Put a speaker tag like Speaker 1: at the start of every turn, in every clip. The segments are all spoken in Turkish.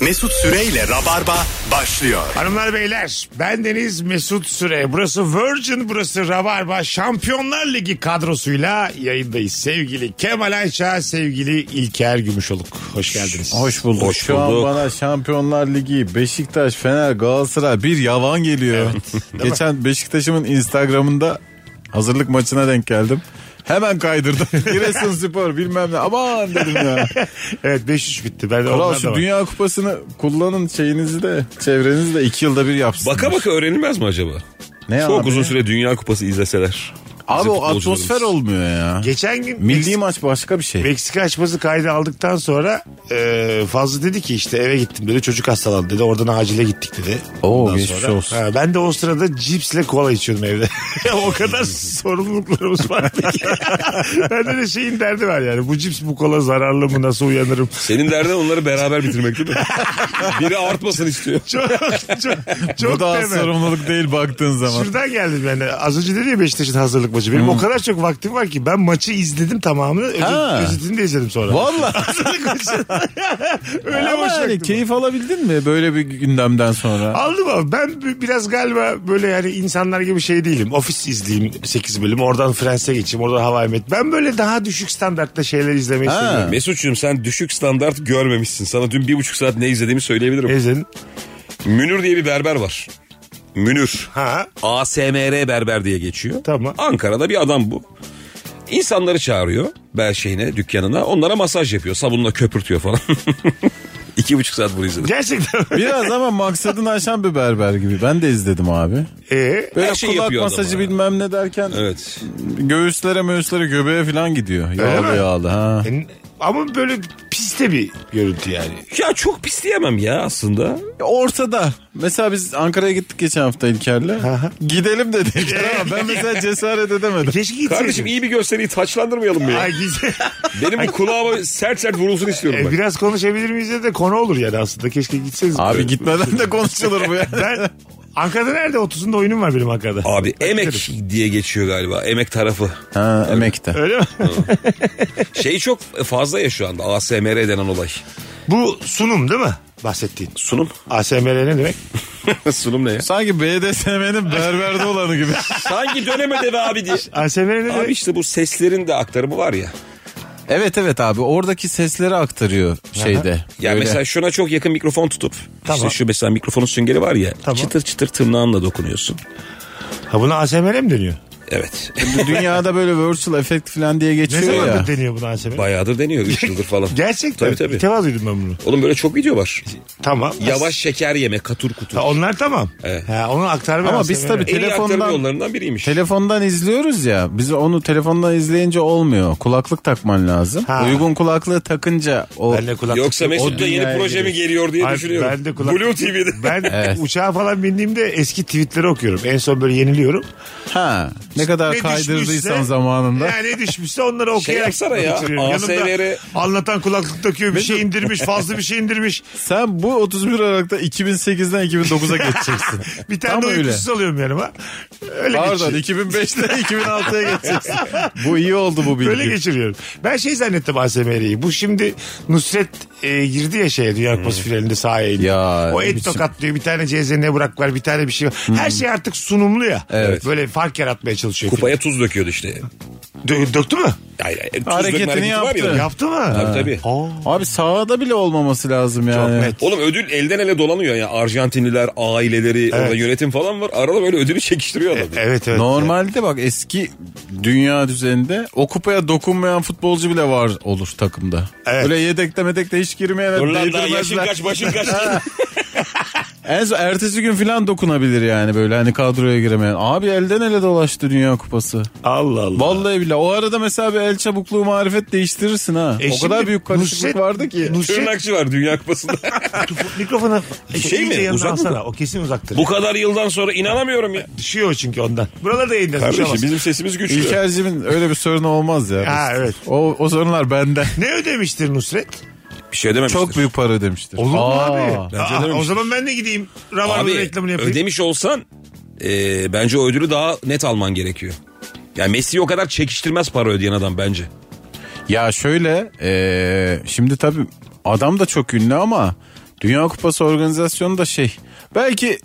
Speaker 1: Mesut Süreyle Rabarba başlıyor.
Speaker 2: Hanımlar beyler ben Deniz Mesut Süre. Burası Virgin burası Rabarba Şampiyonlar Ligi kadrosuyla yayındayız. Sevgili Kemal Ayça, sevgili İlker Gümüşoluk. Hoş geldiniz.
Speaker 3: Hoş bulduk.
Speaker 4: Hoş
Speaker 3: Şu an
Speaker 4: bulduk.
Speaker 3: bana Şampiyonlar Ligi, Beşiktaş, Fener, Galatasaray bir yavan geliyor. Geçen Beşiktaş'ımın Instagram'ında hazırlık maçına denk geldim. Hemen kaydırdım. Giresun Spor bilmem ne. Aman dedim ya.
Speaker 2: Evet 5-3 bitti. Ben de
Speaker 3: Kral
Speaker 2: ondan da
Speaker 3: şu
Speaker 2: var.
Speaker 3: Dünya Kupası'nı kullanın şeyinizi de çevrenizi de iki yılda bir yapsın.
Speaker 4: Baka baka öğrenilmez mi acaba?
Speaker 3: Ne
Speaker 4: Çok
Speaker 3: abi?
Speaker 4: uzun süre Dünya Kupası izleseler.
Speaker 3: Abi
Speaker 4: Bizim
Speaker 3: o atmosfer
Speaker 4: futbolcularımız.
Speaker 3: olmuyor ya.
Speaker 2: Geçen gün
Speaker 3: Milli
Speaker 2: Milli
Speaker 3: maç başka bir şey.
Speaker 2: Meksika açması kaydı aldıktan sonra e, Fazlı dedi ki işte eve gittim dedi çocuk hastalandı dedi oradan acile gittik dedi.
Speaker 3: Oo,
Speaker 2: Ondan
Speaker 3: geçmiş olsun.
Speaker 2: Ha, ben de o sırada cipsle kola içiyordum evde. o kadar sorumluluklarımız vardı ki. Bende de şeyin derdi var yani bu cips bu kola zararlı mı nasıl uyanırım.
Speaker 4: Senin derdin onları beraber bitirmek değil mi? Biri artmasın istiyor.
Speaker 2: Çok çok çok
Speaker 3: Bu da az
Speaker 2: deme.
Speaker 3: sorumluluk değil baktığın zaman.
Speaker 2: Şuradan geldim yani. Az önce dedi ya Beşiktaş'ın hazırlık maçı.
Speaker 3: Hmm.
Speaker 2: Benim o kadar çok vaktim var ki ben maçı izledim tamamını. Özet,
Speaker 3: Ha.
Speaker 2: özetini de izledim sonra.
Speaker 3: Vallahi.
Speaker 2: Hazırlık maçı. Öyle
Speaker 3: Ama
Speaker 2: boş
Speaker 3: yani
Speaker 2: vaktim var.
Speaker 3: keyif alabildin mi böyle bir gündemden sonra?
Speaker 2: Aldım abi. Ben bi- biraz galiba böyle yani insanlar gibi şey değilim. Ofis izleyeyim 8 bölüm. Oradan Fransa'ya geçeyim. Oradan Hava Met. Ben böyle daha düşük standartta şeyler izlemeyi
Speaker 3: Ha.
Speaker 2: seviyorum.
Speaker 4: Mesut'cum sen düşük standart görmemişsin. Sana dün bir buçuk saat ne izlediğimi söyleyebilirim.
Speaker 2: Ezin.
Speaker 4: Münir diye bir berber var. Münir.
Speaker 2: Ha.
Speaker 4: ASMR berber diye geçiyor.
Speaker 2: Tamam.
Speaker 4: Ankara'da bir adam bu. İnsanları çağırıyor bel şeyine dükkanına. Onlara masaj yapıyor. Sabunla köpürtüyor falan. İki buçuk saat bunu izledim.
Speaker 2: Gerçekten.
Speaker 3: Biraz ama maksadını aşan bir berber gibi. Ben de izledim abi.
Speaker 2: Ee,
Speaker 3: Böyle
Speaker 4: Her şeyi
Speaker 3: kulak
Speaker 4: yapıyor adam
Speaker 3: masajı
Speaker 4: ya.
Speaker 3: bilmem ne derken
Speaker 4: Evet.
Speaker 3: göğüslere möğüslere göbeğe falan gidiyor. Yağlı
Speaker 2: mi?
Speaker 3: yağlı ha.
Speaker 2: en- ama böyle piste bir görüntü yani.
Speaker 4: Ya çok pis diyemem ya aslında.
Speaker 2: E,
Speaker 3: Ortada. Mesela biz Ankara'ya gittik geçen hafta İlker'le.
Speaker 2: Aha.
Speaker 3: Gidelim dedik. Ama ben mesela cesaret edemedim.
Speaker 2: Keşke gitseydim.
Speaker 4: Kardeşim iyi bir gösteriyi taçlandırmayalım mı ya?
Speaker 2: Ay, gitse-
Speaker 4: Benim bu kulağıma sert sert vurulsun istiyorum
Speaker 2: E,
Speaker 4: ben.
Speaker 2: biraz konuşabilir miyiz diye de konu olur yani aslında. Keşke gitseniz.
Speaker 3: Abi gitmeden de konuşulur bu ya.
Speaker 2: Ben Ankara'da nerede? 30'unda oyunum var benim Ankara'da.
Speaker 4: Abi emek diye geçiyor galiba. Emek tarafı.
Speaker 3: Ha, emekte.
Speaker 2: Öyle mi?
Speaker 4: Şey çok fazla ya şu anda ASMR denen olay.
Speaker 2: Bu sunum değil mi? Bahsettiğin.
Speaker 4: Sunum.
Speaker 2: ASMR ne demek?
Speaker 4: Sunum ne ya?
Speaker 3: Sanki BDSM'nin berberde olanı gibi.
Speaker 4: Sanki dönemedi be abi diye.
Speaker 2: ASMR ne demek?
Speaker 4: Abi işte bu seslerin de aktarımı var ya.
Speaker 3: evet evet abi oradaki sesleri aktarıyor şeyde.
Speaker 4: Ya
Speaker 3: Böyle.
Speaker 4: mesela şuna çok yakın mikrofon tutup.
Speaker 2: Tamam.
Speaker 4: İşte şu mesela mikrofonun süngeri var ya.
Speaker 2: Tamam.
Speaker 4: Çıtır çıtır tırnağınla dokunuyorsun.
Speaker 2: Ha buna ASMR mi deniyor?
Speaker 4: Evet.
Speaker 3: dünyada böyle virtual effect falan diye
Speaker 2: Ne
Speaker 4: Şey
Speaker 3: geçiyor
Speaker 2: zamandır
Speaker 3: ya.
Speaker 2: deniyor buna ASMR?
Speaker 4: Bayağıdır deniyor 3 yıldır falan.
Speaker 2: Gerçekten.
Speaker 4: Tabii tabii.
Speaker 2: İlk defa duydum ben bunu.
Speaker 4: Oğlum böyle çok video var.
Speaker 2: Tamam.
Speaker 4: Yavaş şeker yeme katur kutur.
Speaker 2: Ha, onlar tamam.
Speaker 4: Evet.
Speaker 2: Ha, onun aktarma
Speaker 3: Ama biz
Speaker 2: ASMR.
Speaker 3: tabii
Speaker 4: En iyi aktarım
Speaker 3: Telefondan-
Speaker 4: yollarından biriymiş.
Speaker 3: Telefondan izliyoruz ya. Biz onu telefondan izleyince olmuyor. Kulaklık takman lazım.
Speaker 2: Ha.
Speaker 3: Uygun kulaklığı takınca o
Speaker 2: Ben de kulaklık.
Speaker 4: Yoksa
Speaker 3: O
Speaker 4: Mesut'la
Speaker 3: dünyaya
Speaker 4: yeni proje mi geliyor diye
Speaker 2: Ay,
Speaker 4: düşünüyorum.
Speaker 2: ben de kulak-
Speaker 4: Blue TV'de.
Speaker 2: Ben
Speaker 3: Evet.
Speaker 2: uçağa falan bindiğimde eski tweetleri okuyorum. En son böyle yeniliyorum.
Speaker 3: ha ne kadar
Speaker 2: Ne
Speaker 3: kaydırdıysan
Speaker 2: düşmüşse-
Speaker 3: zamanında.
Speaker 2: Yani ne düşmüşse onları okuyarak
Speaker 4: Şey yapsana ya,
Speaker 2: bitiriyorum. Yanımda
Speaker 4: ASMR'i
Speaker 2: anlatan kulaklık takıyor. Bir şey indirmiş. Fazla bir şey indirmiş.
Speaker 3: Sen bu 31 Aralık'ta 2008'den 2009'a geçeceksin.
Speaker 2: Bir tane
Speaker 3: Tam
Speaker 2: de
Speaker 3: öyle.
Speaker 2: uykusuz alıyorum yanıma. Öyle
Speaker 3: Pardon
Speaker 2: geçiyor.
Speaker 3: 2005'ten 2006'ya geçeceksin. Bu iyi oldu bu bilgi.
Speaker 2: Böyle geçiriyorum. Ben şey zannettim ASMR'yi. Bu şimdi Nusret e, girdi ya şeye Dünya Kupası finalinde sahaya indi.
Speaker 3: Ya,
Speaker 2: o
Speaker 3: ne
Speaker 2: et
Speaker 3: biçim-
Speaker 2: tokatlıyor. Bir tane CZN Burak var. Bir tane bir şey var. Her şey artık sunumlu ya.
Speaker 3: Evet.
Speaker 2: Böyle fark yaratmaya çalışıyor.
Speaker 4: Kupaya tuz döküyordu işte.
Speaker 2: Dö- döktü mü?
Speaker 4: Hayır, hayır, tuz
Speaker 3: Hareketini
Speaker 4: dökme hareketi
Speaker 3: yaptı.
Speaker 4: Var ya.
Speaker 2: Yaptı mı?
Speaker 4: Tabii tabii.
Speaker 2: Aa,
Speaker 3: Abi sahada bile olmaması lazım yani.
Speaker 2: net.
Speaker 4: Oğlum ödül elden ele dolanıyor ya. Arjantinliler, aileleri, orada yönetim falan var. Arada böyle ödülü çekiştiriyor
Speaker 3: E,
Speaker 4: adam.
Speaker 2: Evet evet.
Speaker 3: Normalde bak eski dünya düzeninde o kupaya dokunmayan futbolcu bile var olur takımda.
Speaker 2: Evet.
Speaker 3: Böyle yedekte medekte hiç girmeyene
Speaker 4: Dur lan daha yaşın
Speaker 3: değdirmezler.
Speaker 4: kaç başın kaç.
Speaker 3: En son ertesi gün falan dokunabilir yani böyle hani kadroya giremeyen. Abi elden ele dolaştı Dünya Kupası.
Speaker 2: Allah Allah.
Speaker 3: Vallahi bile o arada mesela bir el çabukluğu marifet değiştirirsin ha.
Speaker 2: E
Speaker 3: o kadar
Speaker 2: şimdi
Speaker 3: büyük karışıklık
Speaker 2: Nusret-
Speaker 3: vardı ki.
Speaker 2: Nusret
Speaker 4: Tırnakçı var Dünya Kupası'nda.
Speaker 2: mikrofonu
Speaker 4: Şey mi?
Speaker 2: yanına
Speaker 4: Uzak mı?
Speaker 2: alsana. O kesin uzaktır.
Speaker 4: Bu kadar yıldan sonra inanamıyorum ya.
Speaker 2: Düşüyor çünkü ondan. Buralarda yayında
Speaker 4: Kardeşim
Speaker 2: düşemez.
Speaker 4: bizim sesimiz güçlü.
Speaker 3: İlker'cimin öyle bir sorunu olmaz ya.
Speaker 2: Ha, evet.
Speaker 3: O, o sorunlar bende.
Speaker 2: Ne ödemiştir Nusret?
Speaker 4: bir şey ödememiştir.
Speaker 3: Çok büyük para ödemiştir.
Speaker 2: Olur mu
Speaker 3: Aa,
Speaker 2: abi?
Speaker 4: Bence
Speaker 2: Aa,
Speaker 4: ödememiş.
Speaker 2: o zaman ben de gideyim. Rabarbanın
Speaker 4: Abi
Speaker 2: reklamını yapayım.
Speaker 4: ödemiş olsan e, bence o ödülü daha net alman gerekiyor. Yani Messi o kadar çekiştirmez para ödeyen adam bence.
Speaker 3: Ya şöyle eee, şimdi tabii adam da çok ünlü ama Dünya Kupası organizasyonu da şey belki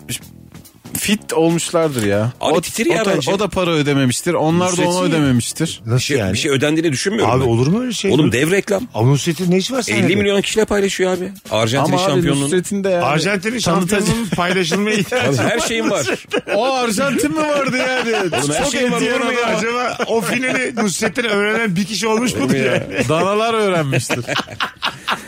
Speaker 3: fit olmuşlardır ya.
Speaker 4: Abi
Speaker 3: o,
Speaker 4: titri ya
Speaker 3: o da,
Speaker 4: bence.
Speaker 3: o da para ödememiştir. Onlar da
Speaker 4: Nusret'in
Speaker 3: ona
Speaker 4: ya.
Speaker 3: ödememiştir.
Speaker 4: Bir
Speaker 2: Nasıl
Speaker 4: şey,
Speaker 2: yani?
Speaker 4: bir şey ödendiğini düşünmüyorum.
Speaker 2: Abi
Speaker 4: ben.
Speaker 2: olur mu öyle şey?
Speaker 4: Oğlum
Speaker 2: Dur.
Speaker 4: dev reklam.
Speaker 2: Anonsetin ne işi var sahnede?
Speaker 4: 50 milyon kişiyle paylaşıyor abi. Arjantin
Speaker 3: Ama abi
Speaker 4: şampiyonluğunu.
Speaker 3: Nusret'in de yani.
Speaker 2: Arjantin'in
Speaker 3: tanıtacı-
Speaker 2: şampiyonluğunun paylaşılmaya ihtiyacı var.
Speaker 4: Her şeyim var.
Speaker 3: o Arjantin mi vardı yani?
Speaker 4: her
Speaker 3: Çok
Speaker 4: şeyin var,
Speaker 3: etiyen
Speaker 4: olur mu
Speaker 3: adam.
Speaker 4: ya?
Speaker 2: şey Acaba o finali Nusret'ten öğrenen bir kişi olmuş mudur yani?
Speaker 3: Danalar öğrenmiştir.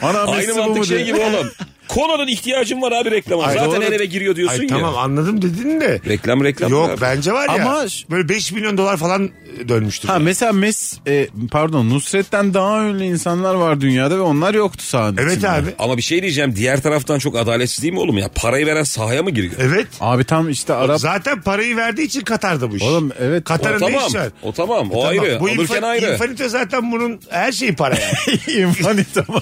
Speaker 3: Ana
Speaker 4: Aynı
Speaker 3: Messi bu mu
Speaker 4: mantık şey
Speaker 3: diye.
Speaker 4: gibi oğlum. Kola'nın ihtiyacın var abi reklama.
Speaker 2: Ay,
Speaker 4: Zaten
Speaker 2: doğru.
Speaker 4: el ele giriyor diyorsun
Speaker 2: Ay,
Speaker 4: ya.
Speaker 2: tamam anladım dedin de.
Speaker 4: Reklam reklam.
Speaker 2: Yok
Speaker 4: abi.
Speaker 2: bence var ya.
Speaker 3: Ama-
Speaker 2: Böyle 5 milyon dolar falan dönmüştür.
Speaker 3: Ha
Speaker 2: yani.
Speaker 3: mesela Messi e, pardon Nusret'ten daha ünlü insanlar var dünyada ve onlar yoktu sahada.
Speaker 2: Evet abi.
Speaker 4: Ama bir şey diyeceğim diğer taraftan çok adaletsiz değil mi oğlum ya? Parayı veren sahaya mı giriyor?
Speaker 2: Evet.
Speaker 3: Abi tam işte Arap
Speaker 2: Zaten parayı verdiği için Katar'da bu iş.
Speaker 3: Oğlum evet.
Speaker 2: Katar'ın
Speaker 4: o
Speaker 2: ne
Speaker 4: tamam.
Speaker 2: işi var?
Speaker 4: O tamam. O
Speaker 2: Tamam.
Speaker 4: ayrı.
Speaker 2: Bu
Speaker 4: Alırken
Speaker 2: infa-
Speaker 4: ayrı.
Speaker 2: infanito zaten bunun her şeyi para yani.
Speaker 3: İnfanito mu?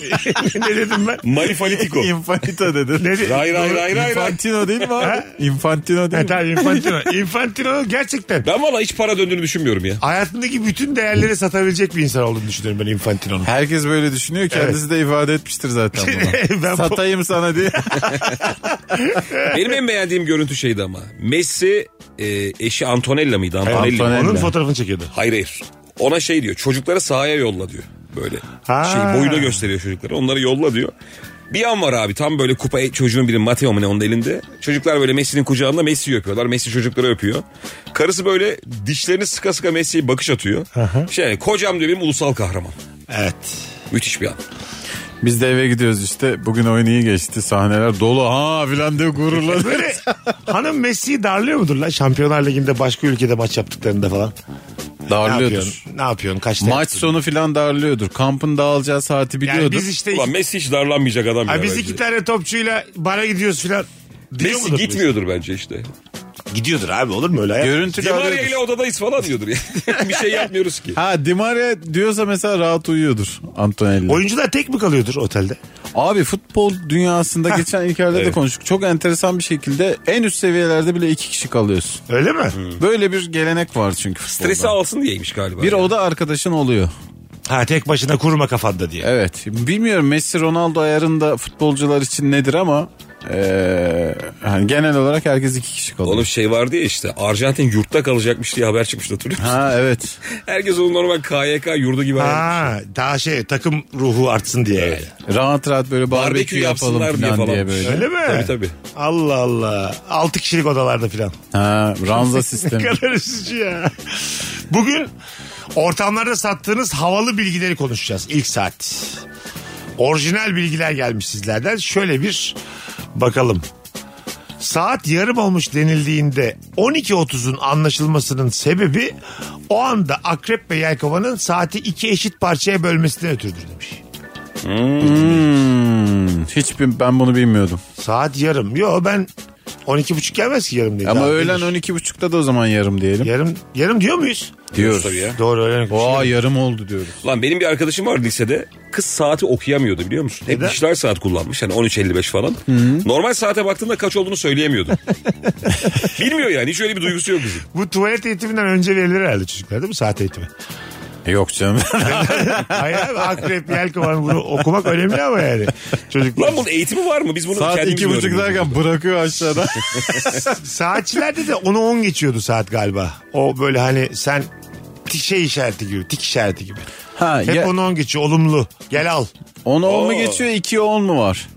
Speaker 2: ne dedim ben?
Speaker 4: Manifalitico.
Speaker 3: İnfanito dedin.
Speaker 2: Ne dedim?
Speaker 4: Ray ray ray ray ray.
Speaker 3: Infantino değil mi abi? Infantino değil
Speaker 2: Ha,
Speaker 3: mi?
Speaker 2: tamam Infantino. Infantino gerçekten
Speaker 4: Ben valla hiç para döndüğünü düşünmüyorum ya.
Speaker 2: hayatındaki bütün değerleri satabilecek bir insan olduğunu düşünüyorum ben Infantino'nun.
Speaker 3: Herkes böyle düşünüyor. Kendisi de ifade etmiştir zaten bunu.
Speaker 2: Ben bu-
Speaker 3: Satayım sana diye.
Speaker 4: Benim en beğendiğim görüntü şeydi ama. Messi e, eşi Antonella mıydı? Antonelli.
Speaker 3: Antonella.
Speaker 2: Onun fotoğrafını çekiyordu.
Speaker 4: Hayır hayır. Ona şey diyor. Çocukları sahaya yolla diyor. Böyle.
Speaker 2: Ha.
Speaker 4: Şey boyuna gösteriyor çocukları. Onları yolla diyor. Bir an var abi tam böyle kupa çocuğun biri Mateo mu ne onun elinde. Çocuklar böyle Messi'nin kucağında Messi'yi öpüyorlar. Messi çocukları öpüyor. Karısı böyle dişlerini sıka sıka Messi'ye bakış atıyor. Şey kocam diyor benim ulusal kahraman.
Speaker 2: Evet.
Speaker 4: Müthiş bir an.
Speaker 3: Biz de eve gidiyoruz işte. Bugün oyun iyi geçti. Sahneler dolu. Ha filan diye gururladı.
Speaker 2: Böyle hanım Messi'yi darlıyor mudur lan Şampiyonlar Ligi'nde başka ülkede maç yaptıklarında falan? Ne
Speaker 3: Darlıyordur.
Speaker 2: Şey yapıyorsun? Ne yapıyorsun? Kaçta
Speaker 3: Maç
Speaker 2: yaptın?
Speaker 3: sonu filan darlıyordur. Kampın dağılacağı saati
Speaker 2: Yani
Speaker 3: biliyordur.
Speaker 2: biz işte
Speaker 4: Ulan Messi hiç darlanmayacak adam ya
Speaker 2: ha, biz
Speaker 4: bence.
Speaker 2: iki tane topçuyla bara gidiyoruz filan. diyor
Speaker 4: Messi
Speaker 2: mudur bu
Speaker 4: gitmiyordur bence işte.
Speaker 2: iş? Gidiyordur abi olur mu öyle ya?
Speaker 3: Görüntülü
Speaker 4: Di Maria ile
Speaker 3: arıyordur.
Speaker 4: odadayız falan diyordur ya. bir şey yapmıyoruz ki.
Speaker 3: Ha Di Maria diyorsa mesela rahat uyuyordur Antonelli.
Speaker 2: Oyuncular tek mi kalıyordur otelde?
Speaker 3: Abi futbol dünyasında geçen ilkelerde de konuştuk. Çok enteresan bir şekilde en üst seviyelerde bile iki kişi kalıyorsun.
Speaker 2: Öyle mi?
Speaker 3: Böyle bir gelenek var çünkü futbolda.
Speaker 4: Stresi alsın diyeymiş galiba.
Speaker 3: Bir oda arkadaşın oluyor.
Speaker 2: Ha tek başına kurma kafanda diye.
Speaker 3: Evet. Bilmiyorum Messi Ronaldo ayarında futbolcular için nedir ama eee, hani genel olarak herkes iki kişi kalıyor.
Speaker 4: Oğlum şey vardı ya işte Arjantin yurtta kalacakmış diye haber çıkmıştı hatırlıyor musun?
Speaker 3: Ha evet.
Speaker 4: Herkes onu normal KYK yurdu gibi ayarlamış.
Speaker 2: Ha daha şey takım ruhu artsın diye. yani.
Speaker 3: Rahat rahat böyle barbekü
Speaker 4: Barbekü
Speaker 3: yapalım
Speaker 4: yapsınlar
Speaker 3: falan
Speaker 4: diye
Speaker 3: diye,
Speaker 4: falan.
Speaker 3: böyle.
Speaker 2: Öyle mi?
Speaker 4: Tabii tabii.
Speaker 2: Allah Allah. 6 kişilik odalarda filan.
Speaker 3: Ha ranza sistemi.
Speaker 2: kadar üzücü ya. Bugün ortamlarda sattığınız havalı bilgileri konuşacağız ilk saat. Orijinal bilgiler gelmiş sizlerden. Şöyle bir bakalım. Saat yarım olmuş denildiğinde 12.30'un anlaşılmasının sebebi o anda akrep ve yelkovanın saati iki eşit parçaya bölmesinden ötürüdür demiş.
Speaker 3: Hmm, hiç bi- ben bunu bilmiyordum.
Speaker 2: Saat yarım. Yo ben 12.30 gelmez ki yarım değil.
Speaker 3: Ama
Speaker 2: Daha
Speaker 3: öğlen
Speaker 2: değil.
Speaker 3: 12.30'da da o zaman yarım diyelim.
Speaker 2: Yarım, yarım diyor muyuz?
Speaker 3: diyoruz.
Speaker 4: Tabii ya. Şey-
Speaker 2: Doğru öğlen.
Speaker 3: Oha yarım oldu diyoruz.
Speaker 4: Lan benim bir arkadaşım var lisede. Kız saati okuyamıyordu biliyor musun? Hep
Speaker 2: Neden?
Speaker 4: dişler saat kullanmış. Hani 13.55 falan. Normal saate baktığında kaç olduğunu söyleyemiyordu. Bilmiyor yani. Hiç öyle bir duygusu yok bizim.
Speaker 2: Bu tuvalet eğitiminden önce verilir herhalde çocuklar değil mi? Saat eğitimi.
Speaker 3: Yok canım.
Speaker 2: Hayır abi akrep yelkovan bunu okumak önemli ama yani. Çocuklar.
Speaker 4: Lan bunun eğitimi var mı? Biz bunu
Speaker 3: Saat
Speaker 4: kendimiz
Speaker 3: iki buçuk
Speaker 4: öğreniyoruz.
Speaker 3: derken bırakıyor aşağıda.
Speaker 2: Saatçilerde de 10'u 10 geçiyordu saat galiba. O böyle hani sen ti- şey işareti gibi, tik işareti gibi.
Speaker 3: ha,
Speaker 2: Hep
Speaker 3: ya,
Speaker 2: 10'u 10 geçiyor. Olumlu. Gel al.
Speaker 3: Onu on mu
Speaker 4: Oo.
Speaker 3: geçiyor iki on mu var?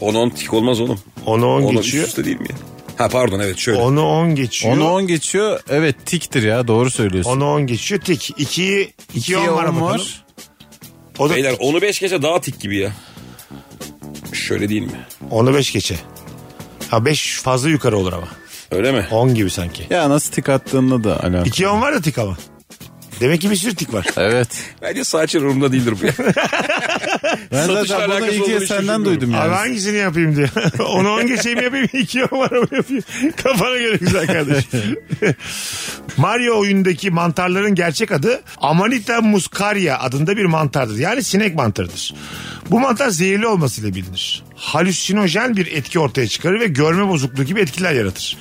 Speaker 4: 10-10 tik olmaz oğlum.
Speaker 2: 10'u 10
Speaker 4: 10 üst
Speaker 2: geçiyor.
Speaker 4: üste değil mi? ya? Ha pardon evet şöyle.
Speaker 2: 10'u 10 geçiyor.
Speaker 3: 10'u 10 geçiyor. Evet tiktir ya doğru söylüyorsun.
Speaker 2: 10'u 10 geçiyor. Tik. 2'yi 2
Speaker 3: İkiye
Speaker 2: 10 var
Speaker 3: on
Speaker 2: mı? bakalım? O da
Speaker 4: Beyler 10'u 5 gece daha tik gibi ya. Şöyle değil mi?
Speaker 2: 10'u 5 geçe. Ha 5 fazla yukarı olur ama.
Speaker 4: Öyle mi?
Speaker 2: 10 gibi sanki.
Speaker 3: Ya nasıl tik attığında da alakalı.
Speaker 2: 2 10 var da tik ama. Demek ki bir sürü tik var.
Speaker 3: Evet.
Speaker 4: Bence saatçi umurumda değildir bu ya.
Speaker 3: Ben
Speaker 4: Satışla
Speaker 3: zaten bunu
Speaker 4: alakası
Speaker 3: ikiye
Speaker 4: olduğunu hiç
Speaker 3: senden
Speaker 4: düşünmüyorum.
Speaker 3: duydum
Speaker 2: Abi
Speaker 3: yani.
Speaker 2: hangisini yapayım diye. Onu on geçeyim yapayım. iki on var ama yapayım. Kafana göre güzel kardeş. Mario oyundaki mantarların gerçek adı Amanita muscaria adında bir mantardır. Yani sinek mantarıdır. Bu mantar zehirli olmasıyla bilinir. Halüsinojen bir etki ortaya çıkarır ve görme bozukluğu gibi etkiler yaratır.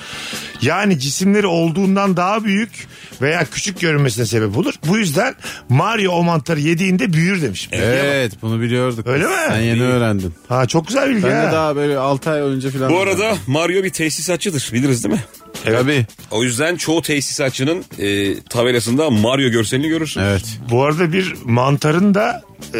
Speaker 2: Yani cisimleri olduğundan daha büyük veya küçük görünmesine sebep olur. Bu yüzden Mario o mantarı yediğinde büyür demiş.
Speaker 3: Evet bunu biliyorduk.
Speaker 2: Öyle mi?
Speaker 3: Sen yeni öğrendin.
Speaker 2: Ha çok güzel bilgi
Speaker 3: Ben
Speaker 2: ha.
Speaker 3: de daha böyle 6 ay önce falan.
Speaker 4: Bu arada Mario bir tesisatçıdır biliriz değil mi?
Speaker 3: Tabii.
Speaker 4: O yüzden çoğu tesisatçının e, tabelasında Mario görselini görürsünüz.
Speaker 3: Evet.
Speaker 2: Bu arada bir mantarın da e,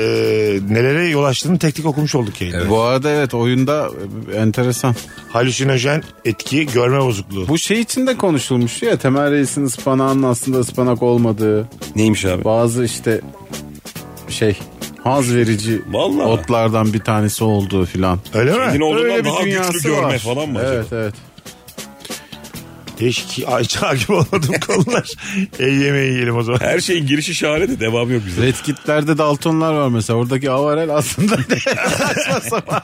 Speaker 2: nelere yol açtığını tek tek okumuş olduk yayında.
Speaker 3: Bu arada evet oyunda e, enteresan.
Speaker 2: Halüsinojen etki görme bozukluğu.
Speaker 3: Bu şey için de konuşulmuş ya Temel Reis'in ıspanağının aslında ıspanak olmadığı
Speaker 4: Neymiş abi?
Speaker 3: bazı işte şey haz verici
Speaker 4: Vallahi.
Speaker 3: otlardan bir tanesi olduğu filan.
Speaker 2: Öyle
Speaker 4: Kendini
Speaker 2: mi?
Speaker 4: olduğundan
Speaker 3: Öyle bir
Speaker 4: daha güçlü
Speaker 3: dünyası
Speaker 4: görme
Speaker 3: var.
Speaker 4: falan mı acaba?
Speaker 3: Evet evet.
Speaker 2: Değişik ay takip olmadığım konular. El yemeği yiyelim o zaman.
Speaker 4: Her şeyin giriş işareti devamı yok bizde.
Speaker 3: Red Kit'lerde Daltonlar var mesela. Oradaki avarel aslında saçma sapan.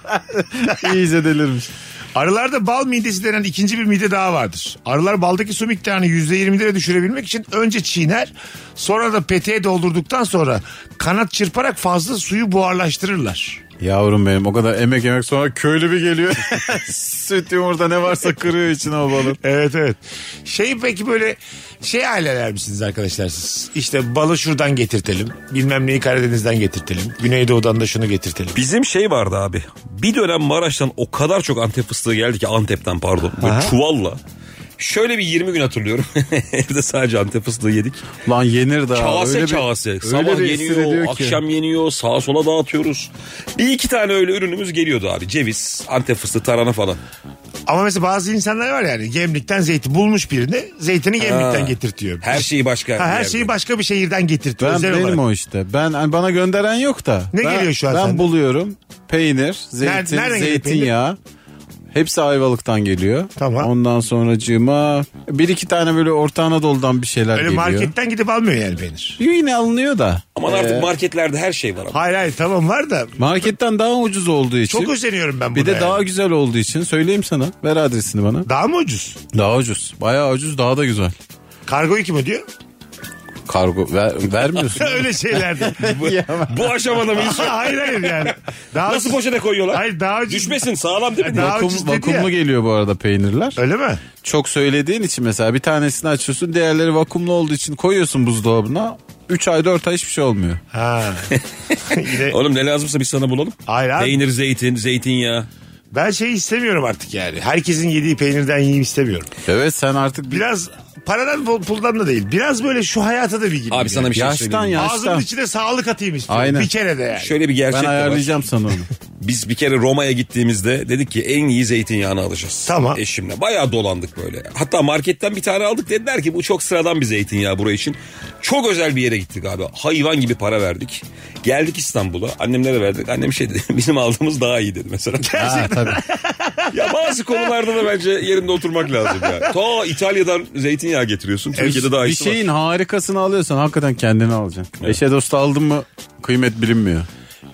Speaker 3: iyice delirmiş.
Speaker 2: Arılarda bal midesi denen ikinci bir mide daha vardır. Arılar baldaki su miktarını %20'lere düşürebilmek için önce çiğner sonra da peteğe doldurduktan sonra kanat çırparak fazla suyu buharlaştırırlar.
Speaker 3: Yavrum benim o kadar emek yemek sonra köylü bir geliyor. Süt yumurta ne varsa kırıyor içine o balın.
Speaker 2: Evet evet. Şey peki böyle şey aileler misiniz arkadaşlar siz? İşte balı şuradan getirtelim. Bilmem neyi Karadeniz'den getirtelim. Güneydoğu'dan da şunu getirtelim.
Speaker 4: Bizim şey vardı abi. Bir dönem Maraş'tan o kadar çok Antep fıstığı geldi ki Antep'ten pardon. Böyle çuvalla. Şöyle bir 20 gün hatırlıyorum. Evde sadece Antep fıstığı yedik.
Speaker 3: Lan yenir daha.
Speaker 4: Kase
Speaker 3: öyle bir-
Speaker 4: kase.
Speaker 3: öyle
Speaker 4: Sabah
Speaker 3: bir esir
Speaker 4: yeniyor,
Speaker 3: ediyor ki.
Speaker 4: akşam yeniyor, sağa sola dağıtıyoruz. Bir iki tane öyle ürünümüz geliyordu abi. Ceviz, Antep fıstığı, tarhana falan.
Speaker 2: Ama mesela bazı insanlar var yani gemlikten zeytin bulmuş birini zeytini gemlikten
Speaker 4: Ha.
Speaker 2: getirtiyor.
Speaker 4: Her şeyi başka.
Speaker 2: Ha,
Speaker 4: bir
Speaker 2: her
Speaker 4: yerde.
Speaker 2: şeyi başka bir şehirden getirtiyor.
Speaker 3: Ben
Speaker 2: özel
Speaker 3: benim
Speaker 2: olarak.
Speaker 3: o işte. Ben hani bana gönderen yok da.
Speaker 2: Ne
Speaker 3: Ben-
Speaker 2: geliyor şu an
Speaker 3: Ben
Speaker 2: sende?
Speaker 3: buluyorum. Peynir,
Speaker 2: Nereden
Speaker 3: zeytin,
Speaker 2: geliyor
Speaker 3: zeytinyağı. Hepsi Ayvalık'tan geliyor.
Speaker 2: Tamam.
Speaker 3: Ondan sonracığıma bir iki tane böyle Orta Anadolu'dan bir şeyler
Speaker 2: Öyle
Speaker 3: geliyor.
Speaker 2: marketten gidip almıyor yani peynir.
Speaker 3: Yine alınıyor da.
Speaker 4: Aman
Speaker 2: Ee.
Speaker 4: artık marketlerde her şey var. Abi.
Speaker 2: Hayır hayır tamam var da
Speaker 3: Marketten daha ucuz olduğu için.
Speaker 2: çok özeniyorum ben buna.
Speaker 3: bir de
Speaker 2: yani.
Speaker 3: daha güzel olduğu için söyleyeyim sana. Ver adresini bana.
Speaker 2: Daha mı ucuz?
Speaker 3: Daha ucuz. Bayağı ucuz daha da güzel.
Speaker 2: Kargoyu kim ödüyor?
Speaker 3: Kargo ver, vermiyorsun.
Speaker 2: Öyle şeylerde.
Speaker 4: Bu aşamada mıyız?
Speaker 2: hayır hayır yani. Daha
Speaker 4: Nasıl poşete koyuyorlar?
Speaker 2: Hayır, daha ucuz-
Speaker 4: Düşmesin sağlam değil mi?
Speaker 2: Daha
Speaker 3: Vakum,
Speaker 2: ucuz dedi ya.
Speaker 3: vakumlu geliyor bu arada peynirler.
Speaker 2: Öyle mi?
Speaker 3: çok söylediğin için mesela bir tanesini açıyorsun diğerleri vakumlu olduğu için koyuyorsun buzdolabına 3 ay 4 ay hiçbir şey olmuyor.
Speaker 2: Ha. Yine-
Speaker 4: Oğlum ne lazımsa biz sana bulalım.
Speaker 2: Hayır abi.
Speaker 4: Peynir, zeytin, zeytinyağı.
Speaker 2: ben şey istemiyorum artık yani. Herkesin yediği peynirden yiyeyim istemiyorum.
Speaker 3: Evet sen artık bir
Speaker 2: Biraz paradan pul- puldan da değil. Biraz böyle şu hayata da bir gireyim.
Speaker 4: Abi sana bir şey
Speaker 3: yaştan
Speaker 4: söyleyeyim.
Speaker 2: Ağzımın
Speaker 3: yaştan.
Speaker 2: içine sağlık atayım istiyorum.
Speaker 3: Aynen.
Speaker 2: Bir kere de yani.
Speaker 4: Şöyle bir gerçek
Speaker 3: Ben
Speaker 4: de var.
Speaker 3: ayarlayacağım sana onu.
Speaker 4: Biz bir kere Roma'ya gittiğimizde dedik ki en iyi zeytinyağını alacağız.
Speaker 2: Tamam.
Speaker 4: Eşimle. Bayağı dolandık böyle. Hatta marketten bir tane aldık dediler ki bu çok sıradan bir zeytinyağı buraya için. Çok özel bir yere gittik abi. Hayvan gibi para verdik. Geldik İstanbul'a. Annemlere verdik. Annem şey dedi bizim aldığımız daha iyi dedi mesela.
Speaker 3: ha, tabii.
Speaker 4: ya bazı konularda da bence yerinde oturmak lazım ya. Ta İtalya'dan zeytinyağı getiriyorsun. Türkiye'de daha
Speaker 3: bir şey
Speaker 4: iyisi var.
Speaker 3: şeyin harikasını alıyorsan hakikaten kendini alacaksın. Eşe dosta aldın mı kıymet bilinmiyor.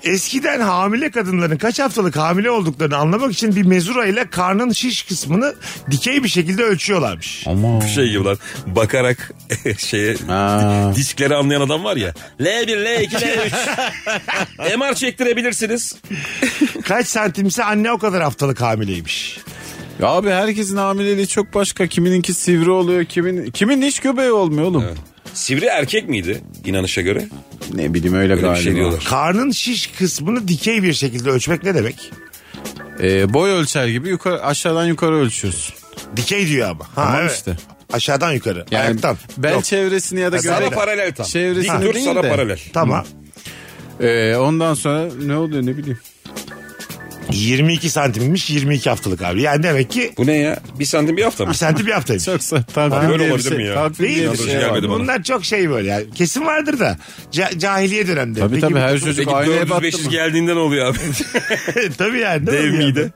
Speaker 2: Eskiden hamile kadınların kaç haftalık hamile olduklarını anlamak için bir mezura ile karnın şiş kısmını dikey bir şekilde ölçüyorlarmış.
Speaker 3: Ama
Speaker 4: şey gibi lan bakarak şeye
Speaker 3: Ha.
Speaker 4: diskleri anlayan adam var ya. L1, L2, L3. MR çektirebilirsiniz.
Speaker 2: Kaç santimse anne o kadar haftalık hamileymiş.
Speaker 3: Ya abi herkesin hamileliği çok başka. Kimininki sivri oluyor, kimin kimin hiç göbeği olmuyor oğlum.
Speaker 4: Sivri erkek miydi inanışa göre?
Speaker 3: Ne bileyim öyle,
Speaker 4: Öyle
Speaker 3: galiba.
Speaker 4: bir şey diyorlar.
Speaker 2: Karnın şiş kısmını dikey bir şekilde ölçmek ne demek?
Speaker 3: Ee, boy ölçer gibi yukarı aşağıdan yukarı ölçüyorsun.
Speaker 2: Dikey diyor ama. Ha,
Speaker 3: Tamam işte.
Speaker 2: Aşağıdan yukarı.
Speaker 3: Yani şey-
Speaker 2: Ayaktan.
Speaker 3: bel
Speaker 2: Yok.
Speaker 3: çevresini ya da
Speaker 2: Sana
Speaker 4: Sana
Speaker 3: göbek
Speaker 4: paralel tam. Dik
Speaker 3: Çevresini
Speaker 4: dur
Speaker 3: değil
Speaker 4: sana
Speaker 3: de.
Speaker 4: paralel.
Speaker 2: Tamam.
Speaker 3: Ee, ondan sonra ne oluyor ne bileyim.
Speaker 2: 22 santimmiş 22 haftalık abi. Yani demek ki
Speaker 4: Bu ne ya? Bir santim bir hafta mı?
Speaker 2: bir santim bir haftaymış.
Speaker 3: Çok sa- takvim
Speaker 4: Böyle
Speaker 3: diye bir
Speaker 4: olabilir mi
Speaker 3: şey.
Speaker 4: ya?
Speaker 3: Takvim
Speaker 2: Değil
Speaker 3: diye
Speaker 2: mi?
Speaker 3: bir şey
Speaker 4: Gelmedi
Speaker 3: var.
Speaker 4: bana.
Speaker 2: Bunlar çok şey böyle yani. Kesin vardır da. Ca- cahiliye dönemde.
Speaker 3: Tabii
Speaker 2: Peki
Speaker 3: tabii her
Speaker 2: bu-
Speaker 3: şey- çocuk
Speaker 4: Peki
Speaker 3: aynaya battı
Speaker 4: 400-500
Speaker 3: mı?
Speaker 4: geldiğinde ne oluyor abi?
Speaker 2: tabii yani. değil mi
Speaker 4: Dev
Speaker 2: bir
Speaker 4: mide.
Speaker 2: yandan?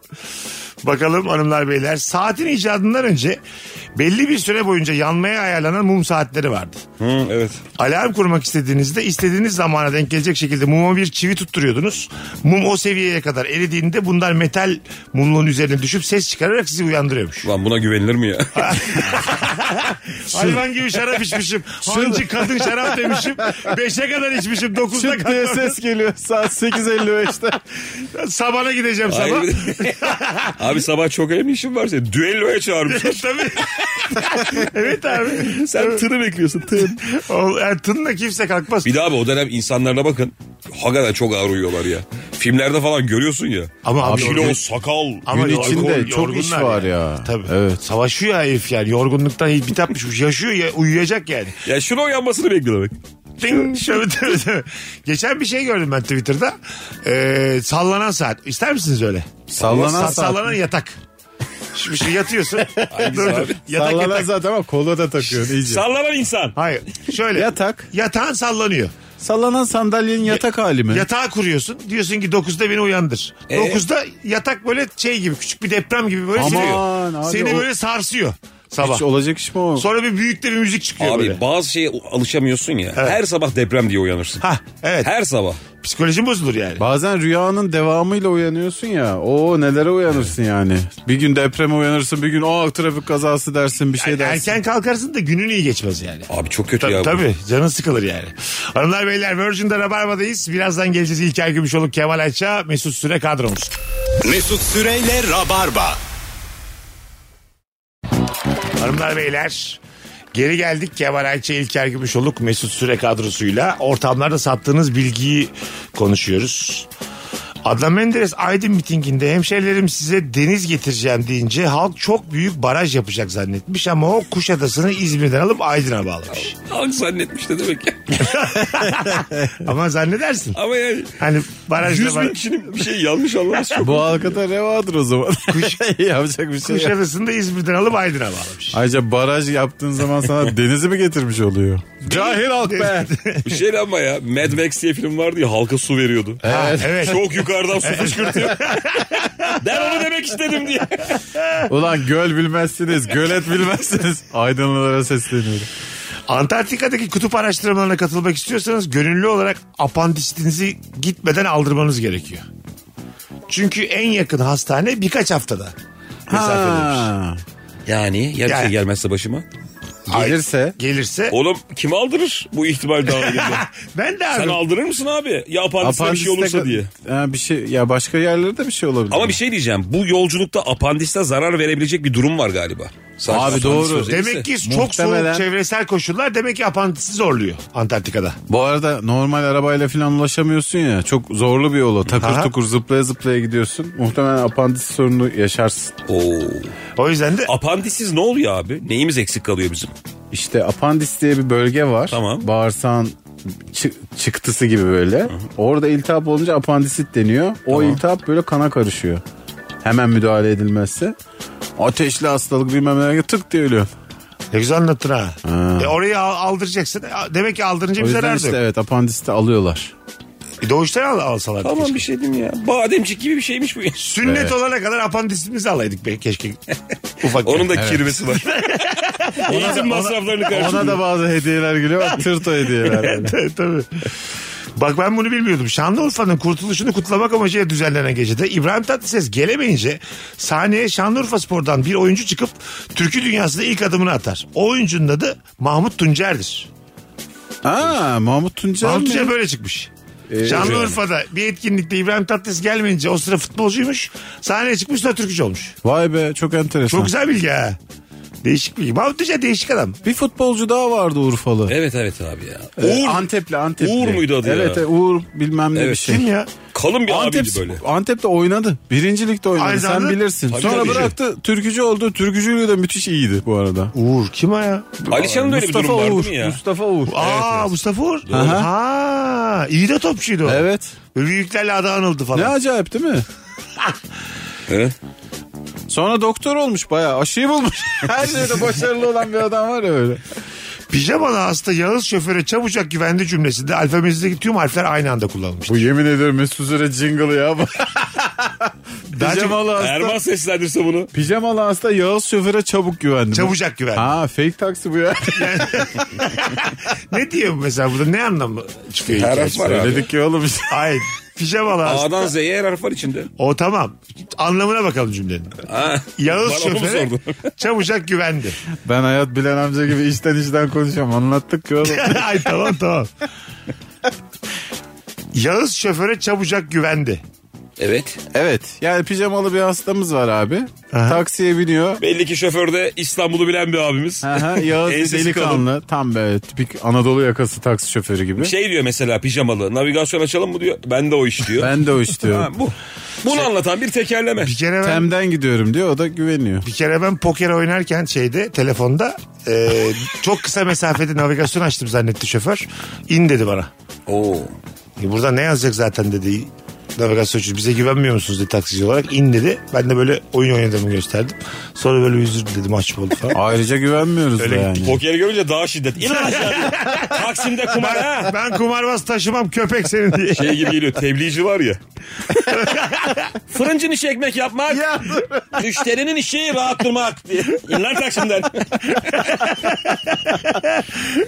Speaker 2: Bakalım hanımlar beyler. Saatin icadından önce belli bir süre boyunca yanmaya ayarlanan mum saatleri vardı.
Speaker 4: Hı, evet.
Speaker 2: Alarm kurmak istediğinizde istediğiniz zamana denk gelecek şekilde muma bir çivi tutturuyordunuz. Mum o seviyeye kadar eridiğinde bunlar metal mumluğun üzerine düşüp ses çıkararak sizi uyandırıyormuş.
Speaker 4: Lan buna güvenilir mi ya?
Speaker 2: Hayvan gibi şarap içmişim. Hancı kadın şarap demişim. Beşe kadar içmişim. Dokuzda
Speaker 3: Çıt diye
Speaker 2: kadar.
Speaker 3: ses geliyor saat 8.55'te.
Speaker 2: Sabana gideceğim sabah.
Speaker 4: Hayır, bir de- abi sabah çok önemli işim var senin. Düelloya çağırmışlar.
Speaker 2: Tabii. evet abi.
Speaker 4: Sen tırı bekliyorsun tır.
Speaker 2: O, yani tınla kimse kalkmaz.
Speaker 4: Bir daha abi o dönem insanlarına bakın. Hakikaten çok ağır uyuyorlar ya. Filmlerde falan görüyorsun ya.
Speaker 2: Ama abi
Speaker 4: Kilo,
Speaker 2: yorgun-
Speaker 4: sakal.
Speaker 2: Ama
Speaker 3: Gün içinde çok iş
Speaker 2: yorgunlar
Speaker 3: var ya.
Speaker 2: Tabii.
Speaker 3: Evet.
Speaker 2: Savaşıyor ya herif yani. Yorgunluktan hiç bitapmış. Yaşıyor ya uyuyacak yani.
Speaker 4: Ya şunu uyanmasını bekliyorlar bak.
Speaker 2: Ding, şöyle, tabii, tabii. Geçen bir şey gördüm ben Twitter'da. Ee, sallanan saat. İster misiniz öyle?
Speaker 3: Sallanan
Speaker 2: Sa-
Speaker 3: saat.
Speaker 2: Sallanan yatak. Şimdi şey yatıyorsun. Dur, dur. yatak
Speaker 3: Sallanan
Speaker 2: yatak.
Speaker 3: zaten ama kola da takıyorsun iyice.
Speaker 4: Sallanan insan.
Speaker 2: Hayır. Şöyle.
Speaker 3: Yatak.
Speaker 2: Yatağın sallanıyor.
Speaker 3: Sallanan sandalyenin yatak hali mi?
Speaker 2: Yatağı kuruyorsun. Diyorsun ki 9'da beni uyandır. 9'da yatak böyle şey gibi küçük bir deprem gibi böyle
Speaker 3: Aman
Speaker 2: siliyor.
Speaker 3: abi
Speaker 2: Seni
Speaker 3: o-
Speaker 2: böyle sarsıyor sabah.
Speaker 3: Hiç olacak iş mi o?
Speaker 2: Sonra bir büyük de bir müzik çıkıyor
Speaker 4: Abi
Speaker 2: böyle.
Speaker 4: bazı şeye alışamıyorsun ya. Her sabah deprem diye uyanırsın.
Speaker 2: Hah, evet.
Speaker 4: Her sabah.
Speaker 2: Psikolojin bozulur yani.
Speaker 3: Bazen rüyanın devamıyla uyanıyorsun ya. O nelere uyanırsın yani. Bir gün depreme uyanırsın, bir gün o trafik kazası dersin, bir şey
Speaker 2: Yani
Speaker 3: dersin.
Speaker 2: erken kalkarsın da günün iyi geçmez yani.
Speaker 4: Abi çok kötü
Speaker 2: Ta-
Speaker 4: ya. bu.
Speaker 2: tabii canın sıkılır yani. Hanımlar beyler Virgin'de Rabarba'dayız. Birazdan geleceğiz İlker Gümüşoluk, Kemal Ayça, Mesut Süre kadromuz.
Speaker 1: Mesut Süreyle Rabarba.
Speaker 2: Hanımlar beyler geri geldik Kemal Ayça, İlker Gümüşoluk, Mesut Süre kadrosuyla. Ortamlarda sattığınız bilgiyi konuşuyoruz. Adnan Menderes Aydın mitinginde hemşerilerim size deniz getireceğim deyince halk çok büyük baraj yapacak zannetmiş ama o Kuşadası'nı İzmir'den alıp Aydın'a bağlamış.
Speaker 4: Halk zannetmiş ne demek ya.
Speaker 2: ama zannedersin.
Speaker 4: Ama yani
Speaker 2: Hani barajda
Speaker 4: 100 bin
Speaker 2: var.
Speaker 4: kişinin bir şey yanlış anlaması çok.
Speaker 3: Bu halkada revadır o zaman. Yapacak bir şey yok.
Speaker 2: Kuşadası'nı da İzmir'den alıp Aydın'a bağlamış.
Speaker 3: Ayrıca baraj yaptığın zaman sana denizi mi getirmiş oluyor? Cahil halk be.
Speaker 4: Bir şey lan ama ya. Mad Max diye film vardı ya halka su veriyordu.
Speaker 2: Ha, evet.
Speaker 4: Çok yukarıdan su fışkırtıyor. ben onu demek istedim diye.
Speaker 3: Ulan göl bilmezsiniz, gölet bilmezsiniz. Aydınlılara sesleniyorum.
Speaker 2: Antarktika'daki kutup araştırmalarına katılmak istiyorsanız gönüllü olarak apandisitinizi gitmeden aldırmanız gerekiyor. Çünkü en yakın hastane birkaç haftada. mesafedeymiş.
Speaker 3: Ha,
Speaker 4: Yani ya bir
Speaker 2: Yani.
Speaker 4: şey gelmezse başıma.
Speaker 3: gelirse
Speaker 2: Gelirse
Speaker 4: Oğlum kim aldırır bu ihtimal dahilinde?
Speaker 2: ben de
Speaker 4: Sen
Speaker 2: abi.
Speaker 4: aldırır mısın abi? Ya apandiste bir şey olursa
Speaker 3: apandiste ka-
Speaker 4: diye.
Speaker 3: Ha, bir şey ya başka yerlerde bir şey olabilir.
Speaker 4: Ama bir şey diyeceğim. Bu yolculukta apandiste zarar verebilecek bir durum var galiba. Sadece
Speaker 3: Abi
Speaker 4: apandis
Speaker 3: doğru.
Speaker 4: özellikle.
Speaker 2: Demek ki çok soğuk
Speaker 3: Muhtemelen-
Speaker 2: çevresel koşullar demek ki apandisi zorluyor Antarktika'da.
Speaker 3: Bu arada normal arabayla falan ulaşamıyorsun ya. Çok zorlu bir yola. Takır
Speaker 2: Aha.
Speaker 3: tukur zıplaya zıplaya gidiyorsun. Muhtemelen apandis sorunu yaşarsın.
Speaker 4: Oo.
Speaker 2: O yüzden de
Speaker 4: Apandissiz ne oluyor abi? Neyimiz eksik kalıyor bizim?
Speaker 3: İşte apandis diye bir bölge var.
Speaker 4: Tamam.
Speaker 3: Bağırsağın çı- çıktısı gibi böyle. Orada iltihap olunca apandisit deniyor. O iltihap böyle kana karışıyor. Hemen müdahale edilmezse. Ateşli hastalık bilmem ne tık diye ölüyor.
Speaker 2: ne güzel anlattın ha. E orayı al- aldıracaksın. E, Demek ki aldırınca
Speaker 3: O
Speaker 2: bir
Speaker 3: yüzden
Speaker 2: zarar
Speaker 3: işte
Speaker 2: yok.
Speaker 3: evet apandisiti alıyorlar.
Speaker 2: E, doğuştan al, alsalardı keşke.
Speaker 4: Tamam bir şey diyeyim ya. Bademcik gibi bir şeymiş bu.
Speaker 2: Sünnet olana kadar apandisimizi alaydık be keşke. Ufak.
Speaker 4: Onun da kirvesi var. Eğitim masraflarını karşılıyor.
Speaker 3: Ona da bazı hediyeler geliyor. Bak, Tırto hediyeler. böyle.
Speaker 2: Tabii, tabii. Bak ben bunu bilmiyordum. Şanlıurfa'nın kurtuluşunu kutlamak amacıyla düzenlenen gecede İbrahim Tatlıses gelemeyince sahneye Şanlıurfa Spor'dan bir oyuncu çıkıp türkü dünyasında ilk adımını atar. O oyuncunun adı Mahmut Tuncer'dir.
Speaker 3: Aa Mahmut Tuncel
Speaker 2: Mahmut
Speaker 3: mi?
Speaker 2: Tuncer böyle çıkmış.
Speaker 3: Ee,
Speaker 2: Şanlıurfa'da bir etkinlikte İbrahim Tatlıses gelmeyince o sıra futbolcuymuş. Sahneye çıkmış sonra türkücü olmuş.
Speaker 3: Vay be çok enteresan.
Speaker 2: Çok güzel bilgi ha. Değişik bilgi. Mahmut Tuncer değişik adam.
Speaker 3: Bir futbolcu daha vardı Urfalı.
Speaker 4: Evet evet abi ya.
Speaker 3: Uğur. Antepli Antepli.
Speaker 4: Uğur muydu adı ya?
Speaker 3: evet, e, Uğur bilmem ne
Speaker 4: Evet.
Speaker 3: bir şey.
Speaker 2: Kim ya?
Speaker 4: Kalın bir
Speaker 3: Antep,
Speaker 4: abiydi böyle.
Speaker 3: Antep'te oynadı. Birincilikte oynadı.
Speaker 2: Aynı
Speaker 3: Sen
Speaker 2: zamanda-
Speaker 3: bilirsin.
Speaker 4: Tabii,
Speaker 3: Sonra
Speaker 4: tabii.
Speaker 3: bıraktı. Türkücü oldu. Türkücülüğü de müthiş iyiydi bu arada.
Speaker 2: Uğur kim o ya?
Speaker 4: Alişan'ın da öyle bir durum var
Speaker 3: Uğur.
Speaker 4: değil mi ya?
Speaker 3: Mustafa Uğur.
Speaker 2: Aa Mustafa Uğur.
Speaker 3: Aha.
Speaker 2: Ha, iyi de topçuydu o.
Speaker 3: Evet.
Speaker 2: Böyle Büyüklerle adı anıldı falan.
Speaker 3: Ne acayip değil mi?
Speaker 4: He?
Speaker 3: Sonra doktor olmuş bayağı. Aşıyı bulmuş. Her şeyde başarılı olan bir adam var ya öyle.
Speaker 2: Pijamalı hasta Yağız şoföre çabucak güvendi cümlesinde alfabemizdeki tüm harfler aynı anda kullanılmış.
Speaker 3: Bu yemin ediyorum Mesut Süre jingle ya.
Speaker 2: Daha çok
Speaker 3: Pijamalı hasta,
Speaker 4: Erman seslendirse bunu.
Speaker 3: pijamalı hasta Yağız şoföre çabuk güvendim.
Speaker 2: çabucak güven.
Speaker 3: Ha fake taksi bu ya.
Speaker 2: Ne diyor bu mesela burada ne anlamı çıkıyor?
Speaker 4: Her
Speaker 2: hikayesi?
Speaker 4: harf var abi.
Speaker 3: Dedik ki oğlum işte.
Speaker 2: Hayır. Pijamalı hasta.
Speaker 4: A'dan Z'ye her harf var içinde.
Speaker 2: O tamam. Anlamına bakalım cümlenin.
Speaker 4: Ha.
Speaker 2: Yağız
Speaker 4: Bana onu
Speaker 2: şoföre
Speaker 4: sordu.
Speaker 2: çabucak güvendi.
Speaker 3: ben hayat bilen amca gibi işten işten konuşuyorum. Anlattık ki oğlum.
Speaker 2: Ay tamam tamam. Yağız şoföre çabucak güvendi.
Speaker 4: Evet.
Speaker 3: evet yani pijamalı bir hastamız var abi. Taksiye biniyor.
Speaker 4: Belli ki şoförde İstanbul'u bilen bir abimiz.
Speaker 3: Aha, Yağız bir
Speaker 4: Ensesi
Speaker 3: delikanlı. Tam böyle tipik Anadolu yakası taksi şoförü gibi.
Speaker 4: Şey diyor mesela pijamalı. Navigasyon açalım mı diyor. Ben de o iş diyor.
Speaker 3: Ben de o iş diyorum.
Speaker 4: Ha, bu. Bunu anlatan bir tekerleme.
Speaker 2: Bir kere ben
Speaker 3: Temden gidiyorum diyor o da güveniyor.
Speaker 2: bir kere ben poker oynarken şeyde telefonda e, çok kısa mesafede navigasyon açtım zannetti şoför. İn dedi bana.
Speaker 4: Oo.
Speaker 2: E, Burada ne yazacak zaten dedi navigasyon için. Bize güvenmiyor musunuz dedi taksici olarak. İn dedi. Ben de böyle oyun oynadığımı gösterdim. Sonra böyle üzüldü dedim aç oldu falan.
Speaker 3: Ayrıca güvenmiyoruz da yani.
Speaker 4: Pokeri görünce daha şiddet. İnan aşağı diyor. Taksim'de kumar ha.
Speaker 2: ben, ben kumarbaz taşımam köpek senin diye.
Speaker 4: Şey gibi geliyor tebliğci var ya. Fırıncın işi ekmek yapmak.
Speaker 2: Ya.
Speaker 4: Müşterinin işi rahat durmak diye. İn lan Taksim'den.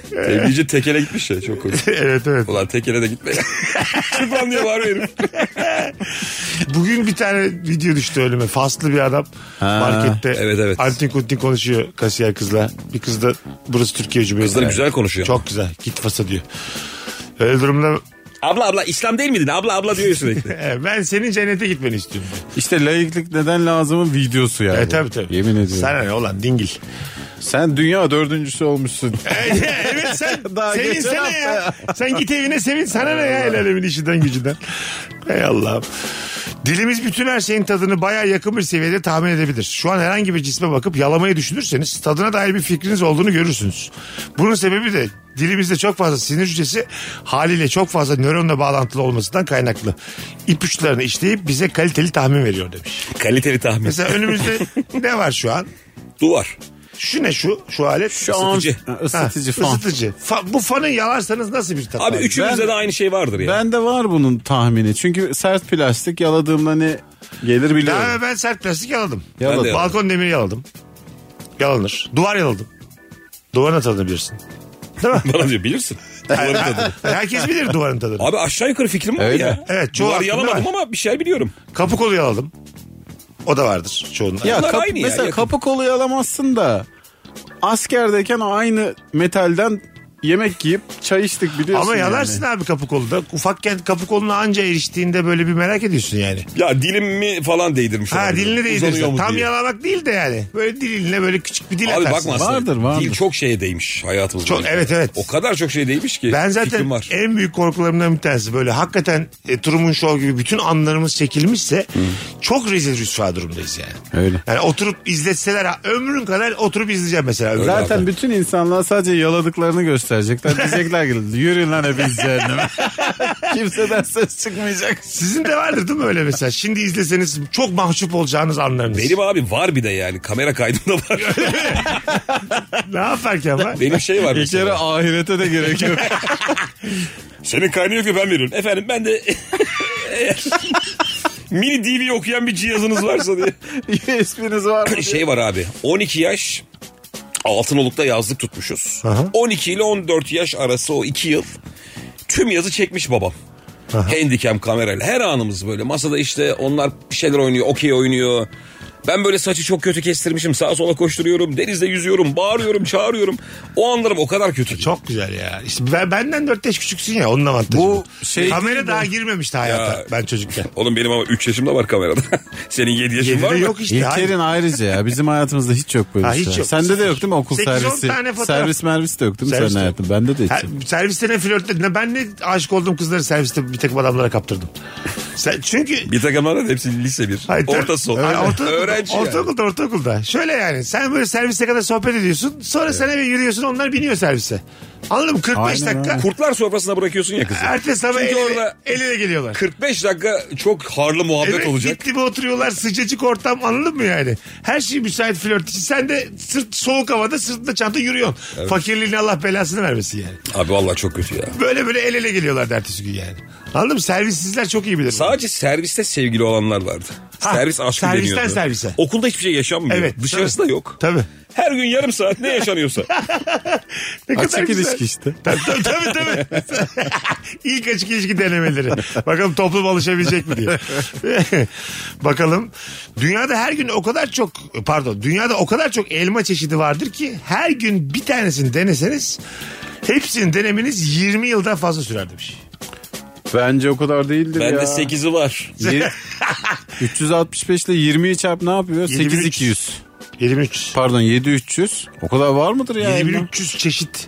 Speaker 4: tebliğci tekele gitmiş ya çok komik.
Speaker 2: evet evet.
Speaker 4: Ulan tekele de gitme ya. Şükran diye bağırıyor herif.
Speaker 2: Bugün bir tane video düştü önüme. Faslı bir adam markette.
Speaker 4: evet, evet.
Speaker 2: Antin kuntin konuşuyor kasiyer kızla. Bir kız da burası Türkiye Cumhuriyeti.
Speaker 4: Kızlar güzel konuşuyor.
Speaker 2: Çok güzel. Git Fas'a diyor. Öyle durumda
Speaker 4: Abla abla İslam değil miydin? Abla abla diyor sürekli.
Speaker 2: e, ben senin cennete gitmeni istiyorum.
Speaker 3: İşte layıklık neden lazımın videosu yani.
Speaker 2: E, tabii tabii.
Speaker 3: Yemin ediyorum. Sen,
Speaker 2: Sana ne olan dingil.
Speaker 3: dünya dördüncüsü olmuşsun.
Speaker 2: evet sen
Speaker 3: Daha geçen
Speaker 2: sevinsene
Speaker 3: hafta
Speaker 2: ya.
Speaker 3: ya.
Speaker 2: Sen git evine sevin sana ne ya el alemin işinden gücünden. Ey Allah'ım. Dilimiz bütün her şeyin tadını bayağı yakın bir seviyede tahmin edebilir. Şu an herhangi bir cisme bakıp yalamayı düşünürseniz tadına dair bir fikriniz olduğunu görürsünüz. Bunun sebebi de dilimizde çok fazla sinir hücresi haliyle çok fazla nöronla bağlantılı olmasından kaynaklı. İpuçlarını işleyip bize kaliteli tahmin veriyor demiş.
Speaker 4: Kaliteli tahmin.
Speaker 2: Mesela önümüzde ne var şu an?
Speaker 4: Duvar.
Speaker 2: Şu ne şu? Şu alet.
Speaker 3: Şu an-
Speaker 4: Isıtıcı.
Speaker 3: Ha, ısıtıcı
Speaker 2: Ha,
Speaker 3: fan.
Speaker 2: ısıtıcı. Fa- bu fanı yalarsanız nasıl bir tat?
Speaker 4: Abi
Speaker 2: var?
Speaker 4: üçümüzde
Speaker 3: Ben-
Speaker 4: de aynı şey vardır ya.
Speaker 3: Ben de var bunun tahmini. Çünkü sert plastik yaladığımda ne gelir biliyorum.
Speaker 2: Daha ben sert plastik yaladım.
Speaker 4: Ben de yaladım.
Speaker 2: Balkon demiri yaladım. Yalanır. Duvar yaladım. Duvarın tadını bilirsin. Değil mi?
Speaker 4: Bana diyor bilirsin. Duvarın tadını.
Speaker 2: Herkes bilir duvarın tadını.
Speaker 4: Abi aşağı yukarı fikrim var
Speaker 3: Öyle.
Speaker 4: ya.
Speaker 2: Evet, çoğu
Speaker 4: Duvar
Speaker 2: aklımda
Speaker 4: yalamadım
Speaker 2: var.
Speaker 4: ama bir şey biliyorum.
Speaker 2: Kapı kolu yaladım. O da vardır çoğunda.
Speaker 3: Ya
Speaker 4: Bunlar
Speaker 3: kapı-
Speaker 4: aynı ya,
Speaker 3: mesela
Speaker 4: yakın.
Speaker 3: kapı kolu yalamazsın da askerdeyken aynı metalden yemek yiyip çay içtik biliyorsun.
Speaker 2: Ama
Speaker 3: yani.
Speaker 2: yalarsın abi kapı kolu da. Ufakken kapı koluna anca eriştiğinde böyle bir merak ediyorsun yani.
Speaker 4: Ya dilim mi falan değdirmiş.
Speaker 2: Ha
Speaker 4: olabilir.
Speaker 2: dilini
Speaker 4: Uzanıyor
Speaker 2: değdirsen.
Speaker 4: mu
Speaker 2: Tam
Speaker 4: diye.
Speaker 2: yalamak değil de yani. Böyle dilinle böyle küçük bir dil
Speaker 4: Abi
Speaker 2: atarsın.
Speaker 4: bakma aslında.
Speaker 3: Vardır, vardır.
Speaker 4: Dil çok şeye değmiş hayatımızda.
Speaker 2: Çok- evet, evet.
Speaker 4: O kadar çok şeye değmiş ki.
Speaker 2: Ben zaten e-
Speaker 4: fikrim var.
Speaker 2: en büyük korkularımdan bir tanesi böyle hakikaten e, Truman Show gibi bütün anlarımız çekilmişse çok rezil rüsva durumdayız yani.
Speaker 3: Öyle.
Speaker 2: Yani oturup izletseler ha, ömrün kadar oturup izleyeceğim mesela. Öyle
Speaker 3: Zaten bütün insanlar sadece yaladıklarını gösterecekler. Diyecekler ki yürüyün lan hepiniz cehenneme. Kimseden söz çıkmayacak.
Speaker 2: Sizin de vardır değil mi öyle mesela? Şimdi izleseniz çok mahcup olacağınız anlarınız.
Speaker 4: Benim abi var bir de yani kamera kaydında var.
Speaker 2: Ne yaparken var?
Speaker 4: Benim şey var
Speaker 3: Bir kere
Speaker 4: mesela.
Speaker 3: ahirete de gerek yok.
Speaker 4: Senin kaynıyor ki ben veriyorum. Efendim ben de eğer mini DVD okuyan bir cihazınız varsa diye.
Speaker 3: USB'niz var mı?
Speaker 4: şey var abi 12 yaş Altınoluk'ta yazlık tutmuşuz.
Speaker 2: Aha.
Speaker 4: 12 ile 14 yaş arası o 2 yıl tüm yazı çekmiş babam. Handicam kamerayla her anımız böyle masada işte onlar bir şeyler oynuyor okey oynuyor. Ben böyle saçı çok kötü kestirmişim sağa sola koşturuyorum denizde yüzüyorum bağırıyorum çağırıyorum. O anlarım o kadar kötü. ki.
Speaker 2: Çok güzel ya. İşte ben, benden 4 yaş küçüksün ya onun avantajı.
Speaker 3: Bu şey değil
Speaker 2: Kamera
Speaker 3: mi?
Speaker 2: daha girmemişti hayata
Speaker 4: Ya.
Speaker 2: ben çocukken.
Speaker 4: Oğlum benim ama 3 yaşımda var kamerada. Senin 7 yaşın
Speaker 2: Yedide
Speaker 4: var mı?
Speaker 2: yok işte.
Speaker 3: İlker'in ayrıca ya bizim hayatımızda hiç yok böyle
Speaker 2: Ha,
Speaker 3: şey.
Speaker 2: hiç yok.
Speaker 3: Sende de yok değil mi okul
Speaker 2: 8-10
Speaker 3: servisi?
Speaker 2: tane fotoğraf.
Speaker 3: Servis mervis de yok değil mi
Speaker 2: Servis de
Speaker 3: senin
Speaker 2: yok.
Speaker 3: hayatın? Bende de hiç.
Speaker 2: Ha,
Speaker 3: yok.
Speaker 2: serviste ne flörtte ne ben ne aşık olduğum kızları serviste bir takım adamlara kaptırdım. Sen, çünkü
Speaker 4: Bir takım var da hepsi lise 1.
Speaker 2: Hayır, tabii.
Speaker 4: Orta son.
Speaker 2: Hayır, ortaokulda,
Speaker 4: Öğrenci yani.
Speaker 2: ortaokulda, ortaokulda. Şöyle yani sen böyle servise kadar sohbet ediyorsun. Sonra sen eve yürüyorsun onlar biniyor servise. Anladın mı? 45
Speaker 3: Aynen
Speaker 2: dakika.
Speaker 4: Kurtlar sofrasına bırakıyorsun ya kızı.
Speaker 2: Ertesi sabah
Speaker 4: Çünkü
Speaker 2: el,
Speaker 4: orada-
Speaker 2: el ele geliyorlar.
Speaker 4: 45 dakika çok harlı muhabbet
Speaker 2: Evet,
Speaker 4: olacak.
Speaker 2: Gitli mi oturuyorlar sıcacık ortam anladın mı yani? Her şey müsait flört için. Sen de sırt soğuk havada sırtında çanta yürüyorsun. Fakirliğini Allah belasını vermesin yani.
Speaker 4: Abi vallahi çok kötü ya.
Speaker 2: Böyle böyle el ele geliyorlar da ertesi gün yani. Anladın mı? Servissizler çok iyi bilir.
Speaker 4: Sadece serviste sevgili olanlar vardı.
Speaker 2: Ha,
Speaker 4: Servis aşkı
Speaker 2: servisten
Speaker 4: deniyordu.
Speaker 2: servise.
Speaker 4: Okulda hiçbir şey yaşanmıyor.
Speaker 2: Evet,
Speaker 4: Dışarısı
Speaker 2: tabii.
Speaker 4: da yok.
Speaker 2: Tabii.
Speaker 4: Her gün yarım saat ne yaşanıyorsa.
Speaker 2: Ne
Speaker 3: Açık
Speaker 2: güzel.
Speaker 3: ilişki işte.
Speaker 2: tabii tabii. tabii, tabii. İlk açık ilişki denemeleri. Bakalım toplum alışabilecek mi diye. Bakalım. Dünyada her gün o kadar çok pardon dünyada o kadar çok elma çeşidi vardır ki her gün bir tanesini deneseniz hepsini denemeniz 20 yıldan fazla sürer demiş.
Speaker 3: Bence o kadar değildir ya.
Speaker 4: Bende 8'i var.
Speaker 3: Yir- 365 ile 20'yi çarp ne yapıyor?
Speaker 2: 7300.
Speaker 3: 8200.
Speaker 2: 7300.
Speaker 3: Pardon 7300. O kadar var mıdır ya? elma?
Speaker 2: 7300 çeşit.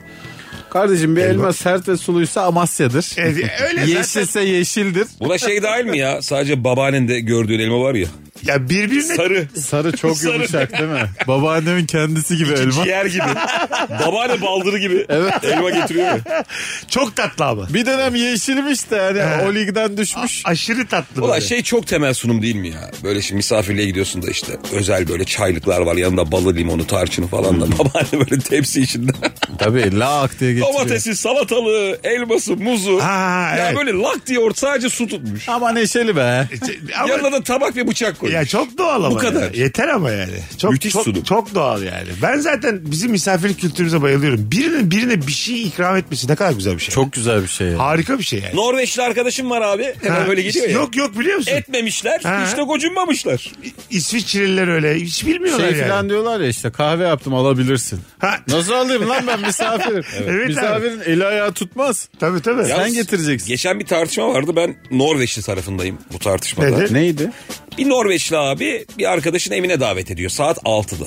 Speaker 3: Kardeşim bir elma sert ve suluysa Amasya'dır.
Speaker 2: Evet, E, öyle zaten.
Speaker 3: Yeşilse yeşildir.
Speaker 4: Buna şey dahil mi ya? Sadece babaannen de gördüğün elma var ya.
Speaker 2: Ya birbirine
Speaker 4: Sarı.
Speaker 3: Sarı çok
Speaker 4: Sarı.
Speaker 3: yumuşak değil mi? Babaannemin kendisi gibi
Speaker 2: şey-
Speaker 3: elma.
Speaker 4: Ciğer gibi. Babaanne baldırı gibi. Elma getiriyor ya.
Speaker 2: çok tatlı ama.
Speaker 3: Bir dönem yeşilmiş de yani
Speaker 2: He.
Speaker 3: o ligden düşmüş.
Speaker 2: Aşırı tatlı.
Speaker 4: Ulan
Speaker 2: böyle.
Speaker 4: şey çok temel sunum değil mi ya? Böyle şimdi misafirliğe gidiyorsun da işte özel böyle çaylıklar var. Yanında balı limonu tarçını falan
Speaker 2: Hmm.
Speaker 4: da. Babaanne böyle tepsi içinde.
Speaker 3: Tabii lak diye getiriyor.
Speaker 4: Domatesi, salatalığı, elması, muzu.
Speaker 2: Ha,
Speaker 4: ya
Speaker 2: evet.
Speaker 4: böyle lak diye orta sadece su tutmuş.
Speaker 3: Ama neşeli be.
Speaker 2: E, Ama-
Speaker 4: Yanına da tabak ve bıçak koymuş.
Speaker 2: Ya çok doğal ama.
Speaker 4: şey, Bu kadar.
Speaker 2: ya. Yeter ama yani. Çok,
Speaker 4: Müthiş
Speaker 2: çok,
Speaker 4: sunum.
Speaker 2: Çok doğal yani. Ben zaten bizim misafirlik kültürümüze bayılıyorum. Birinin birine bir şey ikram etmesi ne kadar güzel bir şey.
Speaker 3: Çok güzel bir şey. ya.
Speaker 2: Harika bir şey yani.
Speaker 4: Norveçli arkadaşım var abi. Hemen
Speaker 2: Ha,
Speaker 4: böyle gidiyor ya.
Speaker 2: Yok yok biliyor musun?
Speaker 4: Etmemişler.
Speaker 2: Ha.
Speaker 4: Hiç de gocunmamışlar.
Speaker 2: İsviçreliler öyle. Hiç bilmiyorlar
Speaker 3: Şey
Speaker 2: yani.
Speaker 3: falan diyorlar ya işte kahve yaptım alabilirsin.
Speaker 2: Ha,
Speaker 3: Nasıl alayım lan ben misafirim.
Speaker 2: Evet
Speaker 3: Misafirin eli ayağı tutmaz.
Speaker 2: tabii tabii.
Speaker 4: Ya-
Speaker 3: Sen getireceksin.
Speaker 4: Geçen bir tartışma vardı. Ben Norveçli tarafındayım bu tartışmada.
Speaker 2: Nedir?
Speaker 3: Neydi?
Speaker 4: Bir Norveçli abi bir arkadaşını evine davet ediyor saat 6'da.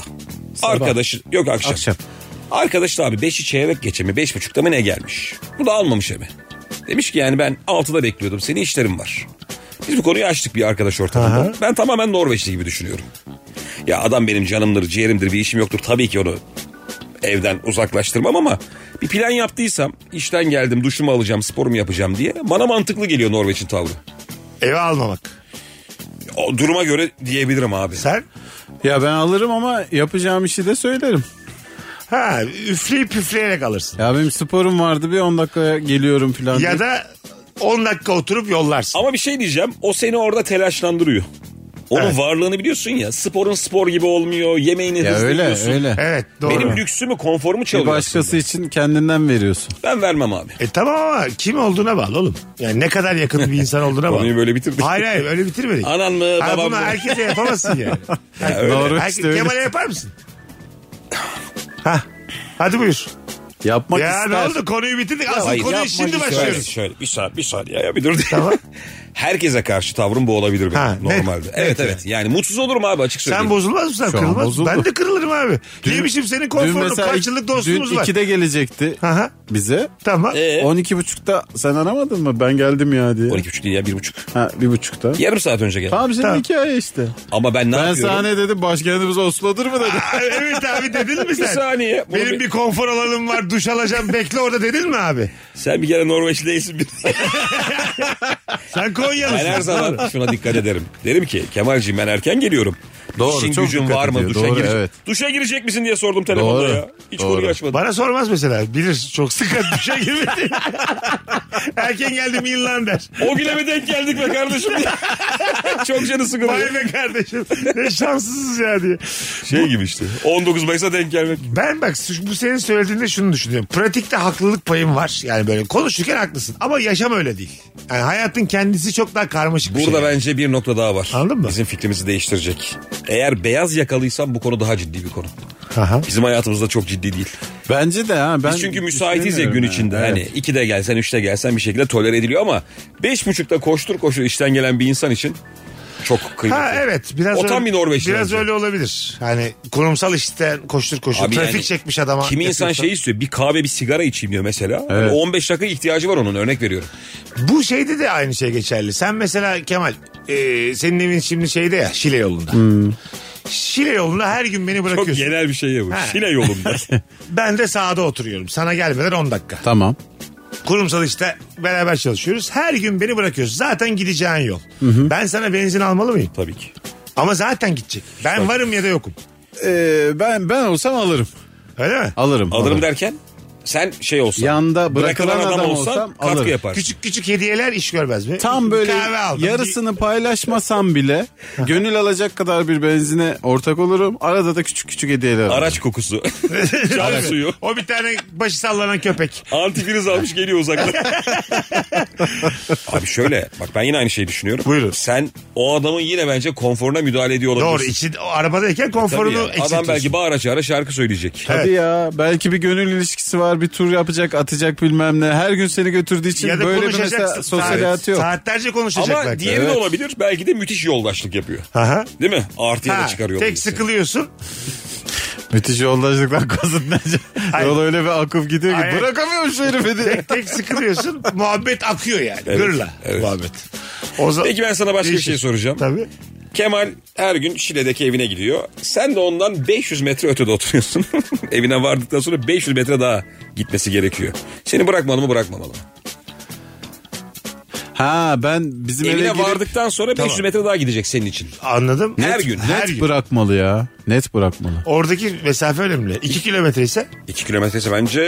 Speaker 4: Arkadaşı yok akşam.
Speaker 3: Akşam.
Speaker 4: Arkadaş da abi 5'i çeyrek geçe mi 5.30'da mı ne gelmiş. Bu da almamış eve. Demiş ki yani ben 6'da bekliyordum seni işlerim var. Biz bu konuyu açtık bir arkadaş ortamında. Ben tamamen Norveçli gibi düşünüyorum. Ya adam benim canımdır ciğerimdir bir işim yoktur tabii ki onu evden uzaklaştırmam ama bir plan yaptıysam işten geldim duşumu alacağım sporumu yapacağım diye bana mantıklı geliyor Norveç'in tavrı.
Speaker 2: Eve almamak.
Speaker 4: O duruma göre diyebilirim abi.
Speaker 2: Sen?
Speaker 3: Ya ben alırım ama yapacağım işi de söylerim.
Speaker 2: Ha üfleyip püfleyerek alırsın.
Speaker 3: Ya benim sporum vardı bir 10 dakikaya geliyorum falan.
Speaker 2: Ya
Speaker 3: diye.
Speaker 2: da 10 dakika oturup yollarsın.
Speaker 4: Ama bir şey diyeceğim. O seni orada telaşlandırıyor. Onun
Speaker 2: Evet.
Speaker 4: varlığını biliyorsun ya. Sporun spor gibi olmuyor. Yemeğini
Speaker 3: ya
Speaker 4: hızlı
Speaker 3: öyle
Speaker 4: yiyorsun.
Speaker 3: öyle.
Speaker 2: Evet doğru.
Speaker 4: Benim lüksümü, konforumu
Speaker 3: Bir
Speaker 4: çalıyor
Speaker 3: başkası
Speaker 4: aslında.
Speaker 3: için kendinden veriyorsun.
Speaker 4: Ben vermem abi.
Speaker 2: E tamam ama kim olduğuna bağlı oğlum. Yani ne kadar yakın bir insan olduğuna bağlı.
Speaker 4: Konuyu böyle bitirdik.
Speaker 2: Hayır hayır öyle bitirmedik.
Speaker 4: Anan mı,
Speaker 2: Ha,
Speaker 4: babam
Speaker 2: bunu
Speaker 4: mı?
Speaker 2: herkese yapamazsın yani.
Speaker 4: Ya öyle.
Speaker 3: Doğru.
Speaker 2: Herkes,
Speaker 3: işte öyle.
Speaker 2: Kemal'e yapar mısın? ha. Hadi buyur.
Speaker 3: Yapmak
Speaker 2: ya ne
Speaker 3: ister.
Speaker 2: oldu konuyu bitirdik. Asıl
Speaker 4: Hayır,
Speaker 2: konuyu
Speaker 4: yapma
Speaker 2: şimdi
Speaker 4: şöyle,
Speaker 2: başlıyoruz.
Speaker 4: Şöyle, bir saat, bir saat ya, ya bir dur.
Speaker 2: Tamam.
Speaker 4: Herkese karşı tavrım bu olabilir benim
Speaker 2: Ha, net.
Speaker 4: normalde. evet
Speaker 2: Net
Speaker 4: evet. Yani mutsuz olurum abi açık söyleyeyim.
Speaker 2: Sen bozulmaz mısın?
Speaker 3: Şu an
Speaker 2: Kırılmaz. mısın?
Speaker 3: bozuldu.
Speaker 2: Ben de kırılırım abi. Neymişim senin konforunun kaç yıllık dostumuz
Speaker 3: dün E-
Speaker 2: var.
Speaker 3: 2'de gelecekti
Speaker 2: Aha.
Speaker 3: bize.
Speaker 2: Tamam.
Speaker 4: Ee?
Speaker 3: 12.30'da sen aramadın mı? Ben geldim ya diye.
Speaker 4: 12.30 değil ya 1.30.
Speaker 3: Ha, bir buçukta.
Speaker 4: Yarım saat önce geldim.
Speaker 3: Tamam senin
Speaker 2: Tamam.
Speaker 3: hikaye işte.
Speaker 4: Ama ben ne
Speaker 3: ben
Speaker 4: yapıyorum?
Speaker 3: sana ne dedim? Başkentimiz Oslo'dur mu dedim.
Speaker 2: Ay, evet abi dedin mi sen?
Speaker 4: Bir saniye. Bunu
Speaker 2: Benim bir konfor alanım var duş alacağım bekle orada dedin mi abi?
Speaker 4: Sen bir kere Norveçli değilsin.
Speaker 2: Sen
Speaker 4: Ben
Speaker 2: Konyalısın.
Speaker 4: her zaman şuna dikkat ederim. Derim ki Kemal'ciğim ben erken geliyorum.
Speaker 3: Doğru,
Speaker 4: İşin
Speaker 3: çok
Speaker 4: gücün
Speaker 3: dikkat
Speaker 4: var mı?
Speaker 3: ediyor.
Speaker 4: Duşa,
Speaker 3: Doğru,
Speaker 4: girecek-
Speaker 3: evet.
Speaker 4: Duşa girecek misin diye sordum telefonda
Speaker 3: Doğru,
Speaker 4: ya. Hiç
Speaker 3: doğru.
Speaker 4: konuyu açmadım.
Speaker 2: Bana sormaz mesela. Bilir çok sıkı duşa girmedi. Erken geldim yılan der.
Speaker 4: O güne mi denk geldik be kardeşim? çok canı sıkılıyor.
Speaker 2: Vay be kardeşim. Ne şanssızız ya diye.
Speaker 4: Şey gibi işte. 19 Mayıs'a denk gelmek.
Speaker 2: Ben bak şu- bu senin söylediğinde şunu düşünüyorum. Pratikte haklılık payım var. Yani böyle konuşurken haklısın. Ama yaşam öyle değil. Yani hayatın kendisi çok daha karmaşık bir
Speaker 4: Burada
Speaker 2: şey.
Speaker 4: bence bir nokta daha var.
Speaker 2: Anladın mı?
Speaker 4: Bizim fikrimizi değiştirecek. Eğer beyaz yakalıysan bu konu daha ciddi bir konu.
Speaker 2: Aha.
Speaker 4: Bizim hayatımızda çok ciddi değil.
Speaker 3: Bence de ha. Ben
Speaker 4: Biz çünkü müsaitiz ya gün
Speaker 3: düşünemiyorum
Speaker 4: içinde.
Speaker 3: yani.
Speaker 4: Hani
Speaker 3: Evet.
Speaker 4: 2'de gelsen 3'te gelsen bir şekilde tolere ediliyor ama beş buçukta koştur koştur işten gelen bir insan için çok kıymetli.
Speaker 2: Ha evet biraz
Speaker 4: O tam
Speaker 2: öyle,
Speaker 4: bir Norveçli
Speaker 2: biraz
Speaker 4: bence.
Speaker 2: öyle olabilir. Hani kurumsal işten koştur koştur
Speaker 4: Abi
Speaker 2: trafik
Speaker 4: yani
Speaker 2: çekmiş adama.
Speaker 4: Kimi insan
Speaker 2: yapıyorsa.
Speaker 4: şey istiyor bir kahve bir sigara içeyim diyor mesela. Hani
Speaker 3: Evet.
Speaker 4: 15 dakika ihtiyacı var onun örnek veriyorum.
Speaker 2: Bu şeyde de aynı şey geçerli. Sen mesela Kemal e, senin evin şimdi şeyde ya Şile yolunda. Şile yoluna her gün beni
Speaker 4: Çok
Speaker 2: bırakıyorsun.
Speaker 4: genel bir şey ya bu.
Speaker 2: Ha.
Speaker 4: Şile yolunda.
Speaker 2: Ben de sahada oturuyorum. Sana gelmeden 10 dakika.
Speaker 3: Tamam.
Speaker 2: Kurumsal işte beraber çalışıyoruz. Her gün beni bırakıyorsun. Zaten gideceğin yol. Ben sana benzin almalı mıyım?
Speaker 4: Tabii ki.
Speaker 2: Ama zaten gidecek. Ben varım ya da yokum.
Speaker 3: Ee, ben ben olsam alırım.
Speaker 2: Öyle mi?
Speaker 3: Alırım.
Speaker 4: Alırım derken sen şey olsan.
Speaker 3: Yanda bırakılan adam olsam
Speaker 4: katkı
Speaker 3: alırım.
Speaker 4: yapar.
Speaker 2: Küçük küçük hediyeler iş görmez mi?
Speaker 3: Tam böyle
Speaker 2: Kahve aldım.
Speaker 3: yarısını paylaşmasam bile gönül alacak kadar bir benzine ortak olurum. Arada da küçük küçük hediyeler alırım.
Speaker 4: Araç kokusu. Çay suyu.
Speaker 2: O bir tane başı sallanan köpek.
Speaker 4: Antifriz almış geliyor uzaktan. Abi şöyle bak ben yine aynı şeyi düşünüyorum.
Speaker 2: Buyurun.
Speaker 4: Sen o adamın yine bence konforuna müdahale ediyor
Speaker 2: Doğru.
Speaker 4: olabilirsin.
Speaker 2: içi, o arabadayken
Speaker 4: E, Tabii
Speaker 2: konforunu
Speaker 4: ya. Adam
Speaker 2: eksiltiyorsun.
Speaker 4: belki bağıra çağıra şarkı söyleyecek.
Speaker 3: Hadi ya belki bir gönül ilişkisi var bir tur yapacak atacak bilmem ne her gün seni götürdüğü için
Speaker 2: ya da
Speaker 3: böyle bir
Speaker 2: konuşacaksın.
Speaker 3: mesela sosyal
Speaker 2: Saat-
Speaker 3: hayatı yok.
Speaker 2: Saatlerce konuşacaklar.
Speaker 4: Ama diğeri de
Speaker 3: Evet.
Speaker 4: olabilir. Belki de müthiş yoldaşlık yapıyor.
Speaker 2: Aha.
Speaker 4: Değil mi? Artıya da
Speaker 2: Ha,
Speaker 4: çıkarıyor.
Speaker 2: tek
Speaker 4: olabilirsin.
Speaker 2: sıkılıyorsun.
Speaker 3: Müthiş yoldaşlıktan kasıt ne?
Speaker 2: Hayır.
Speaker 3: Yol öyle bir akıp gidiyor ki
Speaker 2: Hayır.
Speaker 3: bırakamıyorum şu herifi diye.
Speaker 2: Tek tek sıkılıyorsun. muhabbet akıyor yani.
Speaker 4: Evet,
Speaker 2: Gırla
Speaker 4: evet.
Speaker 2: muhabbet. O zaman-
Speaker 4: Peki ben sana başka bir şey soracağım.
Speaker 2: Tabii.
Speaker 4: Kemal her gün Şile'deki evine gidiyor. Sen de ondan 500 metre ötede oturuyorsun. Evine vardıktan sonra 500 metre daha gitmesi gerekiyor. Seni bırakmalı mı bırakmamalı mı?
Speaker 3: Ha ben bizim eve
Speaker 4: Evine
Speaker 3: girip
Speaker 4: vardıktan sonra 500 metre daha gidecek senin için.
Speaker 2: Anladım.
Speaker 4: Her gün.
Speaker 2: Her
Speaker 3: net
Speaker 2: gün.
Speaker 3: bırakmalı ya. Net bırakmalı.
Speaker 2: Oradaki mesafe önemli. 2 kilometre ise
Speaker 4: 2 kilometresi bence...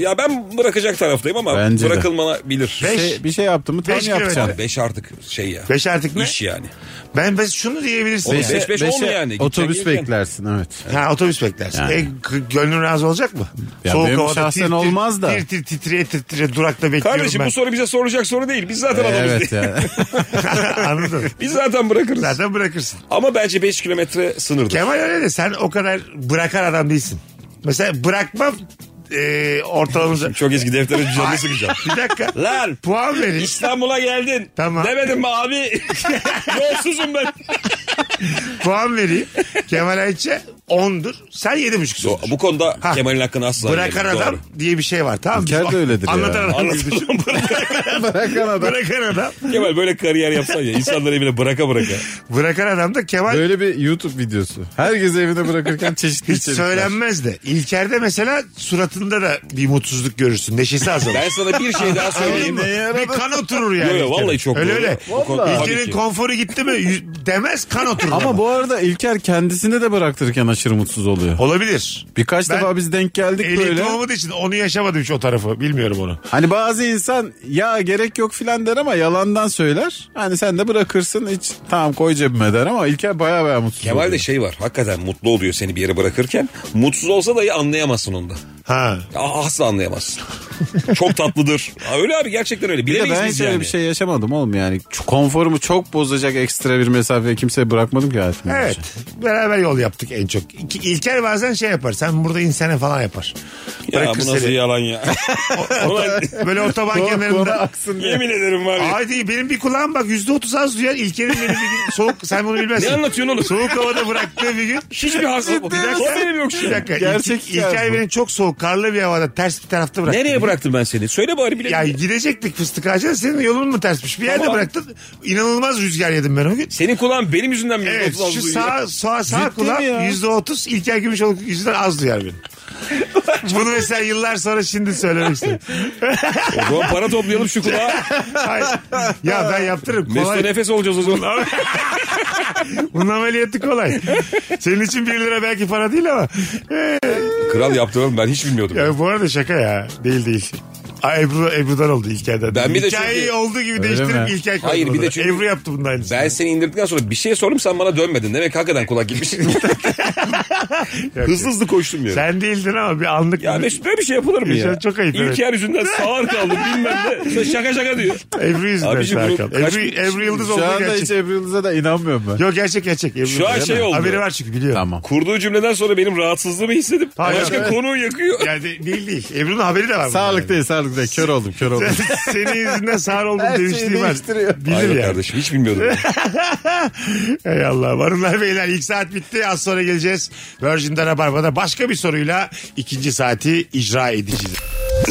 Speaker 4: Ya ben bırakacak taraftayım ama
Speaker 3: Bence de.
Speaker 4: bırakılmalabilir.
Speaker 3: Bir
Speaker 2: Beş.
Speaker 3: şey, bir şey yaptı mı tam
Speaker 2: Beş
Speaker 3: yapacaksın.
Speaker 4: 5 artık şey ya.
Speaker 2: 5 artık ne?
Speaker 4: İş yani.
Speaker 2: Ben, ben şunu diyebilirsin.
Speaker 4: Oğlum
Speaker 2: yani.
Speaker 4: beş- beş
Speaker 3: Beşe
Speaker 4: olmuyor yani. Gidecek
Speaker 3: Otobüs
Speaker 4: gelirken.
Speaker 3: beklersin evet.
Speaker 2: Ha otobüs beklersin.
Speaker 3: Yani.
Speaker 2: E, g- gönlün razı olacak mı?
Speaker 3: Ya benim şahsen olmaz da.
Speaker 2: Tir tir titriye titriye durakta bekliyorum
Speaker 4: Kardeşim
Speaker 2: ben.
Speaker 4: bu soru bize sorulacak soru değil. Biz zaten adamız değil.
Speaker 3: Evet ya.
Speaker 2: Anladın.
Speaker 4: Biz zaten bırakırız.
Speaker 2: Zaten bırakırsın.
Speaker 4: Ama bence 5 kilometre sınırdır.
Speaker 2: Kemal öyle de sen o kadar bırakan adam değilsin. Mesela bırakma e, ortalamamıza.
Speaker 4: Çok eski defterin canını sıkacağım.
Speaker 2: Bir dakika.
Speaker 4: Lan
Speaker 2: Puan verin.
Speaker 4: İstanbul'a geldin.
Speaker 2: Tamam.
Speaker 4: Demedim mi abi? Yolsuzum ben.
Speaker 2: Puan vereyim. Kemal Ayça 10'dur. Sen 7.5'sün.
Speaker 4: Do- bu konuda
Speaker 2: Ha.
Speaker 4: Kemal'in hakkını asla
Speaker 2: Bırakan
Speaker 4: yemeyelim.
Speaker 2: adam
Speaker 4: Doğru.
Speaker 2: diye bir şey var tamam mı?
Speaker 3: İlker de öyledir ya.
Speaker 2: Anlatan adam. diye bir şey.
Speaker 4: Anlatalım bırakan.
Speaker 3: Bırakan adam.
Speaker 2: Bırakan adam.
Speaker 4: Kemal böyle kariyer yapsan ya. İnsanları evine bıraka bıraka.
Speaker 2: Bırakan adam da Kemal
Speaker 3: Böyle bir YouTube videosu. Herkes evine bırakırken çeşitli
Speaker 4: şey
Speaker 2: hiç
Speaker 3: içerikler.
Speaker 2: söylenmez de. İlker'de mesela suratında da bir mutsuzluk görürsün. Neşesi azalır.
Speaker 4: Ben sana bir şey daha
Speaker 2: Anladın
Speaker 4: söyleyeyim.
Speaker 2: mı? Bir kan oturur yani.
Speaker 4: Yo, yo,
Speaker 2: İlker'e.
Speaker 4: vallahi çok
Speaker 2: Öyle
Speaker 4: doğru.
Speaker 2: öyle.
Speaker 4: Bu konuda Vallahi. tabii
Speaker 2: İlker'in
Speaker 4: ki.
Speaker 2: konforu gitti mi yüz- demez kan oturur.
Speaker 3: Ama bu arada İlker kendisini de bıraktırırken aşırı mutsuz oluyor.
Speaker 2: Olabilir.
Speaker 3: Birkaç
Speaker 2: Ben-
Speaker 3: defa biz denk geldik
Speaker 2: Ehliyet
Speaker 3: böyle.
Speaker 2: olmadığı için onu yaşamadım hiç o tarafı. Bilmiyorum onu.
Speaker 3: Hani bazı insan ya gerek yok filan der ama yalandan söyler. Hani sen de bırakırsın hiç tamam koy cebime der ama İlker baya baya mutsuz
Speaker 4: Kemal'de
Speaker 3: oluyor.
Speaker 4: şey var. Hakikaten mutlu oluyor seni bir yere bırakırken. Mutsuz olsa dahi anlayamazsın onda.
Speaker 2: Ha.
Speaker 4: Asla anlayamazsın. Çok tatlıdır. Ha, Öyle abi gerçekten öyle.
Speaker 3: Bir de
Speaker 4: Bilemeyiz
Speaker 3: ben hiç
Speaker 4: biz
Speaker 3: öyle
Speaker 4: yani.
Speaker 3: bir şey yaşamadım oğlum yani. Şu Konforumu çok bozacak ekstra bir mesafeye kimseye bırakmadım ki hayatımda.
Speaker 2: Evet. Beraber yol yaptık en çok. İki- İlker bazen şey yapar. Sen burada insene falan yapar.
Speaker 4: Ya bu
Speaker 2: Bırakır
Speaker 4: nasıl
Speaker 2: seni.
Speaker 4: yalan ya. Ulan,
Speaker 2: Böyle otoban kenarında.
Speaker 4: yemin ederim var ya.
Speaker 2: Haydi benim bir kulağım bak yüzde otuz az duyar. İlker'in beni bir gün soğuk sen bunu bilmezsin.
Speaker 4: Ne anlatıyorsun oğlum?
Speaker 2: Soğuk havada bıraktığı bir gün.
Speaker 4: Hiçbir haksızlık.
Speaker 2: Bir dakika.
Speaker 4: Haberim yok
Speaker 2: Bir
Speaker 4: şimdi.
Speaker 2: dakika.
Speaker 3: Gerçek
Speaker 2: Gerçek
Speaker 3: hikaye bu.
Speaker 2: İlker beni çok soğuk karlı bir havada ters bir tarafta bıraktı.
Speaker 4: Nereye bıraktım ben seni? Söyle bari bile.
Speaker 2: Ya gidecektik fıstık ağacına senin yolun mu tersmiş? Bir yerde
Speaker 4: Tamam.
Speaker 2: bıraktın. İnanılmaz rüzgar yedim ben o gün.
Speaker 4: Senin kulağın benim yüzümden mi?
Speaker 2: Evet
Speaker 4: Otuz altı
Speaker 2: şu
Speaker 4: duyuyor?
Speaker 2: sağ, sağ, sağ
Speaker 3: Ciddi mi ya?
Speaker 2: kulağım yüzde otuz İlker Gümüşoluk yüzünden az duyar beni. Bunu mesela yıllar sonra şimdi söylemek istedim.
Speaker 4: O zaman para toplayalım şu kulağa.
Speaker 2: Hayır. Ya ben yaptırırım.
Speaker 4: Mesut
Speaker 2: Kolay.
Speaker 4: nefes olacağız o zaman.
Speaker 2: Bunun ameliyatı kolay. Senin için bir lira belki para değil ama.
Speaker 4: Kral yaptıralım ben hiç bilmiyordum.
Speaker 2: Ya bu arada şaka ya. Değil değil. Aa, Ebru, Ebru'dan oldu İlker'den.
Speaker 4: Ben bir de
Speaker 2: Hikayeyi
Speaker 4: çünkü-
Speaker 2: olduğu gibi değiştirip
Speaker 3: mi?
Speaker 2: İlker koydum
Speaker 4: Hayır, bir
Speaker 2: oraya.
Speaker 4: de çünkü-
Speaker 2: Ebru yaptı bunun aynısını.
Speaker 4: Ben seni indirdikten sonra bir şey sordum sen bana dönmedin. Demek ki hakikaten kulak gitmiş.
Speaker 2: Yok,
Speaker 4: hızlı
Speaker 2: yok.
Speaker 4: hızlı koştum yani.
Speaker 2: Sen değildin ama bir anlık.
Speaker 4: Ya Mesut böyle bir şey yapılır mı ya?
Speaker 2: Yaşar çok ayıp,
Speaker 4: İlker yüzünden sağır kaldım bilmem ne. Sen Şaka şaka diyor.
Speaker 2: Ebru yüzünden
Speaker 4: Abiciğim bunu
Speaker 2: Serkan.
Speaker 4: kaç-
Speaker 2: Ebru, Ebru Yıldız
Speaker 3: Şu
Speaker 2: oldu
Speaker 3: anda hiç
Speaker 2: gerçek.
Speaker 3: Ebru Yıldız'a da inanmıyorum ben.
Speaker 2: Yok gerçek gerçek. Ebru
Speaker 4: Şu
Speaker 2: Yıldız.
Speaker 4: an şey
Speaker 2: Değil mi?
Speaker 4: oldu.
Speaker 2: Haberi var çünkü biliyorum.
Speaker 3: Tamam.
Speaker 4: Kurduğu cümleden sonra benim rahatsızlığımı hissedip
Speaker 2: Hayır,
Speaker 4: başka
Speaker 2: evet.
Speaker 4: konuyu yakıyor.
Speaker 2: Yani de- değil değil. Ebru'nun haberi de var. bunun
Speaker 3: Sağlık
Speaker 2: yani.
Speaker 3: değil sağlık değil. Kör oldum kör oldum.
Speaker 2: Senin yüzünden sağır oldum
Speaker 3: Her şeyi
Speaker 2: demişliğim var.
Speaker 3: değiştiriyor.
Speaker 2: Bilir
Speaker 4: Hayır
Speaker 2: yani.
Speaker 4: kardeşim hiç bilmiyordum.
Speaker 2: Ey Allah. Hanımlar beyler ilk saat bitti. Az sonra geleceğiz. Virgin'de Rabarba'da başka bir soruyla ikinci saati icra edeceğiz.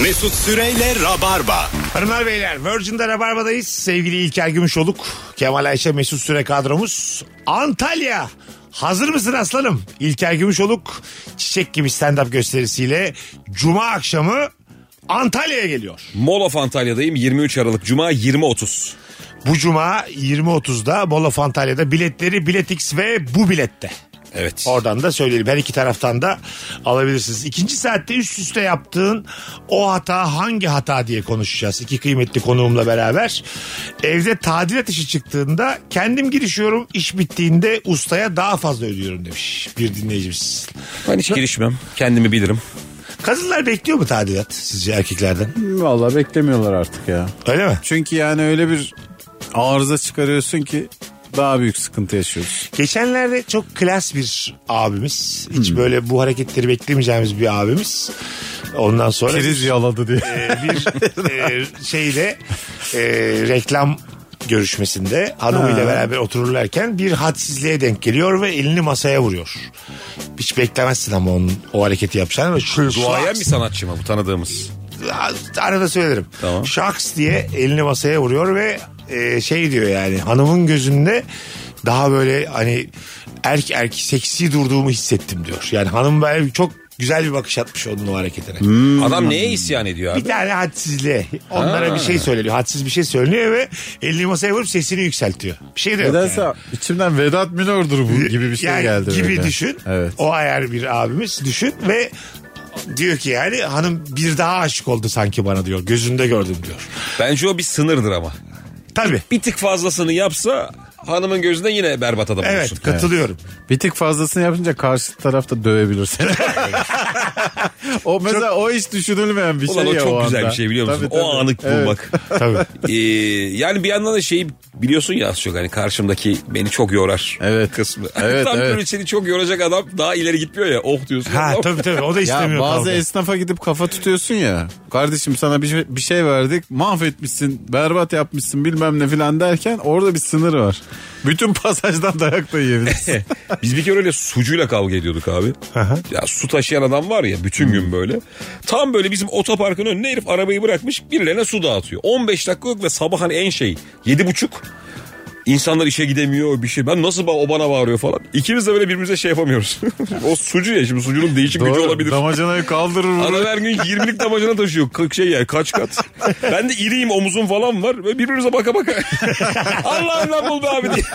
Speaker 1: Mesut Süreyle Rabarba.
Speaker 2: Hanımlar beyler Virgin'de Rabarba'dayız. Sevgili İlker Gümüşoluk, Kemal Ayşe Mesut Süre kadromuz. Antalya Hazır mısın aslanım? İlker Gümüşoluk çiçek gibi stand-up gösterisiyle Cuma akşamı Antalya'ya geliyor.
Speaker 4: Mall of Antalya'dayım 23 Aralık Cuma 20.30.
Speaker 2: Bu Cuma 20.30'da Bolof Antalya'da biletleri Biletix ve bu bilette.
Speaker 4: Evet.
Speaker 2: Oradan da söyleyelim. Her iki taraftan da alabilirsiniz. İkinci saatte üst üste yaptığın o hata hangi hata diye konuşacağız. İki kıymetli konuğumla beraber. Evde tadilat işi çıktığında kendim girişiyorum. iş bittiğinde ustaya daha fazla ödüyorum demiş bir dinleyicimiz.
Speaker 4: Ben hiç girişmem. Kendimi bilirim.
Speaker 2: Kadınlar bekliyor mu tadilat sizce erkeklerden?
Speaker 3: Vallahi beklemiyorlar artık ya.
Speaker 2: Öyle mi?
Speaker 3: Çünkü yani öyle bir arıza çıkarıyorsun ki daha büyük sıkıntı yaşıyoruz.
Speaker 2: Geçenlerde çok klas bir abimiz. Hiç böyle bu hareketleri beklemeyeceğimiz bir abimiz. Ondan sonra
Speaker 3: Priz yaladı diye.
Speaker 2: e, bir e, şeyle e, reklam görüşmesinde hanımıyla
Speaker 3: Ha.
Speaker 2: beraber otururlarken bir hadsizliğe denk geliyor ve elini masaya vuruyor. Hiç beklemezsin ama onun o hareketi yapacağını. ve şu-
Speaker 4: Duayen
Speaker 2: şaks-
Speaker 4: bir sanatçı mı bu tanıdığımız?
Speaker 2: Arada söylerim.
Speaker 4: Tamam.
Speaker 2: Şaks diye elini masaya vuruyor ve e, şey diyor yani hanımın gözünde daha böyle hani erk erk seksi durduğumu hissettim diyor. Yani hanım böyle çok güzel bir bakış atmış onun o hareketine.
Speaker 4: Adam neye isyan ediyor
Speaker 2: Bir
Speaker 4: abi?
Speaker 2: tane hadsizliğe. Onlara bir şey söyleniyor. Hadsiz bir şey söyleniyor ve elini masaya vurup sesini yükseltiyor. Bir şey de yok.
Speaker 3: Nedense
Speaker 2: yani.
Speaker 3: içimden Vedat Minör'dür bu gibi bir şey
Speaker 2: Yani
Speaker 3: geldi.
Speaker 2: Gibi
Speaker 3: böyle.
Speaker 2: düşün.
Speaker 3: Evet.
Speaker 2: O ayar bir abimiz düşün ve diyor ki yani hanım bir daha aşık oldu sanki bana diyor. Gözünde gördüm diyor.
Speaker 4: Bence o bir sınırdır ama.
Speaker 2: Tabii.
Speaker 4: Bir tık fazlasını yapsa hanımın gözünde yine berbat adam
Speaker 2: Evet
Speaker 4: olursun.
Speaker 2: katılıyorum.
Speaker 3: Bir tık fazlasını yapınca karşı tarafta dövebilir seni. o mesela o hiç düşünülmeyen bir
Speaker 4: Ulan
Speaker 3: şey
Speaker 4: o
Speaker 3: ya
Speaker 4: çok güzel
Speaker 3: anda.
Speaker 4: bir şey biliyor musun?
Speaker 3: Tabii, tabii.
Speaker 4: O anı
Speaker 3: Evet.
Speaker 4: bulmak.
Speaker 2: Tabii.
Speaker 4: Ee, yani bir yandan da şeyi biliyorsun ya az çok hani karşımdaki beni çok yorar
Speaker 3: Evet.
Speaker 4: kısmı.
Speaker 3: Evet,
Speaker 4: Tam
Speaker 3: evet.
Speaker 4: böyle seni çok yoracak adam daha ileri gitmiyor ya oh diyorsun.
Speaker 2: Ha
Speaker 4: Adam-
Speaker 2: tabii tabii o da istemiyor.
Speaker 3: Ya bazı
Speaker 2: kavga.
Speaker 3: esnafa gidip kafa tutuyorsun ya. Kardeşim sana bir şey, bir şey verdik. Mahvetmişsin, berbat yapmışsın bilmem ne filan derken orada bir sınır var. Bütün pasajdan dayak da yiyebilirsin.
Speaker 4: Biz bir kere öyle sucuyla kavga ediyorduk abi. ya su taşıyan adam var ya bütün gün böyle. Tam böyle bizim otoparkın önüne herif arabayı bırakmış birilerine su dağıtıyor. 15 dakikalık ve sabah hani en şey 7.30. İnsanlar işe gidemiyor bir şey. Ben nasıl ba- o bana bağırıyor falan. İkimiz de böyle birbirimize şey yapamıyoruz. o sucu ya şimdi sucunun değişik gücü
Speaker 3: Doğru.
Speaker 4: olabilir.
Speaker 3: Damacanayı kaldırır
Speaker 4: Adam
Speaker 3: vurur.
Speaker 4: her gün 20'lik damacana taşıyor. Ka- Şey yani kaç kat. Ben de iriyim omuzum falan var. Ve birbirimize baka baka. Allah Allah buldu abi diye.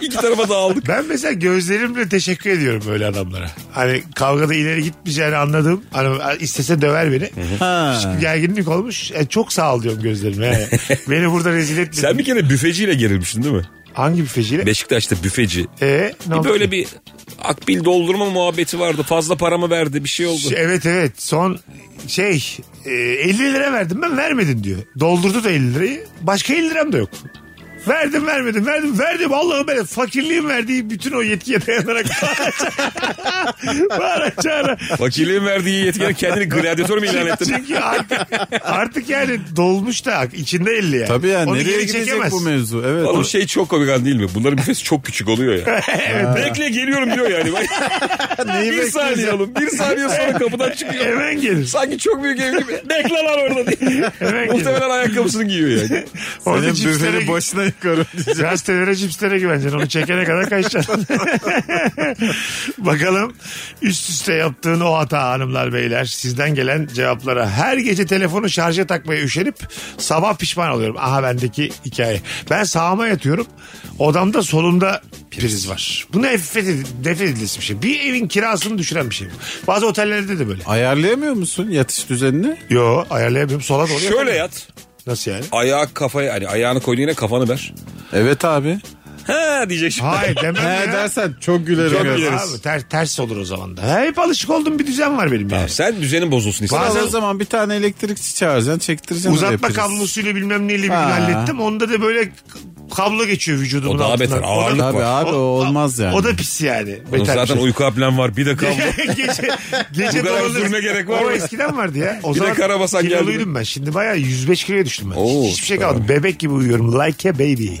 Speaker 4: İki tarafa dağıldık.
Speaker 2: Ben mesela gözlerimle teşekkür ediyorum böyle adamlara. Hani kavgada ileri gitmeyeceğini anladım. Hani istese döver beni.
Speaker 3: Ha.
Speaker 2: Hiçbir gerginlik olmuş. E, çok sağ ol diyorum gözlerime. Yani. beni burada rezil etmedin.
Speaker 4: Sen bir kere büfeciyle gerilmiştin değil mi?
Speaker 2: Hangi büfeciyle?
Speaker 4: Beşiktaş'ta büfeci.
Speaker 2: E, ne
Speaker 4: Bir
Speaker 2: oldu?
Speaker 4: böyle bir akbil doldurma muhabbeti vardı. Fazla paramı verdi bir şey oldu.
Speaker 2: Evet evet son şey e, 50 lira verdim ben vermedin diyor. Doldurdu da 50 lirayı. Başka 50 liram da yok. Verdim vermedim verdim verdim Allah'ım ben fakirliğin verdiği bütün o yetkiye dayanarak bağıra çağıra
Speaker 4: Vakilin verdiği yetkiler kendini gladyatör mü ilan ettin?
Speaker 2: Çünkü artık, artık yani dolmuş da içinde 50 yani.
Speaker 3: Tabii ya
Speaker 2: Onu
Speaker 3: nereye
Speaker 2: geri
Speaker 3: gidecek
Speaker 2: çekemez.
Speaker 3: bu mevzu? Evet.
Speaker 4: Oğlum şey çok komik an değil mi? Bunların büfesi çok küçük oluyor ya. Bekle geliyorum diyor yani. bir saniye oğlum. Bir saniye sonra kapıdan çıkıyor.
Speaker 2: Hemen gelir.
Speaker 4: Sanki çok büyük ev gibi. Bekle lan orada diye.
Speaker 2: Hemen gelir.
Speaker 4: Muhtemelen ayakkabısını giyiyor yani.
Speaker 2: Orada
Speaker 3: Senin
Speaker 2: cipslere,
Speaker 3: büfenin başına yukarı.
Speaker 2: gazetelere cipslere güveneceksin. Onu çekene kadar kaçacaksın. Bakalım üst üste yaptığın o hata hanımlar beyler. Sizden gelen cevaplara. Her gece telefonu şarja takmaya üşenip sabah pişman oluyorum. Aha bendeki hikaye. Ben sağıma yatıyorum. Odamda solumda priz var. Bu nefret, ed- nefret edilesi bir şey. Bir evin kirasını düşüren bir şey. bu. Bazı otellerde de böyle.
Speaker 3: Ayarlayamıyor musun yatış düzenini?
Speaker 2: Yo ayarlayamıyorum. Sola doğru
Speaker 4: Şöyle
Speaker 2: yatamıyorum.
Speaker 4: yat.
Speaker 2: Nasıl yani?
Speaker 4: Ayağı kafaya hani ayağını koyduğun yine kafanı ver.
Speaker 3: Evet abi.
Speaker 4: He diyecek şimdi.
Speaker 2: Hayır demem
Speaker 3: He
Speaker 2: ya.
Speaker 3: dersen çok gülerim.
Speaker 4: Çok
Speaker 3: ya.
Speaker 4: gülerim.
Speaker 2: Abi, ter, ters olur o zaman da. Hep alışık olduğum bir düzen var benim yani.
Speaker 4: Sen düzenin bozulsun
Speaker 3: Bazen-
Speaker 4: istersen.
Speaker 3: o zaman bir tane elektrikçi çağıracaksın çektireceksin. oraya
Speaker 2: Uzatma
Speaker 3: priz.
Speaker 2: kablosuyla bilmem neyle bir
Speaker 3: Ha.
Speaker 2: hallettim. Onda da böyle k- kablo geçiyor vücudumun
Speaker 4: O daha
Speaker 2: altından.
Speaker 4: beter, ağırlık
Speaker 2: da-
Speaker 3: Tabii
Speaker 4: var.
Speaker 3: abi o olmaz yani.
Speaker 2: O da pis yani.
Speaker 4: Oğlum
Speaker 2: Beter bir
Speaker 4: zaten
Speaker 2: şey.
Speaker 4: uyku apnen var. Bir de kablo.
Speaker 2: gece gece
Speaker 4: Bu kadar
Speaker 2: dolanır.
Speaker 4: sürme gerek var
Speaker 2: O
Speaker 4: mı?
Speaker 2: eskiden vardı ya. O
Speaker 4: Bir de
Speaker 2: zaman
Speaker 4: karabasan geldi.
Speaker 2: kiloluydum ben. Şimdi bayağı 105 kiloya düştüm ben.
Speaker 4: Oo,
Speaker 2: Hiçbir şey kalmadı. Bebek gibi uyuyorum. Like a baby.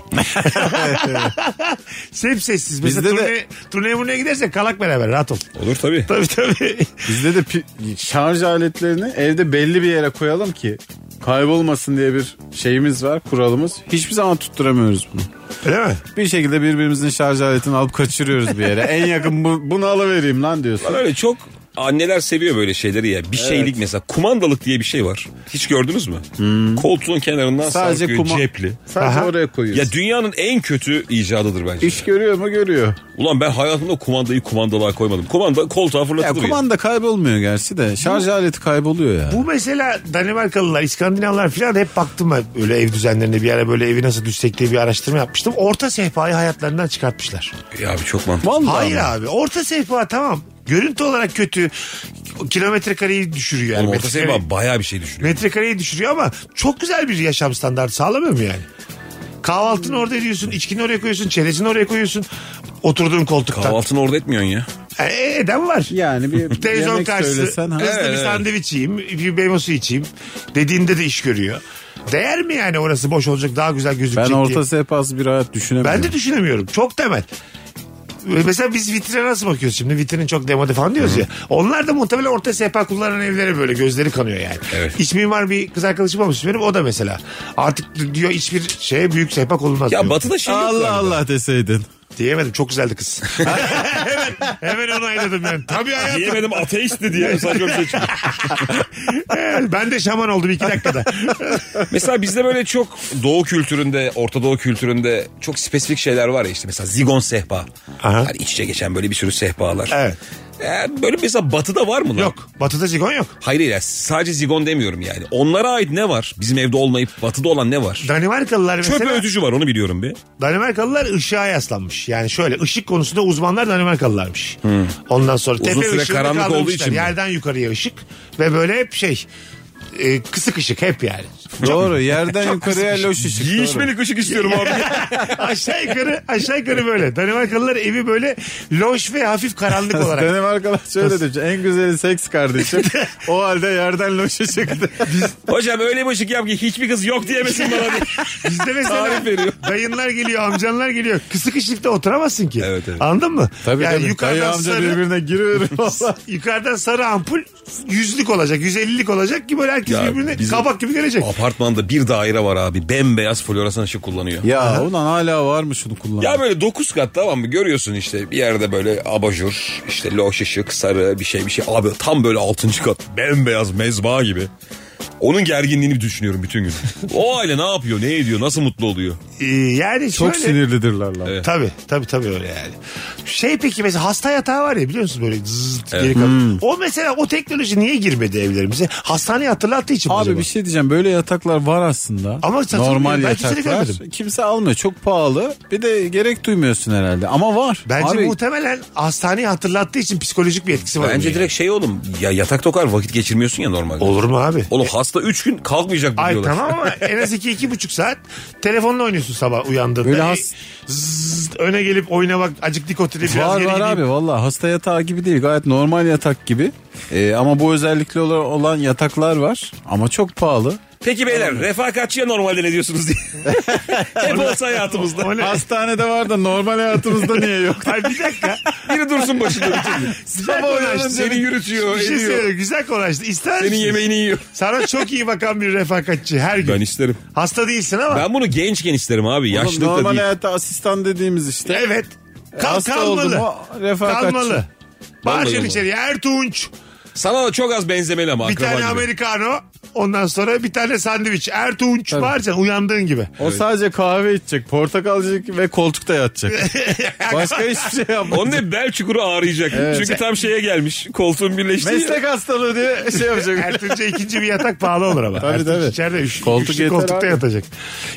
Speaker 2: Hep sessiz. Mesela
Speaker 3: Bizde de-
Speaker 2: turne, turneye murneye gidersek kalak beraber rahat ol.
Speaker 4: Olur tabii.
Speaker 2: Tabii tabii.
Speaker 3: Bizde de pi- şarj aletlerini evde belli bir yere koyalım ki kaybolmasın diye bir şeyimiz var, kuralımız. Hiçbir zaman tutturamıyoruz bunu.
Speaker 2: Öyle mi?
Speaker 3: Bir şekilde birbirimizin şarj aletini alıp kaçırıyoruz bir yere. en yakın bu, bunu alıvereyim lan diyorsun.
Speaker 4: Lan öyle çok anneler seviyor böyle şeyleri ya. Bir şeylik mesela kumandalık diye bir şey var. Hiç gördünüz mü? Koltuğun kenarından
Speaker 3: Hmm. Sadece
Speaker 4: sarkıyor
Speaker 3: kuma-
Speaker 4: cepli.
Speaker 3: Sadece oraya koyuyorsun.
Speaker 4: Ya dünyanın en kötü icadıdır bence.
Speaker 3: İş görüyor mu görüyor.
Speaker 4: Ulan ben hayatımda kumandayı kumandalığa koymadım. Kumanda koltuğa
Speaker 3: Ya
Speaker 4: fırlatılır.
Speaker 3: kumanda kaybolmuyor gerçi de şarj aleti kayboluyor ya.
Speaker 2: Bu mesela Danimarkalılar, İskandinavlar falan hep baktım ben öyle ev düzenlerine bir ara böyle evi nasıl düşsek diye bir araştırma yapmıştım. Orta sehpayı hayatlarından çıkartmışlar.
Speaker 4: Ya abi çok mantıklı.
Speaker 3: Vallahi
Speaker 2: Hayır
Speaker 3: ama.
Speaker 2: abi orta sehpa tamam. Görüntü olarak kötü. Kilometre kareyi düşürüyor yani.
Speaker 4: Oğlum orta
Speaker 2: Metrekare-
Speaker 4: sehpa bayağı bir şey düşünüyor.
Speaker 2: Metrekareyi düşürüyor ama çok güzel bir yaşam standartı sağlamıyor mu yani? Kahvaltını orada ediyorsun, içkini oraya koyuyorsun, çerezini oraya koyuyorsun. Oturduğun koltuktan.
Speaker 4: Kahvaltını orada etmiyorsun ya.
Speaker 2: E, e, eden var.
Speaker 3: Yani bir
Speaker 2: Televizyon
Speaker 3: yemek
Speaker 2: karşısı
Speaker 3: söylesen. ha.
Speaker 2: hızlı bir
Speaker 4: Evet, evet.
Speaker 2: sandviç yiyeyim, bir meyve suyu içeyim dediğinde de iş görüyor. Değer mi yani orası boş olacak daha güzel gözükecek
Speaker 3: Ben orta
Speaker 2: diye.
Speaker 3: sehpası bir hayat düşünemiyorum.
Speaker 2: Ben de düşünemiyorum. Çok temel. Ve Mesela biz vitrine nasıl bakıyoruz şimdi? Vitrinin çok demode falan diyoruz ya. Onlar da muhtemelen orta sehpa kullanan evlere böyle gözleri kanıyor yani.
Speaker 4: Evet.
Speaker 2: İç mimar bir kız arkadaşım olmuş benim o da mesela. Artık diyor hiçbir şeye büyük sehpa konulmaz
Speaker 4: Ya
Speaker 2: diyor.
Speaker 4: batıda şey yok.
Speaker 3: Allah
Speaker 4: galiba.
Speaker 3: Allah deseydin.
Speaker 2: Diyemedim çok güzeldi kız. hemen, hemen onayladım ben. Tabii hayatım.
Speaker 4: Diyemedim ateistti diye. Saçma bir şey çıktı.
Speaker 2: Evet, ben de şaman oldum iki dakikada.
Speaker 4: Mesela bizde böyle çok doğu kültüründe, Orta Doğu kültüründe çok spesifik şeyler var ya işte mesela zigon sehpa.
Speaker 2: Aha.
Speaker 4: Hani iç içe geçen böyle bir sürü sehpalar.
Speaker 2: Evet.
Speaker 4: Ee, böyle mesela batıda var mı lan?
Speaker 2: Yok. Batı'da zigon yok.
Speaker 4: Hayır ya sadece zigon demiyorum yani. Onlara ait ne var? Bizim evde olmayıp batıda olan ne var?
Speaker 2: Danimarkalılar
Speaker 4: Çöp
Speaker 2: mesela.
Speaker 4: öğütücü var onu biliyorum bir.
Speaker 2: Danimarkalılar ışığa yaslanmış. Yani şöyle ışık konusunda uzmanlar Danimarkalılarmış. Ondan sonra tepe
Speaker 4: Hmm. süre
Speaker 2: ışığını
Speaker 4: karanlık olduğu
Speaker 2: kaldırmışlar.
Speaker 4: için mi?
Speaker 2: Yerden yukarıya ışık ve böyle hep şey e, kısık ışık hep yani.
Speaker 3: Doğru yerden yukarıya loş ışık. doğru.
Speaker 4: Giyişmelik ışık istiyorum abi.
Speaker 2: aşağı yukarı aşağı yukarı böyle. Danimarkalılar evi böyle loş ve hafif karanlık olarak.
Speaker 3: Danimarkalar şöyle demiş. En güzeli seks kardeşim. o halde yerden loşa çıktı.
Speaker 4: Hocam öyle bir ışık yap ki hiçbir kız yok diyemesin bana diye.
Speaker 2: Bizde mesela
Speaker 4: Tarif veriyor.
Speaker 2: dayınlar geliyor, amcanlar geliyor. Kısık ışıkta oturamazsın ki.
Speaker 4: Evet, evet.
Speaker 2: Anladın mı?
Speaker 3: Tabii
Speaker 2: yani
Speaker 3: tabii.
Speaker 2: yukarıdan
Speaker 3: Dayı amca
Speaker 2: sarı-
Speaker 3: birbirine giriyor. Vallahi.
Speaker 2: Yukarıdan sarı ampul yüzlük olacak, yüz ellilik olacak ki böyle herkes
Speaker 4: Ya
Speaker 2: birbirine
Speaker 4: bizim-
Speaker 2: kabak gibi gelecek.
Speaker 4: Apartmanda bir daire var abi. Bembeyaz floresan ışık kullanıyor.
Speaker 3: ya ulan hala var mı şunu kullanan?
Speaker 4: Ya böyle 9 kat tamam mı görüyorsun işte bir yerde böyle abajur işte loş ışık sarı bir şey bir şey abi tam böyle 6. kat bembeyaz mezba gibi. Onun gerginliğini düşünüyorum bütün gün. O aile ne yapıyor ne ediyor nasıl mutlu oluyor?
Speaker 2: Ee, yani
Speaker 3: Çok
Speaker 2: şöyle,
Speaker 3: sinirlidirler lan.
Speaker 4: Evet.
Speaker 2: Tabii tabii tabii öyle yani. Şey peki mesela hasta yatağı var ya biliyor musunuz böyle zızt geri kalıyor.
Speaker 3: Hmm.
Speaker 2: O mesela o teknoloji niye girmedi evlerimize? Hastaneyi hatırlattığı için mi
Speaker 3: Abi
Speaker 2: acaba?
Speaker 3: bir şey diyeceğim böyle yataklar var aslında.
Speaker 2: Ama satılmıyor.
Speaker 3: normal
Speaker 2: Ben kimsede
Speaker 3: yataklar.
Speaker 2: görmedim.
Speaker 3: Kimse almıyor çok pahalı. Bir de gerek duymuyorsun herhalde ama var.
Speaker 2: Bence
Speaker 3: Abi,
Speaker 2: muhtemelen hastaneyi hatırlattığı için psikolojik bir etkisi var.
Speaker 4: Bence
Speaker 2: bunun
Speaker 4: direkt şey oğlum ya yatak tokar vakit geçirmiyorsun ya normalde.
Speaker 2: yani. Olur mu abi?
Speaker 4: Oğlum hasta 3 gün kalkmayacak bu
Speaker 2: Ay
Speaker 4: diyorlar.
Speaker 2: tamam ama en az iki iki buçuk saat telefonla oynuyorsun sabah uyandığında.
Speaker 3: Böyle has-
Speaker 2: E, zzzz, öne gelip oyuna bak acık dikotili biraz
Speaker 3: Var
Speaker 2: geri
Speaker 3: var
Speaker 2: gideyim.
Speaker 3: abi valla hasta yatağı gibi değil gayet normal yatak gibi. Ee, ama bu özellikle olan- olan yataklar var ama çok pahalı.
Speaker 4: Peki beyler refakatçiye normalde ne diyorsunuz diye. Hep olsa hayatımızda.
Speaker 2: O ne?
Speaker 3: Hastanede var da normal hayatımızda niye yok?
Speaker 2: Ay bir dakika.
Speaker 4: Biri dursun başında bütün gün.
Speaker 2: Güzel konuştu.
Speaker 4: Seni yürütüyor,
Speaker 2: Bir şey
Speaker 4: ediyor.
Speaker 2: söyleyeyim. Güzel konuştu. İster
Speaker 4: Senin
Speaker 2: misin?
Speaker 4: yemeğini yiyor.
Speaker 2: Sana çok iyi bakan bir refakatçi her gün.
Speaker 4: Ben isterim.
Speaker 2: Hasta değilsin ama.
Speaker 4: Ben bunu gençken isterim abi.
Speaker 3: Oğlum,
Speaker 4: Yaşlılıkta
Speaker 3: normal
Speaker 4: değil.
Speaker 3: hayatta asistan dediğimiz işte.
Speaker 2: Evet. Kal,
Speaker 3: Hasta
Speaker 2: kalmalı.
Speaker 3: oldum, o refakatçi.
Speaker 2: Kalmalı. Bağırıyor
Speaker 4: olmalı.
Speaker 2: içeriye. Ertuğunç.
Speaker 4: Sana da çok az benzemeli ama
Speaker 2: Bir
Speaker 4: akraba
Speaker 2: tane
Speaker 4: gibi.
Speaker 2: Americano. Ondan sonra bir tane sandviç. Ertuğunç bağıracaksın uyandığın gibi.
Speaker 3: O sadece kahve içecek, portakal yiyecek ve koltukta yatacak. Başka hiçbir şey yapmaz.
Speaker 4: Onun hep bel çukuru ağrıyacak. Çünkü tam şeye gelmiş. Koltuğun birleştiği.
Speaker 3: Meslek hastalığı diye şey yapacak.
Speaker 2: Ertuğrul'a ikinci bir yatak pahalı olur ama.
Speaker 3: Tabii,
Speaker 2: Ertuğrul
Speaker 3: tabii.
Speaker 2: içeride üç,
Speaker 3: Koltuk
Speaker 2: üçlü
Speaker 3: yeter
Speaker 2: koltukta
Speaker 3: abi.
Speaker 2: yatacak.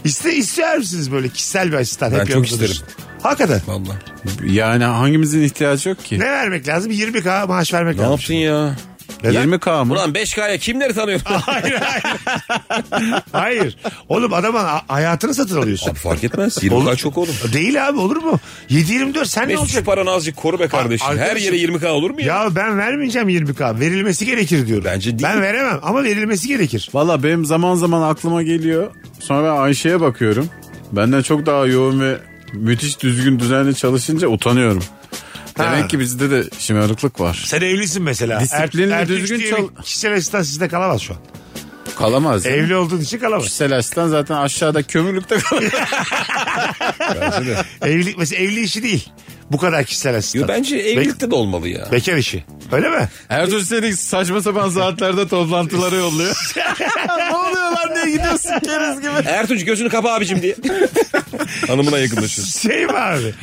Speaker 2: İste, ister misiniz böyle kişisel bir asistan?
Speaker 4: Ben
Speaker 2: Hep
Speaker 4: çok
Speaker 2: yanınızda
Speaker 4: isterim.
Speaker 2: dursun. Hakikaten.
Speaker 4: Vallahi.
Speaker 3: yani hangimizin ihtiyacı yok ki?
Speaker 2: Ne vermek lazım? 20k maaş vermek
Speaker 4: Ne
Speaker 2: lazım.
Speaker 4: yaptın ya?
Speaker 3: 20K mı?
Speaker 4: Ulan 5K'ya kimleri tanıyor?
Speaker 2: Hayır hayır. hayır. Oğlum adamın a- hayatını satın alıyorsun.
Speaker 4: Abi fark etmez. 20K çok olur.
Speaker 2: Değil abi olur mu? 7-24 sen ne
Speaker 4: Mesut şu
Speaker 2: olacak?
Speaker 4: paranı azıcık koru be kardeşim. Her
Speaker 2: arkadaşım-
Speaker 4: yere 20K olur mu ya?
Speaker 2: Ya ben vermeyeceğim 20k. Verilmesi gerekir diyorum.
Speaker 4: Bence değil.
Speaker 2: Ben veremem ama verilmesi gerekir.
Speaker 3: Valla benim zaman zaman aklıma geliyor. Sonra ben Ayşe'ye bakıyorum. Benden çok daha yoğun ve müthiş düzgün düzenli çalışınca utanıyorum.
Speaker 2: Ha.
Speaker 3: Demek ki bizde de şımarıklık var.
Speaker 2: Sen evlisin mesela.
Speaker 3: Disiplinli,
Speaker 2: Ertuğrul
Speaker 3: düzgün
Speaker 2: diye
Speaker 3: çal-
Speaker 2: bir Kişisel asistan sizde kalamaz şu an.
Speaker 3: Kalamaz. ya.
Speaker 2: Evli olduğun için kalamaz.
Speaker 3: Kişisel açıdan zaten aşağıda kömürlükte kalır.
Speaker 2: Evlilik mesela evli işi değil. Bu kadar kişisel asistan.
Speaker 4: Yo, bence evlilikte de olmalı ya.
Speaker 2: Bekar işi. Öyle mi?
Speaker 3: Ertuğrul Selik saçma sapan saatlerde toplantılara yolluyor. ne oluyor lan diye gidiyorsun keriz gibi.
Speaker 4: Ertuğrul gözünü kapa abicim diye. Hanımına yakınlaşıyorsun.
Speaker 2: Şey mi abi?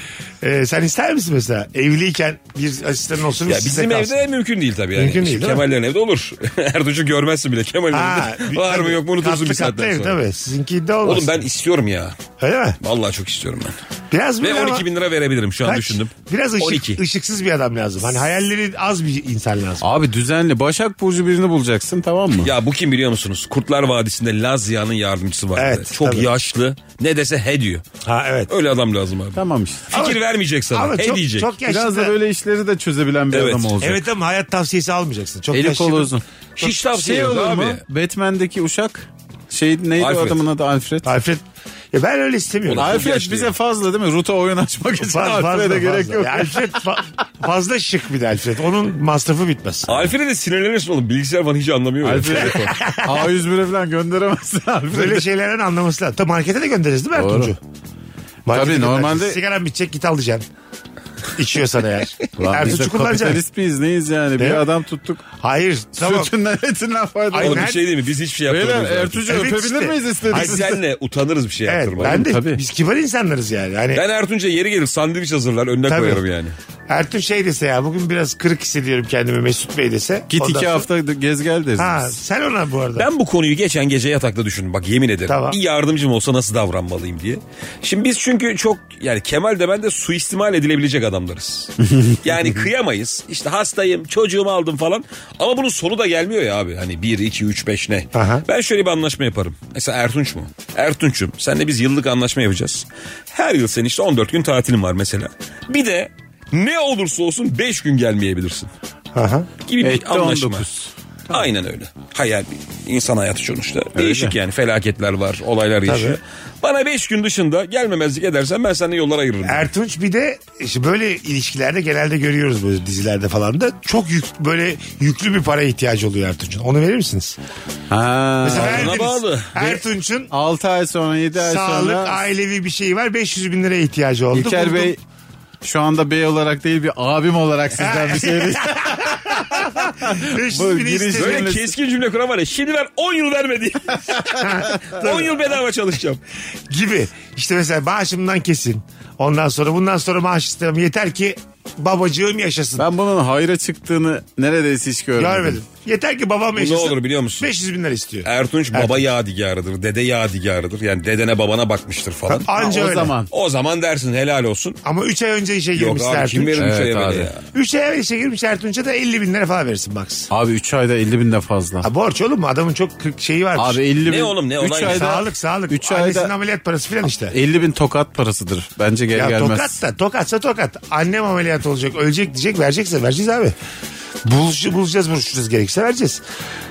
Speaker 2: Ee, sen ister misin mesela evliyken bir asistanın olsun
Speaker 4: Ya
Speaker 2: size
Speaker 4: bizim
Speaker 2: kalsın?
Speaker 4: evde mümkün değil tabii yani.
Speaker 2: Mümkün değil,
Speaker 4: Şimdi
Speaker 2: değil mi?
Speaker 4: Kemal'lerin evde olur. Ertuğrul'u görmezsin bile Kemal'in
Speaker 2: Ha,
Speaker 4: evinde. Var mı yok mu unutursun
Speaker 2: katlı
Speaker 4: bir
Speaker 2: katlı
Speaker 4: saatten
Speaker 2: ev,
Speaker 4: sonra.
Speaker 2: Tabii. Sizinki de olmaz.
Speaker 4: Oğlum ben istiyorum ya.
Speaker 2: Öyle mi?
Speaker 4: Vallahi çok istiyorum ben.
Speaker 2: Biraz
Speaker 4: Ve
Speaker 2: böyle ama-
Speaker 4: 12 bin lira verebilirim şu an
Speaker 2: Kaç?
Speaker 4: düşündüm.
Speaker 2: Biraz ışık,
Speaker 4: 12.
Speaker 2: ışıksız bir adam lazım. Hani hayalleri az bir insan lazım.
Speaker 3: Abi düzenli Başak Burcu birini bulacaksın tamam mı?
Speaker 4: Ya bu kim biliyor musunuz? Kurtlar Vadisi'nde Lazia'nın yardımcısı vardı.
Speaker 2: Evet,
Speaker 4: çok
Speaker 2: tabii.
Speaker 4: yaşlı. Ne dese he diyor.
Speaker 2: Ha evet.
Speaker 4: Öyle adam lazım abi.
Speaker 3: Tamam işte.
Speaker 4: Fikir
Speaker 2: Ama-
Speaker 4: vermeyecek sana.
Speaker 2: Ama
Speaker 4: he
Speaker 2: çok,
Speaker 4: diyecek.
Speaker 2: çok yaşlı.
Speaker 3: Biraz da böyle işleri de çözebilen bir
Speaker 4: Evet.
Speaker 3: adam olacak.
Speaker 2: Evet ama hayat tavsiyesi almayacaksın. Çok
Speaker 3: Eli
Speaker 2: yaşlı.
Speaker 3: kolu uzun.
Speaker 4: Hiç tavsiye
Speaker 3: Şey
Speaker 4: yok
Speaker 3: olur
Speaker 4: abi.
Speaker 3: mu? Batman'deki uşak şey neydi o
Speaker 4: Alfred.
Speaker 3: adamın adı Alfred.
Speaker 2: Alfred. Ya ben öyle istemiyorum.
Speaker 4: Ulan,
Speaker 3: Alfred
Speaker 4: yaşlı
Speaker 3: bize
Speaker 4: ya.
Speaker 3: fazla değil mi? Ruta oyun açmak için
Speaker 2: Faz-
Speaker 3: Alfred'e gerek
Speaker 2: fazla.
Speaker 3: yok.
Speaker 2: Ya Alfred fa- fazla şık bir de Alfred. Onun masrafı bitmez.
Speaker 4: Alfred'e de sinirlenirsin oğlum. Bilgisayar falan hiç anlamıyor. ya.
Speaker 3: Alfred A101'e falan gönderemezsin Alfred'i.
Speaker 2: Böyle şeylerden anlaması lazım. Tabii markete de göndeririz değil mi
Speaker 3: Doğru.
Speaker 2: Ertuğrul?
Speaker 3: Tabii, normalde-
Speaker 2: Sigaran bitecek git alacaksın. İçiyorsan eğer.
Speaker 3: Lan biz de
Speaker 2: Ertuğrul'u kullanacaksın.
Speaker 3: kapitalist miyiz neyiz yani?
Speaker 2: Değil
Speaker 3: Bir
Speaker 2: mi?
Speaker 3: adam tuttuk.
Speaker 2: Hayır tamam.
Speaker 3: Sütünden etinden faydalı.
Speaker 4: Oğlum bir
Speaker 2: Aynen.
Speaker 4: şey değil mi? Biz hiçbir şey
Speaker 3: Beyler
Speaker 4: yaptırmıyoruz. artık.
Speaker 3: Ertuğ'u
Speaker 2: Evet
Speaker 3: öpebilir
Speaker 2: işte.
Speaker 3: miyiz
Speaker 4: Ay
Speaker 3: istedik?
Speaker 4: senle utanırız bir şey
Speaker 2: Evet
Speaker 4: yaptırmaya.
Speaker 2: ben de
Speaker 3: Tabii.
Speaker 2: biz kibar insanlarız yani. Hani
Speaker 4: Ben Ertuğ'unca yeri gelir sandviç hazırlar önüne
Speaker 2: Tabii.
Speaker 4: koyarım yani.
Speaker 2: Ertuğ şey dese ya bugün biraz kırık hissediyorum kendimi Mesut Bey dese.
Speaker 3: Git
Speaker 2: ondan
Speaker 3: iki
Speaker 2: sonra-
Speaker 3: hafta gez gel deriz.
Speaker 2: Ha
Speaker 3: biz.
Speaker 2: sen ona bu arada.
Speaker 4: Ben bu konuyu geçen gece yatakta düşündüm. Bak yemin ederim.
Speaker 2: Tamam.
Speaker 4: Bir yardımcım olsa nasıl davranmalıyım diye. Şimdi biz çünkü çok yani Kemal de ben de suistimal edilebilecek adamlarız. yani kıyamayız. İşte hastayım, çocuğumu aldım falan. Ama bunun sonu da gelmiyor ya abi. Hani 1, 2, 3, 5 ne?
Speaker 2: Aha.
Speaker 4: Ben şöyle bir anlaşma yaparım. Mesela Ertunç mu? Ertunç'um senle biz yıllık anlaşma yapacağız. Her yıl senin işte 14 gün tatilin var mesela. Bir de ne olursa olsun 5 gün gelmeyebilirsin.
Speaker 2: Aha.
Speaker 4: Gibi bir
Speaker 3: Etti
Speaker 4: anlaşma.
Speaker 3: 19.
Speaker 4: Aynen öyle. Hayal insan hayatı sonuçta. Değişik yani felaketler var, olaylar yaşıyor. Bana 5 gün dışında gelmemezlik edersen ben seninle yollar ayırırım.
Speaker 2: Ertunç bir de işte böyle ilişkilerde genelde görüyoruz böyle dizilerde falan da çok yük, böyle yüklü bir para ihtiyacı oluyor Ertunç'un. Onu verir misiniz?
Speaker 3: Ha.
Speaker 2: Mesela
Speaker 4: ona
Speaker 2: verdiniz.
Speaker 4: bağlı.
Speaker 2: Ertunç'un
Speaker 3: 6 ay sonra 7 ay
Speaker 2: sağlık,
Speaker 3: sonra
Speaker 2: ailevi bir şeyi var. 500 bin liraya ihtiyacı oldu.
Speaker 3: İlker
Speaker 2: Buldum.
Speaker 3: Bey şu anda bey olarak değil bir abim olarak sizden bir şey
Speaker 2: 500
Speaker 3: Bu
Speaker 2: bini
Speaker 3: giriş-
Speaker 2: istedi.
Speaker 4: Böyle
Speaker 3: Cümlesi-
Speaker 4: keskin cümle kuran var ya. Şimdi ben 10 yıl vermedi. 10 yıl bedava çalışacağım.
Speaker 2: gibi. İşte mesela maaşımdan kesin. Ondan sonra bundan sonra maaş istemem. Yeter ki babacığım yaşasın.
Speaker 3: Ben bunun hayra çıktığını neredeyse hiç görmedim.
Speaker 2: Görmedim. Yeter ki babam yaşasın.
Speaker 4: olur biliyor musun?
Speaker 2: 500 bin lira istiyor.
Speaker 4: Ertunç baba yadigarıdır, dede yadigarıdır. Yani dedene babana bakmıştır falan.
Speaker 2: Anca
Speaker 3: Ha, o
Speaker 2: öyle.
Speaker 3: zaman.
Speaker 4: o zaman dersin helal olsun.
Speaker 2: Ama 3 ay önce işe
Speaker 4: Yok
Speaker 2: girmiş
Speaker 4: abi kim
Speaker 2: Ertunç.
Speaker 4: verir
Speaker 3: Evet
Speaker 4: evet,
Speaker 3: abi.
Speaker 4: ya.
Speaker 2: 3 ay evvel işe girmiş Ertunç'a da 50 bin lira falan verirsin max.
Speaker 3: Abi 3 ayda 50 bin de fazla.
Speaker 2: Ha, borç oğlum mu? Adamın çok kırk şeyi varmış.
Speaker 3: Abi 50 bin.
Speaker 4: Ne oğlum, ne
Speaker 3: üç
Speaker 4: olay?
Speaker 3: ayda,
Speaker 2: sağlık sağlık.
Speaker 3: Üç
Speaker 2: Annesinin
Speaker 3: ayda
Speaker 2: ameliyat parası falan işte.
Speaker 3: 50 bin tokat parasıdır. Bence gel
Speaker 2: Ya
Speaker 3: gelmez.
Speaker 2: tokat da tokatsa tokat. Annem ameliyat olacak ölecek diyecek verecekse vereceğiz abi. Buluş, bulacağız buluşacağız gerekirse vereceğiz.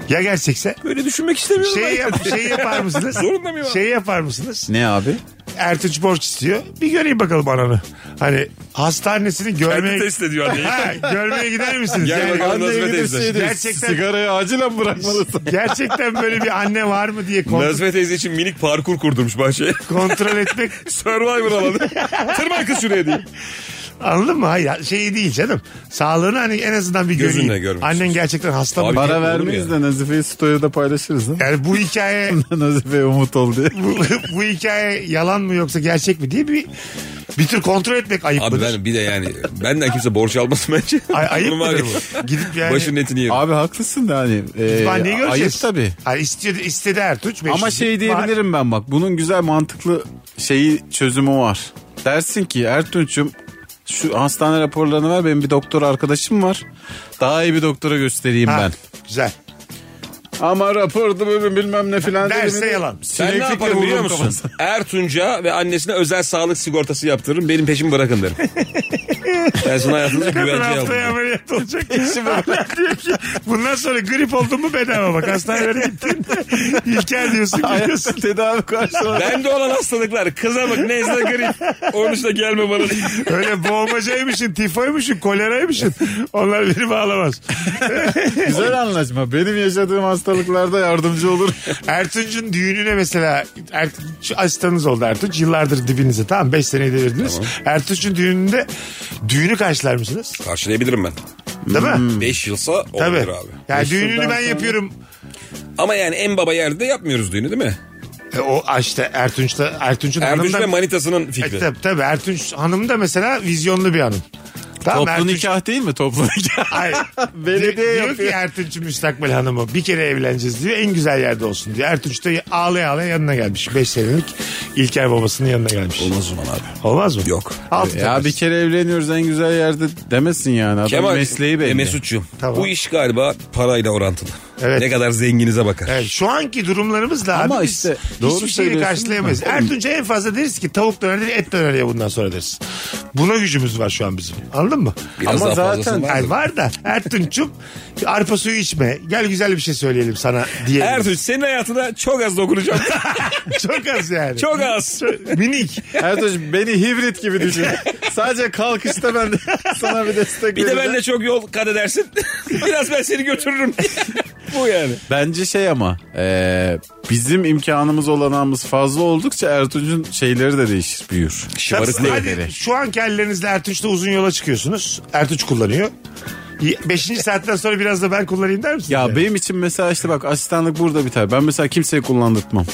Speaker 2: Ya gerçekse?
Speaker 4: Böyle düşünmek istemiyorum. ben.
Speaker 2: Şey, yap, şey yapar mısınız?
Speaker 4: Zorunda mıyım abi?
Speaker 2: Şey yapar mısınız?
Speaker 3: Ne abi?
Speaker 2: Ertuğrul borç istiyor. Bir göreyim bakalım ananı. Hani hastanesini görmeye...
Speaker 4: Kendi test ediyor anneyi.
Speaker 2: Ha, görmeye gider misiniz?
Speaker 4: Gel
Speaker 2: Yani
Speaker 4: bakalım
Speaker 2: anneye
Speaker 4: Nazmi
Speaker 2: gidip
Speaker 4: teyze.
Speaker 2: şey diyor, Gerçekten,
Speaker 3: Sigarayı acilen bırakmalısın.
Speaker 2: gerçekten böyle bir anne var mı diye kontrol,
Speaker 4: Nazmi teyze için minik parkur kurdurmuş bahçeye.
Speaker 2: kontrol etmek
Speaker 4: Survivor alanı. Tırman kız şuraya diye.
Speaker 2: anladın mı? Hayır şeyi değil canım. Sağlığını hani en azından bir
Speaker 4: Gözünle
Speaker 2: göreyim.
Speaker 4: görmek
Speaker 2: Annen
Speaker 4: istiyorsun.
Speaker 2: gerçekten hasta mı?
Speaker 4: Abi-
Speaker 3: Para
Speaker 4: Olur
Speaker 3: vermeyiz
Speaker 4: ya.
Speaker 3: de Nazife'yi story'de da paylaşırız. ha?
Speaker 2: Yani bu hikaye
Speaker 3: Nazife umut oldu.
Speaker 2: bu, bu hikaye yalan mı yoksa gerçek mi diye bir bir tür kontrol etmek ayıp
Speaker 4: Abi
Speaker 2: mıdır?
Speaker 4: ben bir de yani benden kimse borç almasın bence.
Speaker 2: Ay- ayıp
Speaker 4: Bunun var
Speaker 2: mıdır
Speaker 4: ya,
Speaker 2: bu? Gidip yani-
Speaker 4: Başının etini yerim.
Speaker 3: Abi haklısın da hani. e,
Speaker 2: Ben niye göreceğiz?
Speaker 3: ayıp tabii.
Speaker 2: Hani istedi, istedi Ertuğ.
Speaker 3: Ama şey diyebilirim ben bak bunun güzel mantıklı şeyi çözümü var. Dersin ki Ertunç'um şu hastane raporlarını ver benim bir doktor arkadaşım var. Daha iyi bir doktora göstereyim ben.
Speaker 2: Güzel.
Speaker 3: Ama rapordu böyle bilmem ne filan.
Speaker 2: Derse
Speaker 3: dedim.
Speaker 2: yalan.
Speaker 4: ben ne
Speaker 3: Sineklikle
Speaker 4: yaparım biliyor
Speaker 3: vurdum
Speaker 4: musun?
Speaker 3: kafasına.
Speaker 4: Ertunca ve annesine özel sağlık sigortası yaptırırım. Benim peşimi bırakın derim. ben sana hayatınızı
Speaker 2: Hemen
Speaker 4: güvenceye
Speaker 2: haftaya
Speaker 4: aldım.
Speaker 2: ameliyat olacak. Diyor ki, Bundan sonra grip oldun mu bedava bak. Hastanelere gittin. İlker diyorsun
Speaker 3: Hayatta
Speaker 2: gülüyorsun.
Speaker 3: tedavi karşılığı.
Speaker 4: Bende olan hastalıklar kızamık, nezle, grip. Onun üstüne gelme bana.
Speaker 2: Öyle boğmacaymışsın, tifoymuşsun, koleraymışsın. Onlar beni bağlamaz.
Speaker 3: güzel anlaşma. Benim yaşadığım hastalıklarda yardımcı olur.
Speaker 2: Ertunç'un düğününe mesela Ertunç asistanınız oldu Ertunç. Yıllardır dibinize tamam 5 seneyi devirdiniz. Ertunç'un düğününde düğünü karşılarmışsınız.
Speaker 4: Karşılayabilirim ben.
Speaker 2: Değil mi?
Speaker 4: 5 yılsa
Speaker 2: Tabii.
Speaker 4: Hmm, olabilir abi.
Speaker 2: Yani
Speaker 3: Beş
Speaker 2: düğününü ben
Speaker 3: yıldan sonra-
Speaker 2: yapıyorum.
Speaker 4: Ama yani en baba yerde de yapmıyoruz düğünü değil mi?
Speaker 2: E, o ah işte Ertunç'ta Ertunç'un
Speaker 4: Erdoğan ve
Speaker 2: hanım da...
Speaker 4: manitasının
Speaker 2: E,
Speaker 4: fikri.
Speaker 2: tabii, tabii Ertunç hanım da mesela vizyonlu bir hanım. Tamam,
Speaker 3: Toplu
Speaker 2: Ertunç-
Speaker 3: nikah değil mi toplu nikah?
Speaker 2: Hayır.
Speaker 3: Belediye
Speaker 2: Diyor- diyor
Speaker 3: yapıyor.
Speaker 2: ki Ertunç'un müstakbel hanımı bir kere evleneceğiz diyor. En güzel yerde olsun diyor. Ertunç da ağlaya ağlaya yanına gelmiş. 5 senelik İlker babasının yanına gelmiş. Olmaz,
Speaker 4: Olmaz ulan abi.
Speaker 2: mı?
Speaker 4: Yok.
Speaker 2: Altı
Speaker 3: Ya bir kere evleniyoruz en güzel yerde demesin yani. Adam
Speaker 4: Kemal
Speaker 3: mesleği
Speaker 4: e,
Speaker 3: belli.
Speaker 4: Mesut'cum
Speaker 2: Tamam.
Speaker 4: bu iş galiba parayla orantılı.
Speaker 2: Evet.
Speaker 4: Ne kadar zenginize bakar.
Speaker 2: Evet, şu anki durumlarımızla
Speaker 3: Ama
Speaker 2: abi biz
Speaker 3: işte doğru
Speaker 2: hiçbir şeyi
Speaker 3: söylüyorsun.
Speaker 2: karşılayamayız. Ertunç'a en fazla deriz ki tavuk döner değil et döner ya bundan sonra deriz. Buna gücümüz var şu an bizim. Anladın mı?
Speaker 4: Biraz
Speaker 3: Ama
Speaker 4: daha
Speaker 3: zaten-
Speaker 4: fazlasını vardır.
Speaker 2: Yani var da Ertunç'um arpa suyu içme. Gel güzel bir şey söyleyelim sana diye.
Speaker 4: Ertuğrul senin hayatına çok az dokunacağım.
Speaker 2: Çok az yani.
Speaker 4: çok az.
Speaker 2: Minik.
Speaker 3: Ertuğrul beni hibrit gibi düşün. Sadece kalkışta ben de sana bir destek
Speaker 4: Bir de
Speaker 3: vereceğim.
Speaker 4: benle çok yol kat edersin. Biraz ben seni götürürüm. bu yani.
Speaker 3: Bence şey ama e, bizim imkanımız olanağımız fazla oldukça Ertuğrul'un şeyleri de değişir büyür.
Speaker 4: Şımarık
Speaker 2: Tabii,
Speaker 4: değil.
Speaker 2: hadi şu anki ellerinizle Ertunç'la uzun yola çıkıyorsunuz. Ertunç kullanıyor. Beşinci saatten sonra biraz da ben kullanayım der misin?
Speaker 3: Ya benim için mesela işte bak asistanlık burada biter. Ben mesela kimseyi kullandırtmam.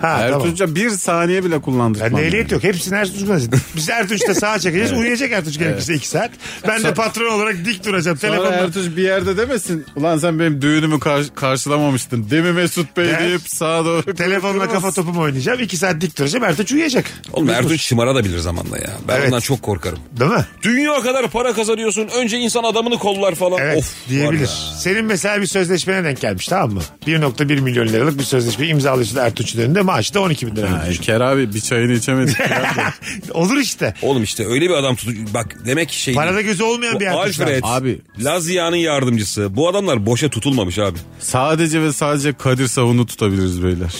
Speaker 2: ha, tamam.
Speaker 3: Ertuğrul'a bir saniye bile kullandırtmam.
Speaker 2: Ben de ehliyet yok. Hepsini Ertuğrul kullanacak. Biz Ertuğrul'da sağa çekeceğiz. Uyuyacak Ertuğrul gerekirse iki saat. Ben de patron olarak dik duracağım.
Speaker 3: Sonra
Speaker 2: Telefonla
Speaker 3: Ertuğrul bir yerde demesin. Ulan sen benim düğünümü kar- karşılamamıştın. Değil mi Mesut Bey
Speaker 2: Evet.
Speaker 3: deyip sağa doğru.
Speaker 2: Telefonla kafa topumu oynayacağım. İki saat dik duracağım. Ertuğrul uyuyacak.
Speaker 4: Oğlum Ertuğrul şımara da bilir zamanla ya. Ben
Speaker 2: Evet.
Speaker 4: ondan çok korkarım.
Speaker 2: Değil mi?
Speaker 4: Dünya kadar para kazanıyorsun. Önce insan adamını kollar falan.
Speaker 2: Evet
Speaker 4: of,
Speaker 2: diyebilir.
Speaker 4: var ya.
Speaker 2: Senin mesela bir sözleşmene denk gelmiş tamam mı? 1.1 milyon liralık bir sözleşme imzalıyorsun Ertuğrul'un önünde. Maaşı da 12 bin lira.
Speaker 3: Ha, İlker abi bir çayını içemedik.
Speaker 2: Olur işte.
Speaker 4: Oğlum işte öyle bir adam tutucu. Bak demek ki şey...
Speaker 2: Parada gözü olmayan
Speaker 4: Bu
Speaker 2: bir Ertuğrul.
Speaker 4: Alfred,
Speaker 3: Abi.
Speaker 4: Lazia'nın yardımcısı. Bu adamlar boşa tutulmamış abi.
Speaker 3: sadece ve sadece Kadir Savun'u tutabiliriz beyler.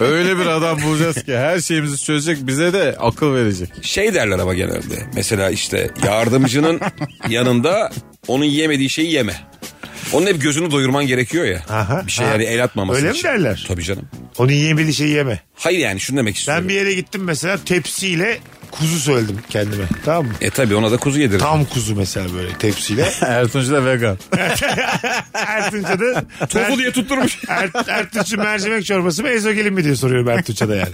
Speaker 3: Öyle bir adam bulacağız ki her şeyimizi çözecek bize de akıl verecek.
Speaker 4: Şey derler ama genelde. Mesela işte yardımcının yanında onun yemediği şeyi yeme. Onun hep gözünü doyurman gerekiyor ya.
Speaker 2: Aha,
Speaker 4: bir şey
Speaker 2: ha.
Speaker 4: yani e- el atmaması
Speaker 2: Öyle mi
Speaker 4: için.
Speaker 2: derler?
Speaker 4: Tabii canım.
Speaker 2: Onu yiyebildiği şeyi yeme.
Speaker 4: Hayır yani şunu demek istiyorum.
Speaker 2: Ben bir yere gittim mesela tepsiyle kuzu söyledim kendime. Tamam mı?
Speaker 4: E tabii ona da kuzu yedirir.
Speaker 2: Tam kuzu mesela böyle tepsiyle.
Speaker 3: Ertuğrul da vegan.
Speaker 2: Ertuğrul'a da
Speaker 4: Tofu diye tutturmuş.
Speaker 2: Er, Ertuğrul'un mercimek çorbası mı ezogelin mi diye soruyorum Ertuğrul'a da yani.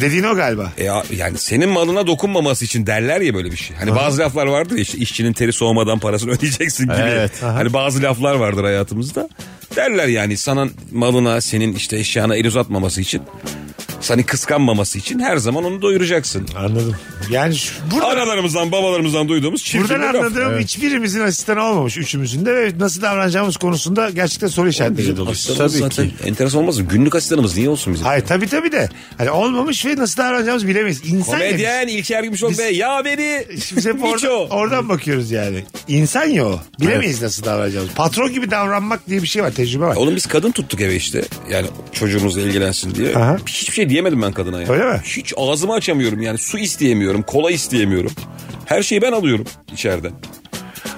Speaker 2: Dediğin o galiba.
Speaker 4: E ya- yani senin malına dokunmaması için derler ya böyle bir şey. Hani bazı laflar vardır ya işte işçinin teri soğumadan parasını ödeyeceksin gibi.
Speaker 3: Evet.
Speaker 4: Hani bazı laflar vardır hayatımızda. Derler yani sana malına senin işte eşyana el uzatmaması için. Seni kıskanmaması için her zaman onu doyuracaksın.
Speaker 2: Anladım. Yani şu, burada,
Speaker 4: Analarımızdan babalarımızdan duyduğumuz çirkin
Speaker 2: buradan
Speaker 4: bir laf.
Speaker 2: anladığım hiçbirimizin asistanı olmamış üçümüzün de ve nasıl davranacağımız konusunda gerçekten soru işaretleri dolu.
Speaker 4: Asistanımız zaten enteresan olmaz mı? Günlük asistanımız niye olsun bizim?
Speaker 2: Hayır tabii tabii de. Hani olmamış ve nasıl davranacağımızı bilemeyiz. İnsan ya biz.
Speaker 4: Komedyen İlker Gümüşoğlu Bey ya beni
Speaker 2: Biz hep
Speaker 4: Miço.
Speaker 2: orada, oradan bakıyoruz yani. İnsan ya o. Bilemeyiz nasıl davranacağımız. Patron gibi davranmak diye bir şey var. Tecrübe var.
Speaker 4: Oğlum biz kadın tuttuk eve işte. Yani çocuğumuzla ilgilensin diye.
Speaker 2: Aha.
Speaker 4: Hiçbir şey diyemedim ben kadına ya.
Speaker 2: Öyle mi?
Speaker 4: Hiç ağzımı açamıyorum yani. Su isteyemiyorum, kola isteyemiyorum. Her şeyi ben alıyorum içeride.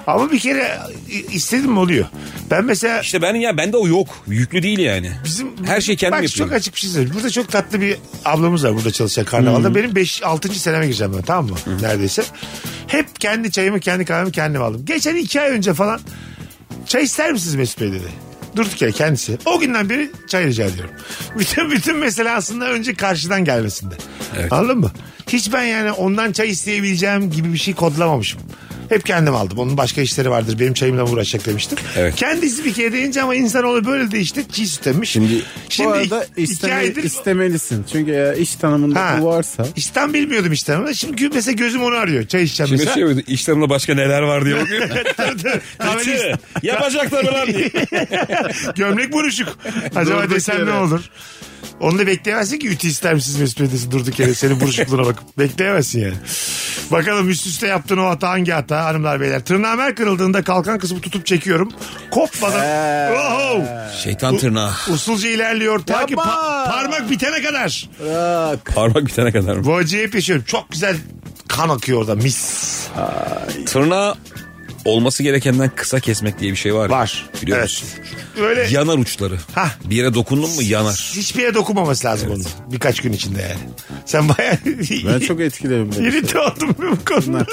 Speaker 2: Ama bir kere i- istedim mi oluyor. Ben mesela
Speaker 4: İşte ben ya bende o yok. Yüklü değil yani.
Speaker 2: Bizim
Speaker 4: Her şeyi kendim
Speaker 2: Bak,
Speaker 4: yapıyorum.
Speaker 2: çok açık bir şey söyleyeyim. Burada çok tatlı bir ablamız var burada çalışan
Speaker 4: Hmm.
Speaker 2: karnavalda. Benim 5 6. seneme gireceğim ben tamam mı? Neredeyse. Hep kendi çayımı kendi kahvemi kendim aldım. Geçen 2 ay önce falan çay ister misiniz Mesut Bey dedi. Durduk ya kendisi. O günden beri çay rica ediyorum. Bütün bütün mesele aslında önce karşıdan gelmesinde. Anladın mı? Hiç ben yani ondan çay isteyebileceğim gibi bir şey kodlamamışım. Hep kendim aldım. Onun başka işleri vardır. Benim çayımla mı uğraşacak demiştim.
Speaker 4: Evet.
Speaker 2: Kendisi bir kere deyince ama insanoğlu böyle değişti. Çiğ süt emmiş.
Speaker 3: Şimdi,
Speaker 2: Şimdi
Speaker 3: bu arada
Speaker 2: iki- iki
Speaker 3: isteme,
Speaker 2: aydır-
Speaker 3: istemelisin. Çünkü eğer iş tanımında
Speaker 2: Ha.
Speaker 3: bu varsa.
Speaker 2: İstan bilmiyordum işte ama şimdi gü- mesela gözüm onu arıyor. Çay içeceğim
Speaker 4: Şimdi
Speaker 2: mesela.
Speaker 4: şey böyle, işlerimde başka neler var diye bakıyorum. Kaçı.
Speaker 2: Kahveli
Speaker 4: Yapacaklar mı lan diye.
Speaker 2: gömlek buruşuk. Acaba
Speaker 3: Durduk
Speaker 2: desem ne
Speaker 3: yere.
Speaker 2: olur? Onu da bekleyemezsin ki ütü ister misiniz Mesut Bey desin durduk yere senin buruşukluğuna bakıp. Bekleyemezsin yani. Bakalım üst üste yaptığın o hata hangi hata hanımlar beyler. Tırnağım her kırıldığında kalkan kısmı tutup çekiyorum. Kopmadan. Oho!
Speaker 4: Şeytan tırnağı.
Speaker 2: Usulca ilerliyor ta ki
Speaker 3: Yapma!
Speaker 2: pa- parmak bitene kadar.
Speaker 4: Parmak bitene kadar mı?
Speaker 2: Bu acıyı hep yaşıyorum. Çok güzel kan akıyor orada mis.
Speaker 4: Tırnağı olması gerekenden kısa kesmek diye bir şey var. ya.
Speaker 2: Var.
Speaker 4: Biliyor
Speaker 2: Evet.
Speaker 4: musun?
Speaker 2: böyle
Speaker 4: Yanar uçları.
Speaker 2: Hah.
Speaker 4: Bir yere dokundun mu yanar.
Speaker 2: hiçbir yere dokunmaması lazım onun. Birkaç gün içinde yani. Sen bayağı
Speaker 3: Ben çok etkilendim.
Speaker 2: irite oldun bu konuda.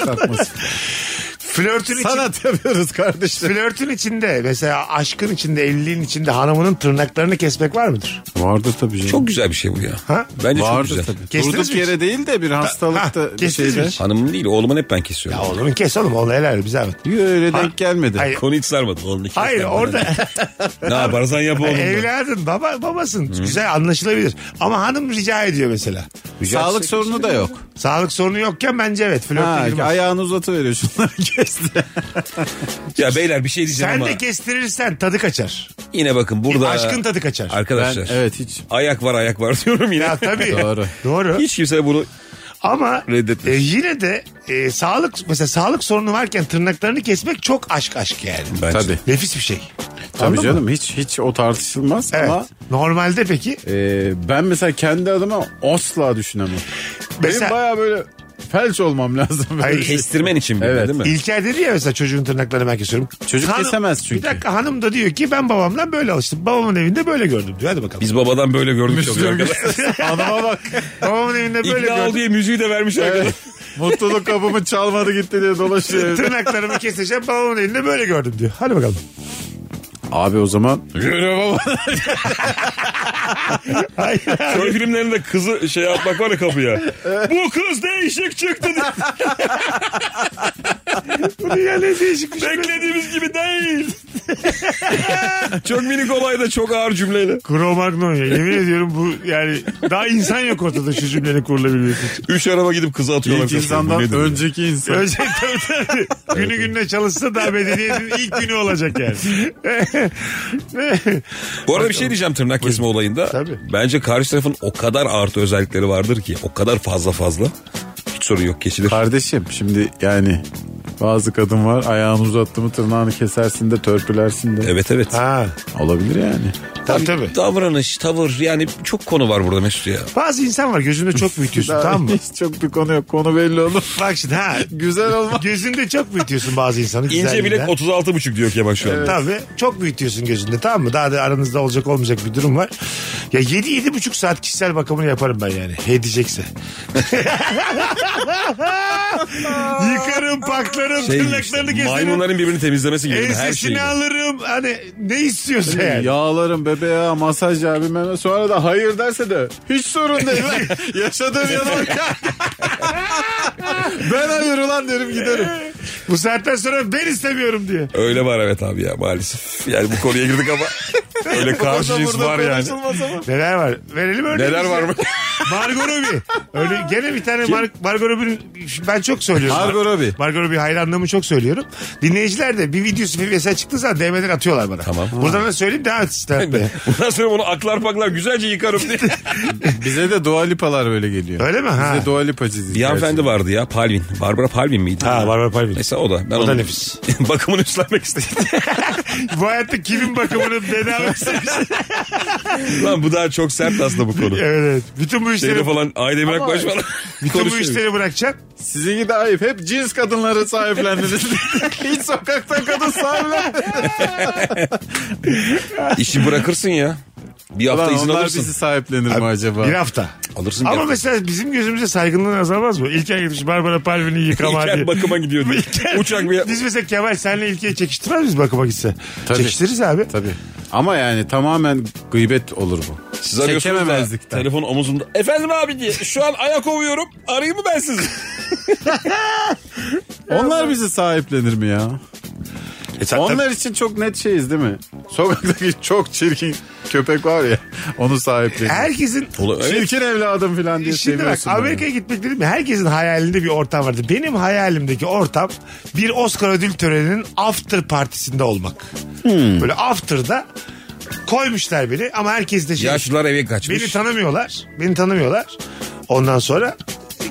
Speaker 2: Flörtün için
Speaker 3: Sanat yapıyoruz kardeşim.
Speaker 2: Flörtün içinde mesela aşkın içinde evliliğin içinde hanımının tırnaklarını kesmek var mıdır?
Speaker 3: Vardı tabii canım.
Speaker 4: Çok güzel bir şey bu ya.
Speaker 2: Ha?
Speaker 4: Bence
Speaker 3: Vardı
Speaker 4: çok güzel.
Speaker 3: tabii.
Speaker 2: Kestiniz
Speaker 3: Durduk
Speaker 2: mi hiç?
Speaker 3: yere değil de bir
Speaker 2: Ha,
Speaker 3: hastalıkta bir
Speaker 2: kestiniz mi
Speaker 3: şeyde.
Speaker 2: hiç?
Speaker 4: Hanımın değil oğlumun hep ben kesiyorum.
Speaker 2: Ya oğlum kes oğlum oğlum helal bize zahmet.
Speaker 3: Yok öyle denk gelmedi.
Speaker 2: Hayır.
Speaker 4: Konu hiç sarmadı. Oğlunu kes
Speaker 2: Hayır
Speaker 4: lan bana.
Speaker 2: orada
Speaker 4: Ne yaparsan yap oğlum. da.
Speaker 2: evladın baba babasın güzel anlaşılabilir. Ama hanım rica ediyor mesela.
Speaker 3: Sağlık sorunu da yok.
Speaker 2: Sağlık sorunu yokken bence evet flörte
Speaker 3: Ha,
Speaker 2: girmez.
Speaker 3: ayağını uzatıveriyor şunları kesti.
Speaker 4: Ya beyler bir şey diyeceğim
Speaker 2: Sen
Speaker 4: ama
Speaker 2: de kestirirsen tadı kaçar.
Speaker 4: yine bakın burada
Speaker 2: Aşkın tadı kaçar.
Speaker 3: Ben,
Speaker 4: arkadaşlar
Speaker 3: evet hiç.
Speaker 4: ayak var ayak var diyorum yine.
Speaker 2: Ya tabii.
Speaker 3: Doğru.
Speaker 2: Doğru.
Speaker 4: Hiç kimse bunu
Speaker 2: Ama
Speaker 4: Reddetmiş.
Speaker 2: e, yine de e, sağlık mesela sağlık sorunu varken tırnaklarını kesmek çok aşk aşk yani.
Speaker 4: Bence.
Speaker 3: Tabii.
Speaker 2: Nefis bir şey.
Speaker 3: Tabii canım hiç hiç o tartışılmaz
Speaker 2: Evet.
Speaker 3: ama
Speaker 2: Normalde peki
Speaker 3: e, ben mesela kendi adıma asla düşünemem.
Speaker 2: Mesela-
Speaker 3: Benim baya böyle felç olmam lazım. böyle
Speaker 2: Hayır,
Speaker 3: bir şey.
Speaker 4: Kestirmen için bir de,
Speaker 3: Evet.
Speaker 4: değil mi?
Speaker 2: İlker dedi ya mesela çocuğun tırnaklarını ben kesiyorum.
Speaker 3: Çocuk kesemez çünkü.
Speaker 2: Bir dakika hanım da diyor ki ben babamdan böyle alıştım. Babamın evinde böyle gördüm diyor. Hadi bakalım.
Speaker 4: Biz babadan böyle gördük çok arkadaşlar.
Speaker 3: Anama bak.
Speaker 2: babamın evinde böyle
Speaker 4: İkna ol
Speaker 2: gördüm.
Speaker 4: diye müziği de vermiş arkadaşlar.
Speaker 3: Evet. Mutluluk kapımı çalmadı gitti diye dolaşıyor. evde.
Speaker 2: Tırnaklarımı keseceğim babamın evinde böyle gördüm diyor. Hadi bakalım.
Speaker 3: Abi o zaman
Speaker 2: Hayır.
Speaker 4: Köy filmlerinde kızı şey atmak var ya kapıya. Bu kız değişik çıktı.
Speaker 2: Bunu ya ne değişik bir şey.
Speaker 4: Beklediğimiz gibi değil. çok minik olay da çok ağır cümleyle.
Speaker 2: Kromagnon ya. Yemin ediyorum bu yani daha insan yok ortada şu cümlenin kurulabilmesi için.
Speaker 4: Üç araba gidip kızı atıyorlar.
Speaker 3: ilk insandan önceki insan.
Speaker 2: Önce tabii tabii. Günü gününe çalışsa da medeniyetin ilk günü olacak yani.
Speaker 4: Bu arada bir şey diyeceğim tırnak kesme olayında.
Speaker 2: Tabii.
Speaker 4: Bence karşı tarafın o kadar artı özellikleri vardır ki. O kadar fazla fazla. Hiç sorun yok kesilir.
Speaker 3: Kardeşim şimdi yani bazı kadın var ayağını uzattı mı tırnağını kesersin de törpülersin de.
Speaker 4: Evet evet.
Speaker 2: ha.
Speaker 3: Olabilir yani.
Speaker 2: Tabii tabii.
Speaker 4: Davranış, tavır yani çok konu var burada Mesut ya.
Speaker 2: Bazı insan var gözünde çok büyütüyorsun tamam mı?
Speaker 3: Hiç çok bir konu yok konu belli olur.
Speaker 2: Bak şimdi ha.
Speaker 3: Güzel olmaz.
Speaker 2: Gözünde çok büyütüyorsun bazı insanı.
Speaker 4: İnce
Speaker 2: güzelliğinden.
Speaker 4: bilek 36,5 diyor Kemal şu an.
Speaker 2: Tabii çok büyütüyorsun gözünde tamam mı? Daha da aranızda olacak olmayacak bir durum var. Ya 7-7,5 saat kişisel bakımını yaparım ben yani. Edecekse. Yıkarım, paklarım,
Speaker 4: Şey gibi işte,
Speaker 2: tırnaklarını keserim.
Speaker 4: maymunların birbirini temizlemesi gibi. değil mi? Her şeyi.
Speaker 2: Ensesini alırım. Hani ne istiyorsa yani.
Speaker 3: Yağlarım bebeğe masaj abime sonra da hayır derse de hiç sorun değil. Yaşadığım yana bak. ben hayır ulan derim giderim.
Speaker 2: Bu saatten sonra ben istemiyorum diye.
Speaker 4: Öyle var evet abi ya maalesef. Yani bu konuya girdik ama öyle karşı cins var yani.
Speaker 2: Neler var? Verelim örneği.
Speaker 4: Neler
Speaker 2: bize.
Speaker 4: var mı?
Speaker 2: Margot Robbie. Öyle, gene bir tane Mar Margot Robbie'nin ben çok söylüyorum.
Speaker 3: Margot Robbie.
Speaker 2: Margot Robbie hayranlığımı çok söylüyorum. Dinleyiciler de bir videosu bir mesela çıktığı zaman DM'den atıyorlar bana.
Speaker 4: Tamam.
Speaker 2: Buradan da söyleyeyim devam et işte.
Speaker 4: Bundan sonra bunu aklar paklar güzelce yıkarım diye.
Speaker 3: Bize de dualipalar böyle geliyor.
Speaker 2: Öyle mi? Ha.
Speaker 3: Bize dualipacı
Speaker 4: Bir hanımefendi vardı ya Palvin. Barbara Palvin miydi?
Speaker 2: Ha Barbara Palvin.
Speaker 4: Mesela o da. Ben
Speaker 2: O da
Speaker 4: onun
Speaker 2: nefis.
Speaker 4: Bakımını üstlenmek istedim.
Speaker 2: Bu hayatta kimin bakımını bedava istemiş?
Speaker 4: Lan bu daha çok sert aslında bu konu.
Speaker 2: evet, evet. Bütün bu
Speaker 4: Şeyde
Speaker 2: işleri
Speaker 4: falan Aydemir Akbaş falan.
Speaker 2: bütün bu
Speaker 4: konuşuyor.
Speaker 2: işleri bırakacaksın.
Speaker 3: Sizinki de ayıp. Hep cins kadınları sahiplendiniz. Hiç sokakta kadın sahiplendi.
Speaker 4: İşi bırakırsın ya. Bir hafta
Speaker 3: Ulan
Speaker 4: izin
Speaker 3: onlar
Speaker 4: alırsın.
Speaker 3: bizi sahiplenir mi acaba?
Speaker 2: Bir hafta.
Speaker 4: Alırsın
Speaker 2: Ama
Speaker 4: bir hafta.
Speaker 2: mesela bizim gözümüze saygınlığın azalmaz mı? İlker gitmiş Barbara Palvin'i yıkama diye.
Speaker 4: İlker bakıma gidiyor diye. Uçak bir...
Speaker 2: Biz mesela Kemal senle İlker'i çekiştirmez miyiz bakıma gitse?
Speaker 3: Tabii.
Speaker 2: Çekiştiririz abi.
Speaker 3: Tabii. Ama yani tamamen gıybet olur bu.
Speaker 4: Siz arıyorsunuz da
Speaker 3: Çekememezlikten.
Speaker 4: telefon omuzumda. Efendim abi diye şu an ayak ovuyorum. Arayayım mı ben sizi?
Speaker 3: Onlar bizi sahiplenir mi ya? Onlar için çok net şeyiz değil mi? Sokaktaki çok çirkin köpek var ya onu sahiplenir.
Speaker 2: Herkesin
Speaker 4: Ola- evet.
Speaker 3: Çirkin evladım falan diye
Speaker 2: Şimdi bak
Speaker 3: seviyorsun. beni.
Speaker 2: Amerika'ya gitmek dedim ya herkesin hayalinde bir ortam vardı. Benim hayalimdeki ortam bir Oscar ödül töreninin after partisinde olmak. Böyle after'da koymuşlar beni ama herkes de şey,
Speaker 4: Yaşlılar eve kaçmış.
Speaker 2: beni tanımıyorlar. Beni tanımıyorlar. Ondan sonra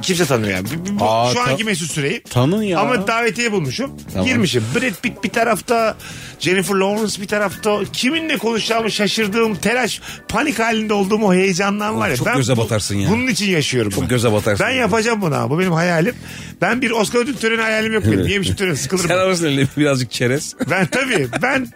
Speaker 2: kimse tanımıyor yani. Bu- bu- bu-
Speaker 3: Aa,
Speaker 2: Şu
Speaker 3: ta-
Speaker 2: anki Mesut Süreyi.
Speaker 3: Tanın ya.
Speaker 2: Ama davetiye bulmuşum. Girmişim. Brad Pitt bir tarafta, Jennifer Lawrence bir tarafta. Kiminle konuşacağımı şaşırdığım telaş, panik halinde olduğum o heyecandan var ya.
Speaker 4: çok göze batarsın ya.
Speaker 2: Bunun için yaşıyorum.
Speaker 4: Çok
Speaker 2: ben.
Speaker 4: göze batarsın
Speaker 2: Ben
Speaker 4: ya.
Speaker 2: yapacağım bunu abi. Bu benim hayalim. Ben bir Oscar ödül töreni hayalim yok benim. Yemişim töreni sıkılırım.
Speaker 4: Sen
Speaker 2: ben.
Speaker 4: alırsın eline birazcık çerez.
Speaker 2: ben tabii ben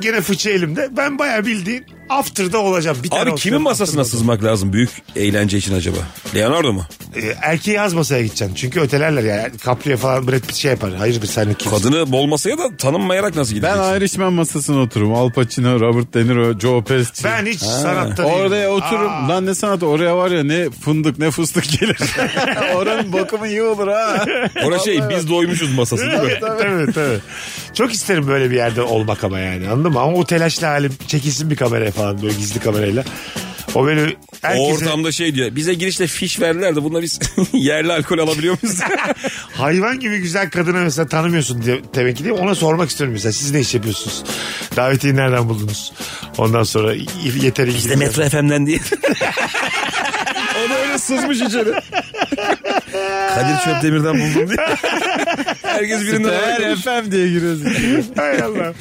Speaker 2: Gene fıçı elimde. Ben bayağı bildiğin after'da olacağım. Bir tane
Speaker 4: Abi kimin
Speaker 2: olacağım,
Speaker 4: masasına
Speaker 2: after'da
Speaker 4: sızmak lazım büyük eğlence için acaba? Leonardo mu?
Speaker 2: olacağım. Ee, erkeği az masaya gideceksin. Çünkü ötelerler yani. Caprio falan Brad Pitt şey yapar. Hayırdır sen kimsin?
Speaker 4: Kadını bol masaya da tanınmayarak nasıl
Speaker 3: Ben
Speaker 4: gideceksin?
Speaker 3: ayrışman masasına otururum. Al Pacino, Robert De Niro, Joe Pesci.
Speaker 2: Ben hiç sanatta değilim.
Speaker 3: Oraya otururum.
Speaker 2: Aa.
Speaker 3: Lan ne sanat oraya var ya ne fındık ne fıstık gelir. Oranın bakımı iyi olur ha.
Speaker 4: Orada şey biz doymuşuz masası değil mi?
Speaker 2: tabii tabii. Çok isterim böyle bir yerde olmak ama yani anladın mı? Ama o telaşlı halim çekilsin bir kameraya falan böyle gizli kamerayla. O beni
Speaker 4: O
Speaker 2: herkese
Speaker 4: ortamda şey diyor. Bize girişte fiş verdiler de bunlar biz yerli alkol alabiliyor muyuz?
Speaker 2: hayvan gibi güzel kadına mesela tanımıyorsun diye demek ki değil mi? Ona sormak istiyorum mesela siz ne iş yapıyorsunuz? Davetiyi nereden buldunuz? Ondan sonra y- yeter ilgi.
Speaker 4: Biz de Metro FM'den değil.
Speaker 3: O da öyle sızmış içeri.
Speaker 4: Kadir Çöpdemir'den buldum diye. Herkes birinden
Speaker 3: Her FM diye giriyorsun.
Speaker 2: Hay Allah.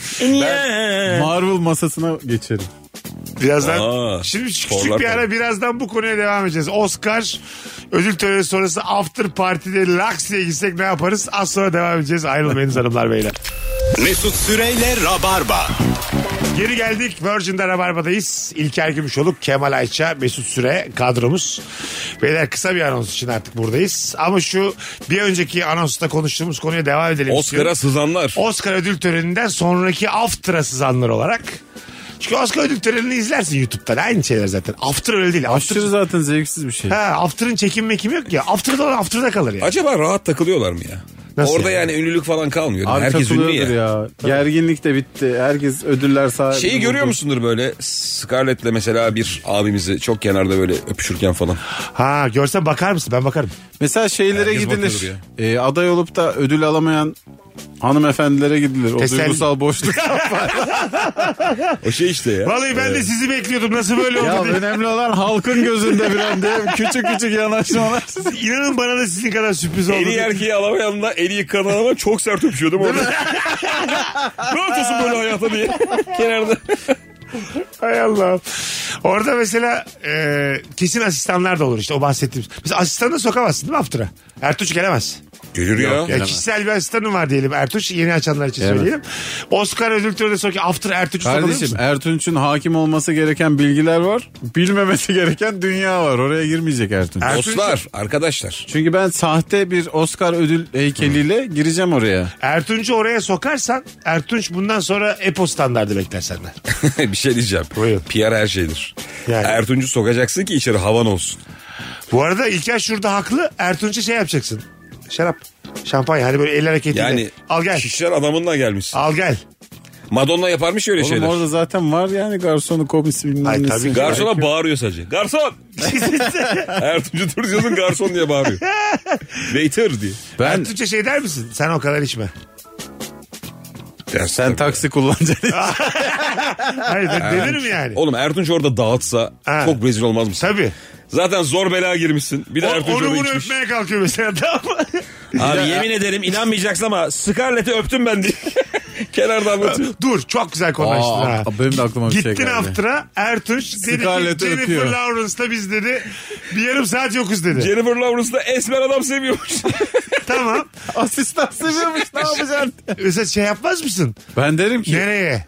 Speaker 3: Marvel masasına geçerim.
Speaker 2: Birazdan
Speaker 4: Aa,
Speaker 2: şimdi şu küçük
Speaker 4: sporlar
Speaker 2: bir ara
Speaker 4: falan.
Speaker 2: birazdan bu konuya devam edeceğiz. Oscar ödül töreni sonrası after partide laks diye gitsek ne yaparız? Az sonra devam edeceğiz. Ayrılmayınız hanımlar beyler.
Speaker 1: Mesut Süreyle Rabarba.
Speaker 2: Geri geldik. Virgin'de Rabarba'dayız. İlker Gümüşoluk, Kemal Ayça, Mesut Süre kadromuz. Beyler kısa bir anons için artık buradayız. Ama şu bir önceki anonsta konuştuğumuz konuya devam edelim. istiyorum.
Speaker 4: Oscar'a sızanlar.
Speaker 2: Oscar ödül töreninden sonraki after'a sızanlar olarak. Çünkü Oscar ödül törenini izlersin YouTube'dan. Aynı şeyler zaten. After öyle değil. After,
Speaker 3: Aşırı zaten zevksiz bir şey.
Speaker 2: ha, after'ın çekim mekim yok ya. After'da olan after'da kalır yani.
Speaker 4: Acaba rahat takılıyorlar mı ya?
Speaker 2: Nasıl
Speaker 4: Orada
Speaker 2: yani?
Speaker 4: yani? ünlülük falan kalmıyor.
Speaker 3: Abi
Speaker 4: Herkes ünlü
Speaker 3: takılıyordur
Speaker 4: ya.
Speaker 3: ya. Gerginlik de bitti. Herkes ödüller sahibi.
Speaker 4: Şeyi görüyor musundur böyle Scarlett'le mesela bir abimizi çok kenarda böyle öpüşürken falan.
Speaker 2: Ha görsen bakar mısın? Ben bakarım.
Speaker 3: Mesela şeylere
Speaker 4: Herkes
Speaker 3: gidilir.
Speaker 4: bakıyordur
Speaker 3: E, aday olup da ödül alamayan hanımefendilere gidilir. O
Speaker 2: Teselli.
Speaker 3: duygusal boşluk.
Speaker 4: O şey işte ya.
Speaker 2: Vallahi ben de sizi bekliyordum. Nasıl böyle
Speaker 3: ya
Speaker 2: oldu diye.
Speaker 3: önemli olan halkın gözünde bir an değil mi? Küçük küçük yanaşmalar.
Speaker 2: İnanın bana da sizin kadar sürpriz oldu.
Speaker 4: En iyi erkeği alamayanla en iyi kadın alamayan çok sert öpüşüyordum orada. ne yapıyorsun böyle hayata diye. Kenarda.
Speaker 2: Hay Allah. Orada mesela e, kesin asistanlar da olur işte o bahsettiğimiz. Mesela asistanı da sokamazsın değil mi After'a? Ertuğ gelemez.
Speaker 4: Gelir ya.
Speaker 2: Ya kişisel bir asistanım var diyelim Ertuğ. Yeni açanlar için
Speaker 3: Evet.
Speaker 2: söyleyelim. Oscar ödül töreni sonraki After Ertuğ'u sokabilir
Speaker 3: Kardeşim
Speaker 2: misin?
Speaker 3: Ertunç'un hakim olması gereken bilgiler var. Bilmemesi gereken dünya var. Oraya girmeyecek Ertunç.
Speaker 2: Er-
Speaker 4: Dostlar, arkadaşlar.
Speaker 3: Çünkü ben sahte bir Oscar ödül heykeliyle gireceğim oraya.
Speaker 2: Ertunç'u oraya sokarsan Ertunç bundan sonra E EPO standardı bekler senden.
Speaker 4: bir şey diyeceğim.
Speaker 2: Buyurun.
Speaker 4: PR her şeydir.
Speaker 2: Yani.
Speaker 4: Ertuncu sokacaksın ki içeri havan olsun.
Speaker 2: Bu arada İlker şurada haklı. Ertunç'a şey yapacaksın. Şarap, şampanya hani böyle el hareketiyle.
Speaker 4: Yani
Speaker 2: Al gel.
Speaker 4: şişler adamınla gelmişsin.
Speaker 2: Al gel.
Speaker 4: Madonna yaparmış ya öyle
Speaker 3: Oğlum
Speaker 4: şeyler.
Speaker 3: orada zaten var yani garsonu komisi
Speaker 2: Ay,
Speaker 3: bilmem nesi.
Speaker 2: tabii.
Speaker 4: Garsona bağırıyor sadece. Garson! Ertuğrul dur diyorsun garson diye bağırıyor. Waiter diye.
Speaker 3: Ben
Speaker 2: Ertunç'a şey der misin? Sen o kadar içme.
Speaker 3: sen taksi kullanacaksın.
Speaker 2: Hayır ben delirim yani.
Speaker 4: Oğlum Ertunç orada dağıtsa
Speaker 2: Ha.
Speaker 4: çok rezil olmaz mısın?
Speaker 2: Tabii.
Speaker 4: Zaten zor bela girmişsin. Bir de
Speaker 2: O-
Speaker 4: Ertunç
Speaker 2: onu
Speaker 4: orada
Speaker 2: bunu
Speaker 4: içmiş.
Speaker 2: öpmeye kalkıyor mesela tamam mı?
Speaker 4: Abi yemin ederim inanmayacaksın ama Scarlett'i öptüm ben diye. Kenarda anlatıyor.
Speaker 2: Dur çok güzel konuştun
Speaker 3: Aa,
Speaker 2: ha.
Speaker 3: benim de aklıma bir şey
Speaker 2: Gittin
Speaker 3: geldi.
Speaker 2: after'a Ertuş dedi ki
Speaker 3: Scarlett'i
Speaker 2: Jennifer
Speaker 3: öpüyor.
Speaker 2: Lawrence'da biz dedi bir yarım saat yokuz dedi.
Speaker 4: Jennifer Lawrence da esmer adam seviyormuş.
Speaker 2: tamam.
Speaker 3: Asistan seviyormuş ne yapacaksın?
Speaker 2: Mesela şey yapmaz mısın?
Speaker 3: Ben derim ki
Speaker 2: Nereye?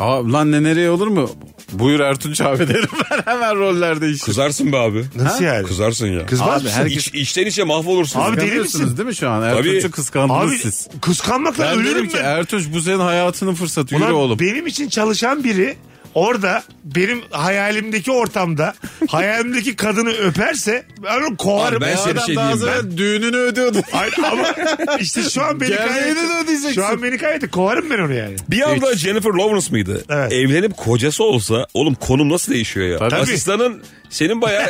Speaker 3: Aa, lan ne nereye olur mu? Buyur Ertunç abi derim ben hemen rollerde iş.
Speaker 4: Kızarsın be abi.
Speaker 2: Nasıl yani?
Speaker 4: Kızarsın ya.
Speaker 2: Kızmaz
Speaker 3: Abi,
Speaker 2: mısın?
Speaker 3: her-
Speaker 4: İç, içten içe mahvolursun.
Speaker 2: Abi deli
Speaker 3: Kıskanıyorsunuz
Speaker 2: misin?
Speaker 3: değil mi şu an? Ertunç'u
Speaker 4: Tabii.
Speaker 3: kıskandınız
Speaker 2: Abi
Speaker 3: siz.
Speaker 2: kıskanmakla
Speaker 3: Ben
Speaker 2: ölürüm
Speaker 3: derim
Speaker 2: ben.
Speaker 3: ki Ertunç bu senin hayatının fırsatı
Speaker 2: Ulan
Speaker 3: yürü oğlum.
Speaker 2: benim için çalışan biri orada benim hayalimdeki ortamda hayalimdeki kadını öperse ben onu kovarım.
Speaker 4: Abi ben
Speaker 2: Ya
Speaker 4: seni-
Speaker 2: adam-
Speaker 4: şey
Speaker 3: daha
Speaker 4: diyeyim ben.
Speaker 3: sonra düğününü ödüyordu.
Speaker 2: Ay, ama işte şu an beni
Speaker 3: Gerdeğini de
Speaker 2: kaybetti.
Speaker 3: ödeyeceksin.
Speaker 2: Şu an beni kaybetti. Kovarım ben onu yani.
Speaker 4: Bir anda Jennifer Lawrence mıydı?
Speaker 2: Evet.
Speaker 4: Evlenip kocası olsa oğlum konum nasıl değişiyor ya?
Speaker 3: Tabii.
Speaker 4: Asistanın senin bayağı...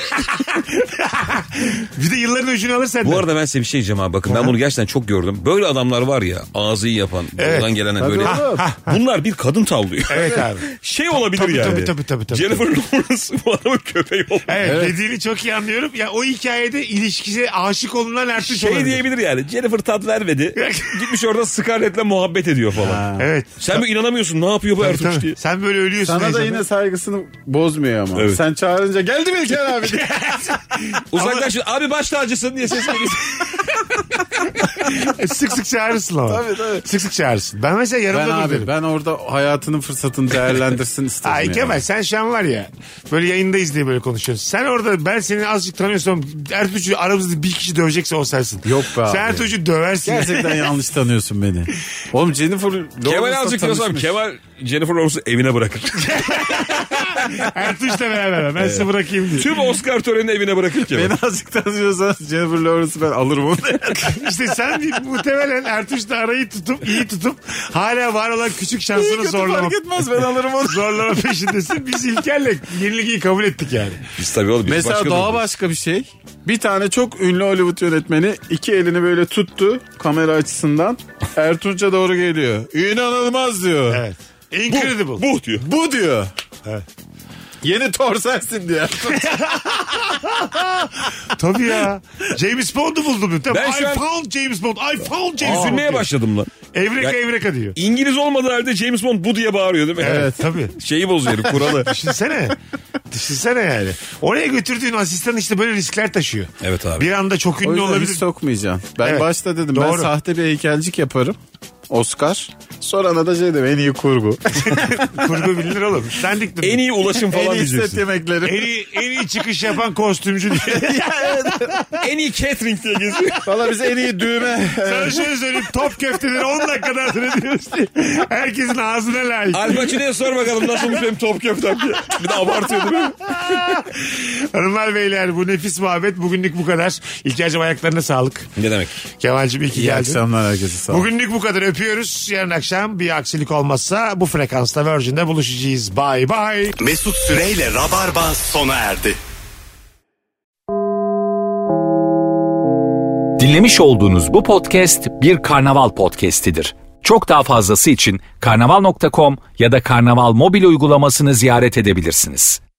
Speaker 2: Bir de yılların öcünü alır senden.
Speaker 4: Bu arada ben size bir şey diyeceğim abi. Bakın ben bunu gerçekten çok gördüm. Böyle adamlar var ya ağzı iyi yapan.
Speaker 2: Evet.
Speaker 4: Buradan gelen
Speaker 3: Tabii
Speaker 4: böyle.
Speaker 3: oğlum.
Speaker 4: Bunlar bir kadın tavlıyor.
Speaker 2: Evet abi.
Speaker 4: Şey olabilir
Speaker 2: Tabii,
Speaker 4: yani.
Speaker 2: tabii, tabii, tabii, tabii.
Speaker 4: Jennifer Lawrence bu adamın köpeği olmuş.
Speaker 2: Evet, dediğini çok iyi anlıyorum. Ya o hikayede ilişkisi aşık olunan Ertuğrul
Speaker 4: Şey
Speaker 2: olabilir.
Speaker 4: diyebilir yani. Jennifer tat vermedi. Gitmiş orada Scarlett'le muhabbet ediyor falan.
Speaker 2: Evet.
Speaker 4: Sen mi inanamıyorsun ne yapıyor bu
Speaker 2: Tabii,
Speaker 4: Ertuğrul
Speaker 2: tabii.
Speaker 4: diye.
Speaker 2: Sen böyle ölüyorsun.
Speaker 3: Sana da
Speaker 2: heyecanla.
Speaker 3: yine saygısını bozmuyor ama.
Speaker 4: Evet.
Speaker 3: Sen çağırınca geldim Gördüm İlker abi. diye.
Speaker 4: Uzaklaşın abi baş tacısın diye ses geliyor.
Speaker 2: E, sık sık çağırırsın ama.
Speaker 3: Tabii, tabii.
Speaker 2: Sık sık çağırırsın. Ben mesela
Speaker 3: ben
Speaker 2: yanımda dur
Speaker 3: abi
Speaker 2: derim.
Speaker 3: ben orada hayatının fırsatını değerlendirsin istedim.
Speaker 2: Ay
Speaker 3: yani.
Speaker 2: Kemal sen şu an var ya böyle yayındayız diye böyle konuşuyorsun. Sen orada ben seni azıcık tanıyorsam Ertuğrul'u aramızda bir kişi dövecekse o sensin.
Speaker 3: Yok be abi.
Speaker 2: Sen Ertuğrul'u döversin.
Speaker 3: Gerçekten yanlış tanıyorsun beni. Oğlum Jennifer Lawrence'la
Speaker 4: Kemal azıcık diyorsam
Speaker 3: tanışmış.
Speaker 4: Kemal Jennifer Lawrence'ı evine bırakır.
Speaker 2: Ertuğrul'la beraber ben sizi bırakayım diye.
Speaker 4: Tüm Oscar törenini evine bırakır Kemal.
Speaker 3: Beni azıcık tanıyorsan Jennifer Lawrence'ı ben alırım onu.
Speaker 2: işte sen de muhtemelen Ertuğrul'la arayı tutup iyi tutup hala var olan küçük
Speaker 3: İyi
Speaker 2: şansını
Speaker 3: kötü
Speaker 2: zorlama.
Speaker 3: fark etmez ben alırım onu.
Speaker 2: Zorlama peşindesin. Biz İlker'le yeniliği kabul ettik yani.
Speaker 4: Biz tabii oğlum biz
Speaker 3: Mesela
Speaker 4: başka
Speaker 3: daha
Speaker 4: durumdayız.
Speaker 3: başka bir şey. Bir tane çok ünlü Hollywood yönetmeni iki elini böyle tuttu kamera açısından. Ertuğrul'a doğru geliyor. İnanılmaz diyor.
Speaker 2: Evet. Incredible.
Speaker 4: Bu diyor.
Speaker 3: Bu diyor.
Speaker 2: Evet.
Speaker 3: Yeni Thor sensin diyor.
Speaker 2: Tabii ya. James Bond'u buldum. Tabii.
Speaker 4: Ben
Speaker 2: I
Speaker 4: şu an-
Speaker 2: found James Bond. I found James Bond.
Speaker 4: Üzülmeye
Speaker 2: diyor.
Speaker 4: başladım lan.
Speaker 2: Evreka
Speaker 4: Ya-
Speaker 2: evreka diyor.
Speaker 4: İngiliz olmadığı halde James Bond bu diye bağırıyor değil mi?
Speaker 2: Evet tabii.
Speaker 4: Şeyi bozuyorum kuralı.
Speaker 2: Düşünsene. Düşünsene yani. Oraya götürdüğün asistan işte böyle riskler taşıyor.
Speaker 4: Evet abi.
Speaker 2: Bir anda çok
Speaker 3: O
Speaker 2: ünlü
Speaker 3: yüzden hiç
Speaker 2: olabilir.
Speaker 3: sokmayacaksın. Ben
Speaker 2: Evet.
Speaker 3: başta dedim ben
Speaker 2: Doğru.
Speaker 3: sahte bir heykelcik yaparım. Oscar. Sonra da şey dedim en iyi kurgu.
Speaker 2: Kurgu bilinir oğlum. Sen diktin.
Speaker 4: en iyi ulaşım
Speaker 3: en
Speaker 4: falan
Speaker 3: iyi set
Speaker 4: diyeceksin.
Speaker 3: yemekleri.
Speaker 2: En iyi, en iyi çıkış yapan kostümcü diye.
Speaker 4: en iyi catering diye geziyor.
Speaker 3: Valla bize en iyi düğme.
Speaker 2: Sana şöyle söyleyeyim top köfteleri 10 dakikada hazırlıyoruz diye. Herkesin ağzına layık.
Speaker 4: Al Pacino'ya sor bakalım nasılmış benim top köftem diye. Bir de abartıyor değil mi?
Speaker 2: Hanımlar beyler bu nefis muhabbet bugünlük bu kadar. İlker'cim ayaklarına sağlık.
Speaker 4: Ne demek?
Speaker 2: Kemal'cim iyi ki
Speaker 3: İyi
Speaker 2: geldin.
Speaker 3: akşamlar herkese sağ olun.
Speaker 2: Bugünlük bu kadar öpüyoruz. Yarın akşam bir aksilik olmazsa bu frekansta Virgin'de buluşacağız. Bye bye.
Speaker 1: Mesut Süreyle Rabarba sona erdi.
Speaker 5: Dinlemiş olduğunuz bu podcast bir karnaval podcastidir. Çok daha fazlası için karnaval.com ya da karnaval mobil uygulamasını ziyaret edebilirsiniz.